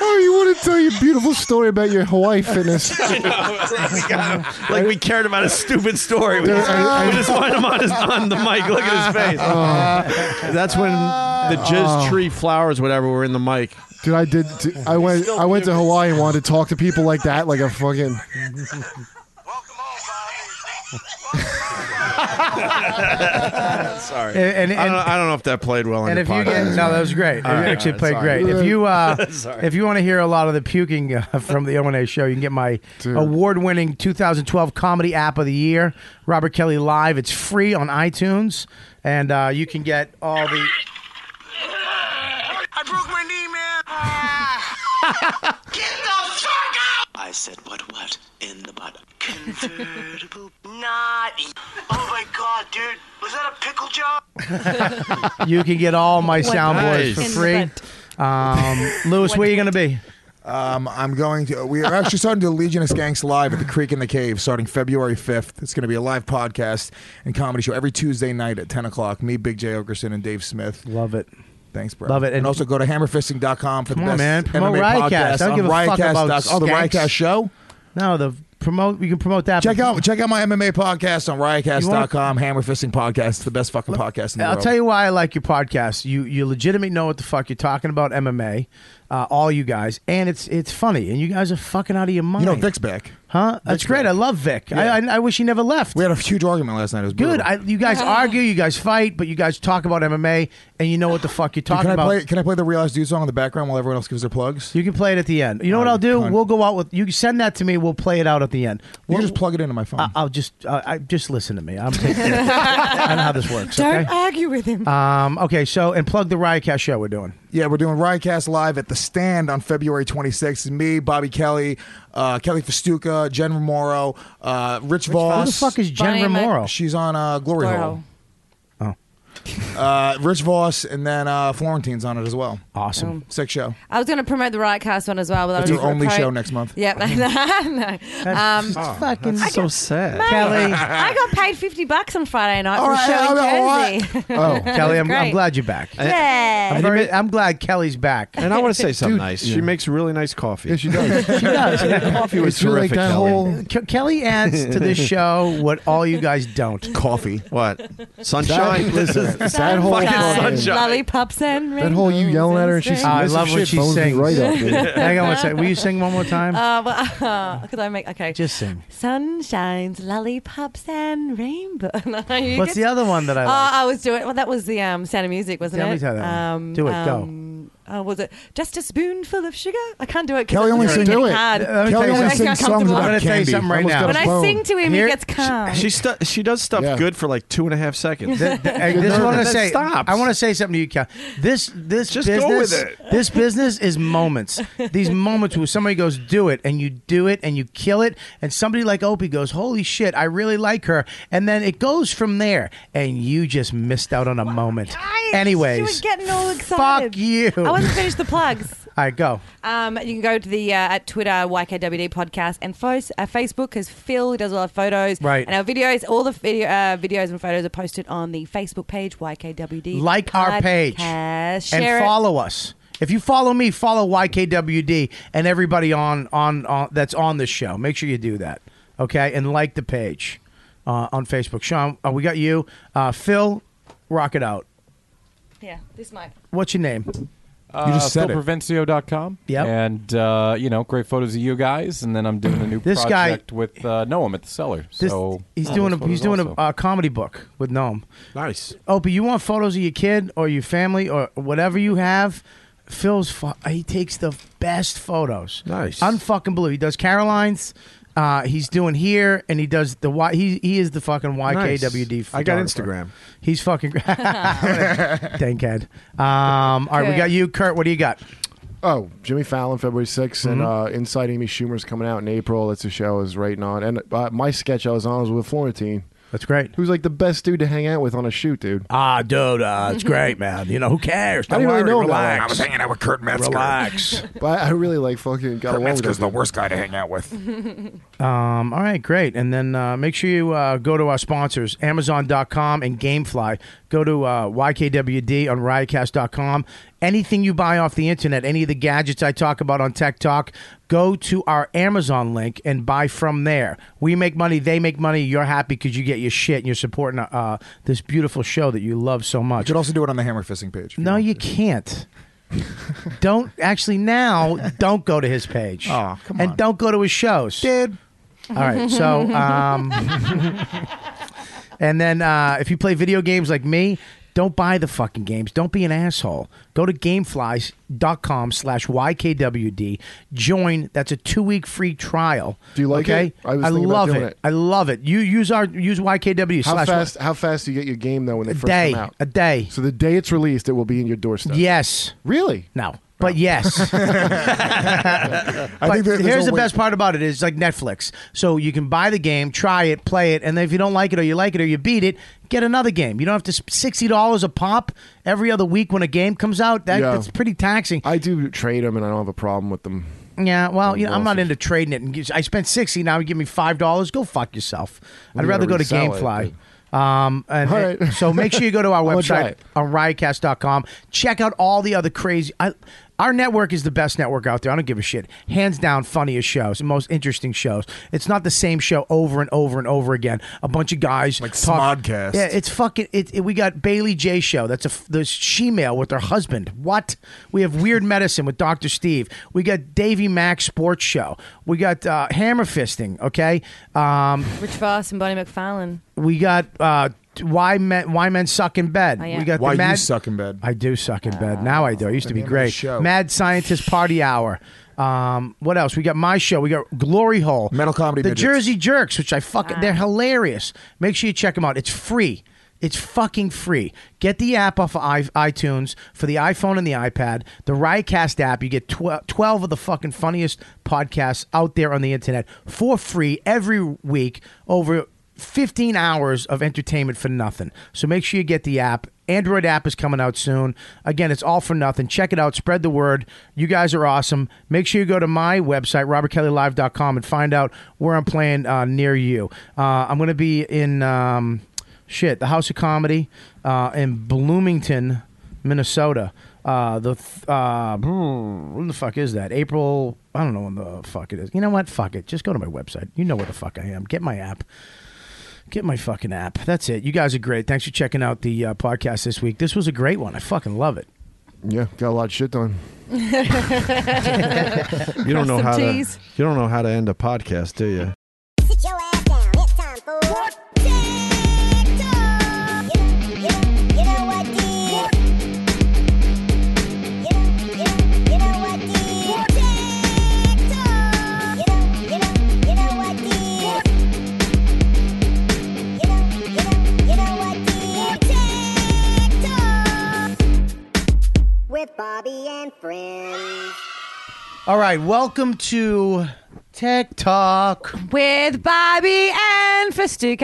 Speaker 8: oh, you want to tell your beautiful story about your Hawaii fitness.
Speaker 1: I know. We got him. Like we cared about his stupid story. We just, we just wanted him on, his, on the mic. Look at his face.
Speaker 4: Oh.
Speaker 1: That's when the jizz tree flowers, whatever, were in the mic.
Speaker 8: Dude, I did. Dude, I went. I went to Hawaii and wanted to talk to people like that, like a fucking.
Speaker 1: Sorry.
Speaker 4: And- and-
Speaker 1: I, don't, I don't know if that played well. in
Speaker 4: and
Speaker 1: the
Speaker 4: if you get
Speaker 1: podcast.
Speaker 4: no, that was great. It
Speaker 1: All right, all
Speaker 4: actually
Speaker 1: right,
Speaker 4: played
Speaker 1: sorry.
Speaker 4: great. If you uh,
Speaker 1: Sorry.
Speaker 4: if you want to hear a lot of the puking uh, from the O and A show, you can get my award-winning 2012 comedy app of the year, Robert Kelly Live. It's free on iTunes, and uh, you can get all the.
Speaker 9: I broke my knee, man. Ah. Get the fuck out! I said what what in the butt. Convertible. Not. Oh my god, dude. Was that a pickle job?
Speaker 4: you can get all my
Speaker 7: What
Speaker 4: soundboards
Speaker 7: nice.
Speaker 4: for free. Um, Lewis, where are you going to be?
Speaker 7: Um, I'm going to. We are actually starting to do Legion of Skanks live at the Creek in the Cave starting February 5th. It's going to be a live podcast and comedy show every Tuesday night at 10 o'clock. Me, Big J. Okerson, and Dave Smith.
Speaker 4: Love it.
Speaker 7: Thanks, bro.
Speaker 4: Love it.
Speaker 7: And,
Speaker 4: And-
Speaker 7: also go to hammerfisting.com for
Speaker 4: Come
Speaker 7: the
Speaker 4: on,
Speaker 7: best
Speaker 4: man. Promote
Speaker 7: MMA
Speaker 4: Riotcast.
Speaker 7: podcast
Speaker 4: I don't
Speaker 7: on
Speaker 4: give a fuck
Speaker 7: Riotcast
Speaker 4: about
Speaker 7: dot- Oh, the
Speaker 4: Skanks.
Speaker 7: Riotcast show?
Speaker 4: No, the promote. You can promote that.
Speaker 7: Check out check out my MMA podcast on
Speaker 4: You wanna-
Speaker 7: riotcast.com, Hammerfisting Podcast. It's the best fucking podcast in the
Speaker 4: I'll
Speaker 7: world.
Speaker 4: tell you why I like your podcast. You you legitimately know what the fuck you're talking about MMA, uh, all you guys, and it's it's funny, and you guys are fucking out of your mind.
Speaker 7: You know, Vic's back.
Speaker 4: huh? That's great. I love Vic. I, I I wish he never left. We
Speaker 7: had a huge argument last night. It was
Speaker 4: good.
Speaker 7: brutal.
Speaker 4: I, you guys argue, you guys fight, but you guys talk about MMA, and you know what the fuck you're
Speaker 7: Dude,
Speaker 4: talking
Speaker 7: can
Speaker 4: about.
Speaker 7: I play? Can I play the Real Ass Dude song in the background while everyone else gives their plugs?
Speaker 4: You can play it at the end. You know what I'll do? We'll go out with you. can Send that to me. We'll play it out at the end. We'll
Speaker 7: just plug it into my phone.
Speaker 4: I, will just uh, I just listen to me. I'm taking care of it. I know how this works.
Speaker 12: Don't
Speaker 4: okay?
Speaker 12: argue with him.
Speaker 4: Um, okay, so and plug the Riotcast show we're doing.
Speaker 7: Yeah, we're doing Riotcast live at the Stand on February 26th. It's me, Bobby Kelly, uh, Kelly Festuca, Jen Romero, uh, Rich, Voss.
Speaker 4: Who the fuck is Jen Romero?
Speaker 7: She's on uh, Glory Hole.
Speaker 4: Oh.
Speaker 7: Uh, Rich Voss, and then uh, Florentine's on it as well.
Speaker 12: Um,
Speaker 4: Awesome,
Speaker 7: sick show.
Speaker 15: Oh,
Speaker 12: I was going to promote the Riotcast one as well, but
Speaker 7: That's
Speaker 12: I
Speaker 7: your only show next month.
Speaker 12: Yep. no. Um,
Speaker 4: fucking
Speaker 12: I
Speaker 4: so sad.
Speaker 12: got,
Speaker 4: Kelly.
Speaker 12: I got paid fifty bucks on Friday night
Speaker 4: All
Speaker 12: for
Speaker 4: right,
Speaker 12: a show in
Speaker 4: all
Speaker 12: Jersey.
Speaker 4: Oh, Kelly, I'm, I'm
Speaker 12: Great.
Speaker 4: glad you're back.
Speaker 12: I- Yeah.
Speaker 4: I'm, very- I'm glad Kelly's back.
Speaker 1: And I want to say something
Speaker 4: Dude,
Speaker 1: nice.
Speaker 4: yeah.
Speaker 1: She makes really nice coffee.
Speaker 8: Yeah,
Speaker 1: she
Speaker 8: does.
Speaker 4: She does.
Speaker 1: coffee was terrific. Kelly.
Speaker 4: Ke- Kelly adds to this show what all you guys don't.
Speaker 7: Coffee.
Speaker 1: What? Sunshine?
Speaker 8: listen,
Speaker 1: that whole fucking sunshine.
Speaker 12: lollipops and
Speaker 8: That whole you yelling at her and she's
Speaker 4: I love what she sings.
Speaker 8: Right up, dude.
Speaker 4: Hang on one second. Will you sing one more time?
Speaker 12: Uh, well, could I make okay?
Speaker 4: Just sing.
Speaker 12: Sun shines, lollipops, and rainbow. No, you
Speaker 4: What's
Speaker 12: get-
Speaker 4: the other one that I
Speaker 12: Oh,
Speaker 4: like?
Speaker 12: I was doing. Well, that was the um, Sound of Music, wasn't
Speaker 4: Tell
Speaker 12: it?
Speaker 4: me, tell me.
Speaker 12: Um,
Speaker 4: Do it, go.
Speaker 12: Um, Uh, was it just a spoonful of sugar? I can't do it. 'cause
Speaker 7: Kelly
Speaker 12: it's
Speaker 7: only
Speaker 12: really
Speaker 7: sings- Do it.
Speaker 12: hard.
Speaker 7: Uh, Kelly only
Speaker 12: It makes me
Speaker 7: sings songs
Speaker 12: uncomfortable.
Speaker 7: about I'm gonna tell you candy. something right Almost now. got
Speaker 12: When
Speaker 7: us
Speaker 12: I
Speaker 7: blown.
Speaker 12: sing to him,
Speaker 4: Here-
Speaker 12: he gets calm.
Speaker 1: She stu- she does stuff good for like two and a half seconds.
Speaker 4: Th- th- I just want to say, I want to say something to you, Cal. This this
Speaker 1: Just
Speaker 4: business,
Speaker 1: go with it.
Speaker 4: this business is moments. These moments where somebody goes, "Do it," and you do it, and you kill it, and somebody like Opie goes, "Holy shit, I really like her," and then it goes from there, and you just missed out on a moment. Anyways,
Speaker 12: she was getting all excited.
Speaker 4: fuck you.
Speaker 12: I wasn't finished the plugs.
Speaker 4: All right, go.
Speaker 12: Um, you can go to the uh, at Twitter YKWd podcast and fo- uh, Facebook because Phil does all our photos,
Speaker 4: Right.
Speaker 12: And our videos, all the video, uh, videos and photos are posted on the Facebook page YKWd.
Speaker 4: like our page
Speaker 12: podcast. share
Speaker 4: and
Speaker 12: it.
Speaker 4: follow us. If you follow me, follow YKWd and everybody on on, on that's on this show. Make sure you do that, okay? And like the page uh, on Facebook. Sean, uh, we got you. Uh, Phil, rock it out.
Speaker 12: Yeah, this mic.
Speaker 4: What's your name?
Speaker 17: Uh, philprovencio.com.
Speaker 4: Yep.
Speaker 17: And, uh, you know, great photos of you guys. And then I'm doing a new
Speaker 4: This guy-
Speaker 17: project with uh, Noam at the cellar.
Speaker 4: This-
Speaker 17: so
Speaker 4: he's
Speaker 17: Oh,
Speaker 4: doing
Speaker 17: those
Speaker 4: a he's
Speaker 17: photos
Speaker 4: doing
Speaker 17: also.
Speaker 4: a uh, comedy book with Noam.
Speaker 1: Nice.
Speaker 4: Opie, you want photos of your kid or your family or whatever you have? Phil's fo- he takes the best photos. Nice, unfucking believe. He does Caroline's. Uh, he's doing here, and he does the y. He he is the fucking
Speaker 1: Nice.
Speaker 4: YKWd.
Speaker 1: I got
Speaker 4: photographer.
Speaker 1: Instagram.
Speaker 4: He's fucking. Dankhead. Um, all right, we
Speaker 8: Kurt.
Speaker 4: got you, Kurt. What do you got?
Speaker 8: Oh, Jimmy Fallon, February 6th, and uh, Inside Amy Schumer's coming out in April. That's a show I was writing on. And uh, my sketch I was on was with Florentine.
Speaker 4: That's great.
Speaker 8: Who's like the best dude to hang out with on a shoot, dude.
Speaker 4: Ah, dude, uh, it's great, man. You know who cares?
Speaker 8: I didn't really know him that well.
Speaker 15: out with Kurt Metzger.
Speaker 4: Relax.
Speaker 8: but I really like fucking got
Speaker 15: Kurt
Speaker 8: along with
Speaker 15: Metzger's the
Speaker 8: him.
Speaker 15: worst guy to hang out with.
Speaker 4: Um, all right, great. And then uh, make sure you uh, go to our sponsors, Amazon.com and Gamefly. Go to uh, YKWD on Riotcast.com. Anything you buy off the internet, any of the gadgets I talk about on Tech Talk, go to our Amazon link and buy from there. We make money, they make money. You're happy because you get your shit and you're supporting uh, this beautiful show that you love so much.
Speaker 15: You could also do it on the hammer fisting page.
Speaker 4: No, you can't. don't actually now. Don't go to his page. Oh, come on. And don't go to his shows, dude. All right, so um, and then uh, if you play video games like me, don't buy the fucking games. Don't be an asshole. Go to gameflies.com slash YKWD. Join. That's a two week free trial. Do
Speaker 8: you like
Speaker 4: okay?
Speaker 8: it? I was
Speaker 4: I
Speaker 8: thinking about
Speaker 4: love
Speaker 8: doing
Speaker 4: it.
Speaker 8: it.
Speaker 4: I love it. You use our use YKW
Speaker 8: How
Speaker 4: slash
Speaker 8: fast? How fast do you get your game though when they first
Speaker 4: day,
Speaker 8: come out?
Speaker 4: A day.
Speaker 8: So the day it's released, it will be in your doorstep.
Speaker 4: Yes.
Speaker 8: Really?
Speaker 4: No. But yes.
Speaker 8: I
Speaker 4: But
Speaker 8: think there- there's
Speaker 4: here's
Speaker 8: a
Speaker 4: the
Speaker 8: way-
Speaker 4: best part about it is like Netflix. So you can buy the game, try it, play it, and then if you don't like it or you like it or you beat it, get another game. You don't have to sp- sixty dollars a pop every other week when a game comes out. That,
Speaker 8: Yeah.
Speaker 4: That's pretty taxing.
Speaker 8: I do trade them, and I don't have a problem with them.
Speaker 4: Yeah, well, you know, I'm not
Speaker 8: Awesome.
Speaker 4: into trading it. And I spent sixty now. You give me five dollars. Go fuck yourself.
Speaker 8: Well,
Speaker 4: I'd
Speaker 8: you
Speaker 4: rather
Speaker 8: gotta
Speaker 4: go to
Speaker 8: resell it,
Speaker 4: GameFly. um, and,
Speaker 8: All right.
Speaker 4: so make sure you go to our
Speaker 8: I'm gonna try
Speaker 4: website
Speaker 8: it.
Speaker 4: on riotcast.com. Check out all the other crazy. I, our network is the best network out there. I don't give a shit. Hands down, funniest shows, most interesting shows. It's not the same show over and over and over again. A bunch of guys like
Speaker 15: Smodcast.
Speaker 4: Yeah, it's fucking. It, it- we got Bailey J show. That's a f- the shemale with her husband. What? We have Weird Medicine with Doctor Steve. We got Davy Mack Sports Show. We got uh, Hammer Fisting. Okay. Um,
Speaker 12: Rich Voss and Bonnie McFarlane.
Speaker 4: we got uh, why men why men suck in bed.
Speaker 12: Oh, yeah.
Speaker 4: We got
Speaker 15: Why
Speaker 4: the
Speaker 15: you
Speaker 4: mad,
Speaker 15: suck in bed? Ah,
Speaker 4: I do suck in bed now. I do. I used to be great.
Speaker 15: show.
Speaker 4: Mad scientist party hour. Um, what else? We got my show. We got Glory Hole. Metal comedy. The
Speaker 15: midgets.
Speaker 4: Jersey Jerks, which I fucking they're hilarious. Make sure you check them out. It's free. It's fucking free. Get the app off of i- iTunes for the iPhone and the iPad. The Riotcast app. You get tw- 12 of the fucking funniest podcasts out there on the internet for free every week over 15 hours of entertainment for nothing. So make sure you get the app. Android app is coming out soon. Again, it's all for nothing. Check it out. Spread the word. You guys are awesome. Make sure you go to my website, robertkellylive.com, and find out where I'm playing uh, near you. Uh, I'm going to be in, um, shit, the House of Comedy uh, in Bloomington, Minnesota. Uh, the th- uh, when the fuck is that? April? I don't know when the fuck it is. You know what? Fuck it. Just go to my website. You know where the fuck I am. Get my app. Get my fucking app. That's it. You guys are great. Thanks for checking out the uh, podcast this week. This was a great one. I fucking love it.
Speaker 8: Yeah, got a lot of shit done.
Speaker 1: You don't know
Speaker 4: Some
Speaker 1: how
Speaker 4: cheese.
Speaker 1: to. You don't know how to end a podcast, do you?
Speaker 9: You know what, dude? You know, you know, friends.
Speaker 4: All right, welcome to Tech Talk.
Speaker 14: With Bobby and Festuca.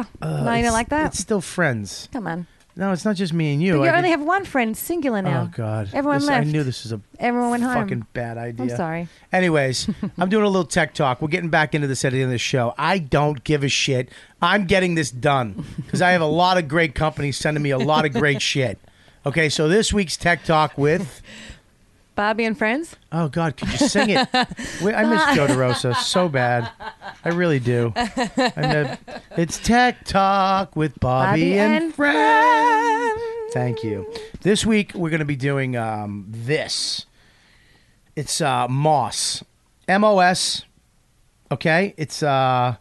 Speaker 4: Uh,
Speaker 14: no, you
Speaker 4: it's-
Speaker 14: don't like that?
Speaker 4: It's still friends.
Speaker 14: Come on.
Speaker 4: No, it's not just me and you.
Speaker 14: But you
Speaker 4: I
Speaker 14: only
Speaker 4: could-
Speaker 14: have one friend, singular now.
Speaker 4: Oh God!
Speaker 14: Everyone
Speaker 4: This-
Speaker 14: left.
Speaker 4: I knew this was a
Speaker 14: Everyone went home.
Speaker 4: fucking bad idea.
Speaker 14: I'm sorry.
Speaker 4: Anyways, I'm doing a little tech talk. We're getting back into this at the end of the show. I don't give a shit. I'm getting this done because I have a lot of great companies sending me a lot of great shit. Okay, so this week's tech talk with
Speaker 14: Bobby and friends.
Speaker 4: oh God, could you sing it? Wait, I miss Joe DeRosa so bad. I really do. I know- it's tech talk with Bobby, and
Speaker 14: friends.
Speaker 4: Thank you. This week we're going to be doing um, this. It's uh, Moss, M O S. Okay, it's uh,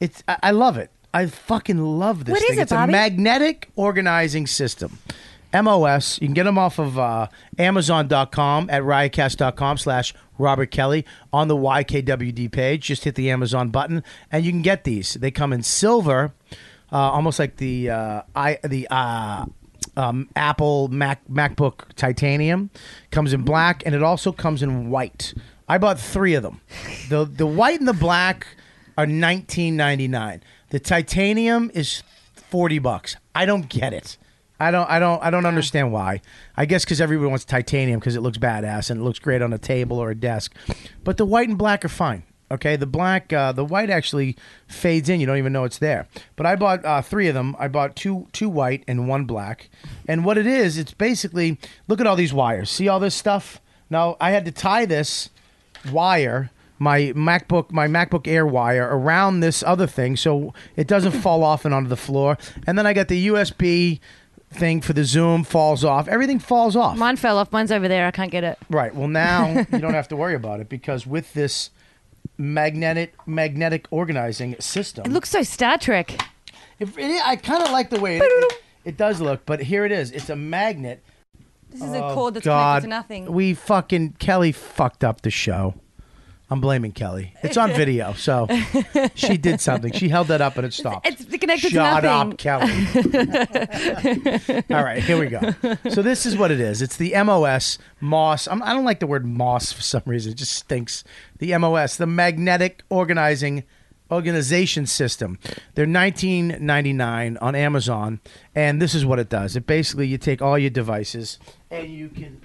Speaker 4: it's I, I love it. I fucking love this.
Speaker 14: What is
Speaker 4: thing.
Speaker 14: it,
Speaker 4: It's
Speaker 14: Bobby?
Speaker 4: a magnetic organizing system. MOS. You can get them off of uh, Amazon.com at riotcast.com slash Robert Kelly on the YKWD page. Just hit the Amazon button and you can get these. They come in silver, uh, almost like the uh, I the uh, um, Apple Mac MacBook titanium. Comes in black and it also comes in white. I bought three of them. The the white and the black are nineteen ninety nine. The titanium is forty bucks. I don't get it. I don't. I don't. I don't understand why. I guess because everybody wants titanium because it looks badass and it looks great on a table or a desk. But the white and black are fine. Okay, the black, uh, the white actually fades in. You don't even know it's there. But I bought uh, three of them. I bought two, two white and one black. And what it is, it's basically look at all these wires. See all this stuff. Now I had to tie this wire my MacBook my MacBook Air wire around this other thing so it doesn't fall off and onto the floor. And then I got the USB thing for the Zoom falls off. Everything falls off.
Speaker 14: Mine fell off. Mine's over there. I can't get it.
Speaker 4: Right. Well, now you don't have to worry about it because with this magnetic magnetic organizing system.
Speaker 14: It looks so Star Trek.
Speaker 4: If it, I kind of like the way it, it, it does look, but here it is. It's a magnet.
Speaker 14: This
Speaker 4: is
Speaker 14: a cord that's
Speaker 4: Oh, God.
Speaker 14: connected to nothing.
Speaker 4: We fucking Kelly fucked up the show. I'm blaming Kelly. It's on video, so she did something. She held that up and it stopped.
Speaker 14: It's connected
Speaker 4: Shut
Speaker 14: to nothing.
Speaker 4: up, Kelly. All right, here we go. So this is what it is. It's the MOS Moss. I'm, I don't like the word Moss for some reason. It just stinks. The MOS, the Magnetic Organizing Organization System. They're 19.99 on Amazon, and this is what it does. It basically you take all your devices and you can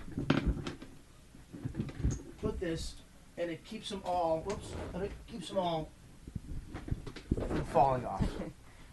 Speaker 4: put this, and it keeps them all. Whoops, and it keeps them all from falling off.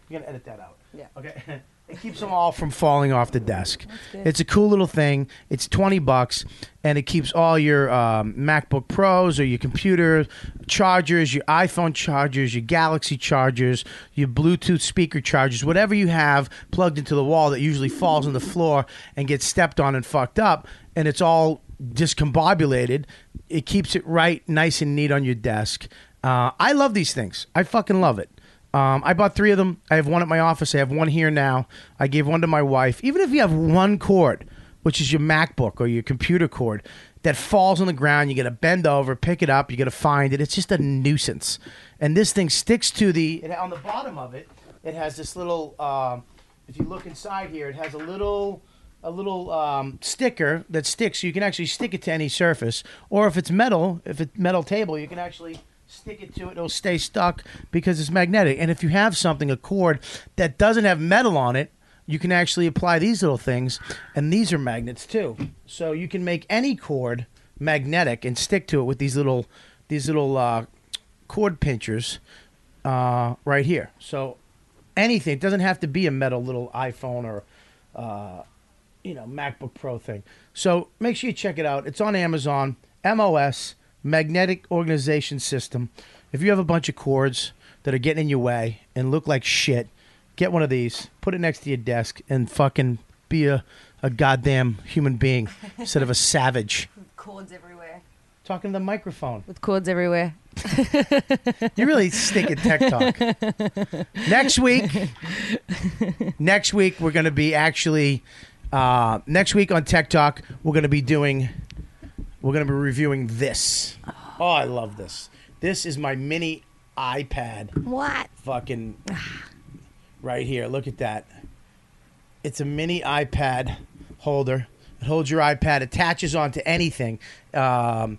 Speaker 4: You're gonna edit that out. Yeah. Okay. It keeps them all from falling off the desk.
Speaker 9: good.
Speaker 4: It's a cool little thing. It's twenty bucks, and it keeps all your um, MacBook Pros or your computer chargers, your iPhone chargers, your Galaxy chargers, your Bluetooth speaker chargers, whatever you have plugged into the wall that usually falls on the floor and gets stepped on and fucked up, and it's all discombobulated. It keeps it right, nice and neat on your desk. Uh, I love these things. I fucking love it. Um, I bought three of them. I have one at my office. I have one here now. I gave one to my wife. Even if you have one cord, which is your MacBook or your computer cord, that falls on the ground, you got to bend over, pick it up, you got to find it. It's just a nuisance. And this thing sticks to the. It, on the bottom of it, it has this little. Um, if you look inside here, it has a little a little um, sticker that sticks. You can actually stick it to any surface, or if it's metal, if it's metal table, you can actually stick it to it. It'll stay stuck because it's magnetic. And if you have something, a cord that doesn't have metal on it, you can actually apply these little things, and these are magnets too. So you can make any cord magnetic and stick to it with these little these little uh, cord pinchers uh, right here. So anything. It doesn't have to be a metal little iPhone or, uh, you know, MacBook Pro thing. So make sure you check it out. It's on Amazon. MOS Magnetic Organization System. If you have a bunch of cords that are getting in your way and look like shit, get one of these. Put it next to your desk and fucking be a, a goddamn human being instead of a savage.
Speaker 14: Cords everywhere.
Speaker 4: Talking to the microphone.
Speaker 14: With cords everywhere.
Speaker 4: You really stink at tech talk. next week, next week we're going to be actually uh, next week on Tech Talk we're going to be doing we're going to be reviewing this. Oh, I love this. This is my mini iPad.
Speaker 14: What?
Speaker 4: Fucking right here. Look at that. It's a mini iPad holder. It holds your iPad, attaches onto anything. Um,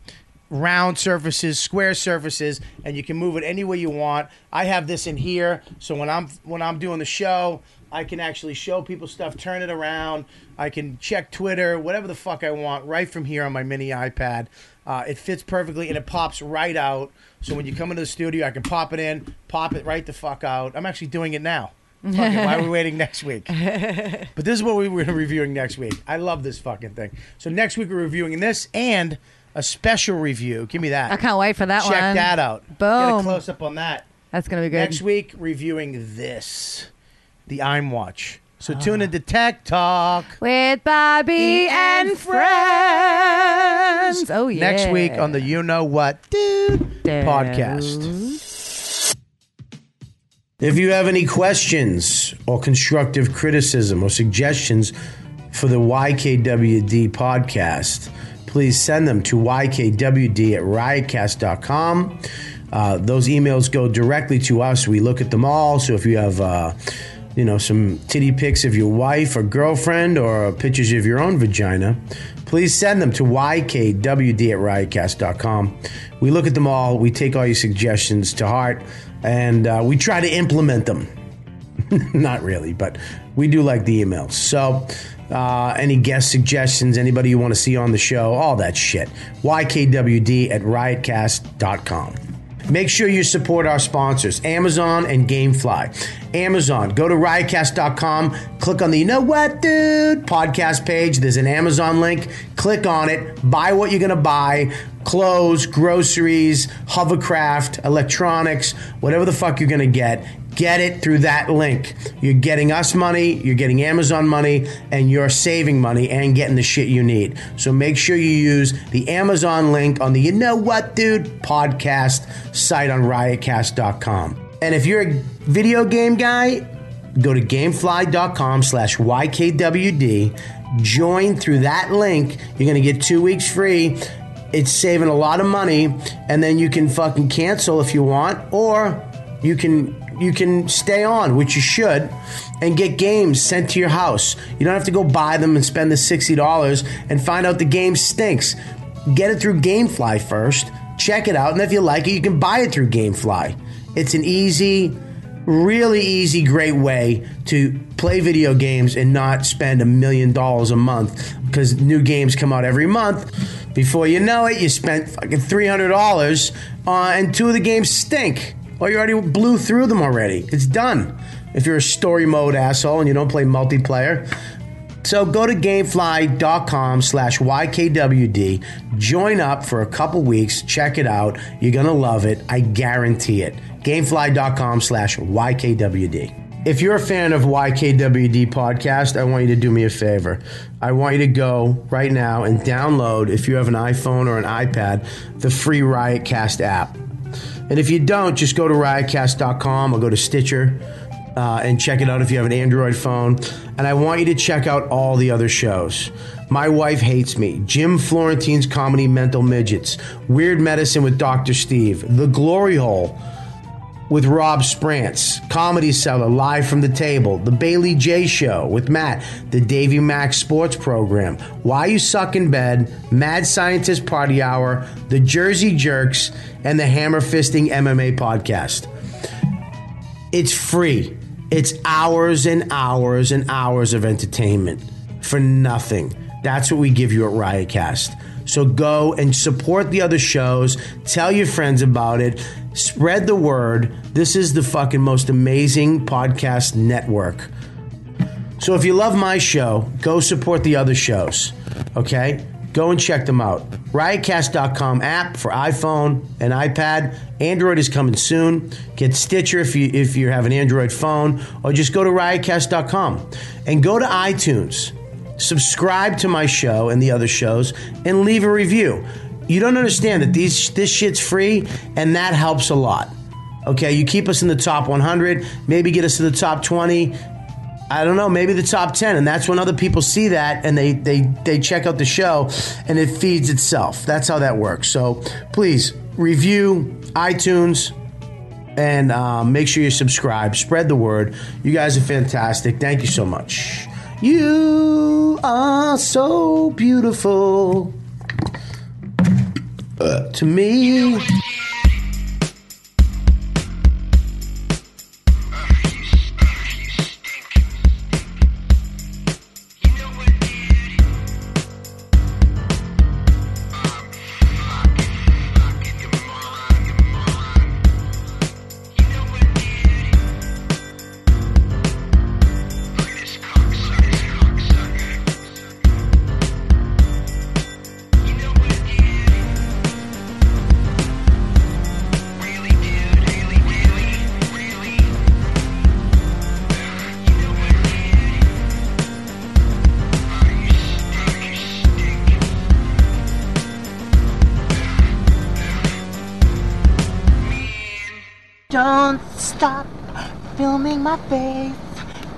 Speaker 4: round surfaces, square surfaces, and you can move it any way you want. I have this in here, so when I'm when I'm doing the show, I can actually show people stuff, turn it around. I can check Twitter, whatever the fuck I want, right from here on my mini iPad. Uh, it fits perfectly and it pops right out. So when you come into the studio, I can pop it in, pop it right the fuck out. I'm actually doing it now. Fuck it, why are we waiting next week? But this is what we were reviewing next week. I love this fucking thing. So next week we're reviewing this and a special review. Give me that.
Speaker 14: I can't wait for that
Speaker 4: Check
Speaker 14: one.
Speaker 4: that out. Get a
Speaker 14: Boom.
Speaker 4: close up on that.
Speaker 14: That's gonna be good.
Speaker 4: Next week reviewing this, the I'm Watch. So tune
Speaker 14: Ah.
Speaker 4: into Tech Talk
Speaker 14: with Bobby E and friends. Oh yeah.
Speaker 4: next week on the You Know What Dude podcast. If you have any questions or constructive criticism or suggestions for the YKWD podcast, please send them to ykwd at riotcast.com. Uh, those emails go directly to us. We look at them all. So if you have, uh, you know, some titty pics of your wife or girlfriend or pictures of your own vagina, please send them to ykwd at riotcast.com. We look at them all. We take all your suggestions to heart and uh, we try to implement them. not really, but we do like the emails. So, uh, any guest suggestions, anybody you want to see on the show, all that shit. YKWD at riotcast.com. Make sure you support our sponsors, Amazon and Gamefly. Amazon, go to riotcast.com, click on the You Know What Dude podcast page. There's an Amazon link. Click on it, buy what you're going to buy clothes, groceries, hovercraft, electronics, whatever the fuck you're going to get. Get it through that link. You're getting us money, you're getting Amazon money, and you're saving money and getting the shit you need. So make sure you use the Amazon link on the You Know What Dude podcast site on riotcast.com. And if you're a video game guy, go to gamefly.com slash YKWD. Join through that link. You're going to get two weeks free. It's saving a lot of money, and then you can fucking cancel if you want, or you can you can stay on, which you should, and get games sent to your house. You don't have to go buy them and spend the sixty dollars and find out the game stinks. Get it through GameFly first, check it out, and if you like it, you can buy it through GameFly. It's an easy, really easy, great way to play video games and not spend a million dollars a month because new games come out every month. Before you know it, you spent fucking three hundred dollars, uh, and two of the games stink, or you already blew through them already. It's done. If you're a story mode asshole and you don't play multiplayer, so go to gamefly.com slash YKWD, join up for a couple weeks, check it out. You're going to love it. I guarantee it. Gamefly.com slash YKWD. If you're a fan of YKWD podcast, I want you to do me a favor. I want you to go right now and download, if you have an iPhone or an iPad, the free Riotcast app. And if you don't, just go to riotcast.com or go to Stitcher uh, and check it out if you have an Android phone. And I want you to check out all the other shows. My Wife Hates Me, Jim Florentine's Comedy Mental Midgets, Weird Medicine with Dr. Steve, The Glory Hole with Rob Sprance, Comedy Cellar Live from the Table, The Bailey J Show with Matt, The Davy Max Sports Program, Why You Suck in Bed, Mad Scientist Party Hour, The Jersey Jerks, and the Hammer Fisting MMA Podcast. It's free. It's hours and hours and hours of entertainment for nothing. That's what we give you at Riotcast. So go and support the other shows. Tell your friends about it. Spread the word. This is the fucking most amazing podcast network. So if you love my show, go support the other shows. Okay? Go and check them out. Riotcast.com app for iPhone and iPad. Android is coming soon. Get Stitcher if you if you have an Android phone, or just go to riotcast.com and go to iTunes. Subscribe to my show and the other shows and leave a review. You don't understand that these this shit's free and that helps a lot. Okay, you keep us in the top 100, maybe get us to the top 20, I don't know, maybe the top 10. And that's when other people see that and they, they, they check out the show and it feeds itself. That's how that works. So please review iTunes and uh, make sure you subscribe. Spread the word. You guys are fantastic. Thank you so much. You are so beautiful uh, to me.
Speaker 9: Don't stop filming my face.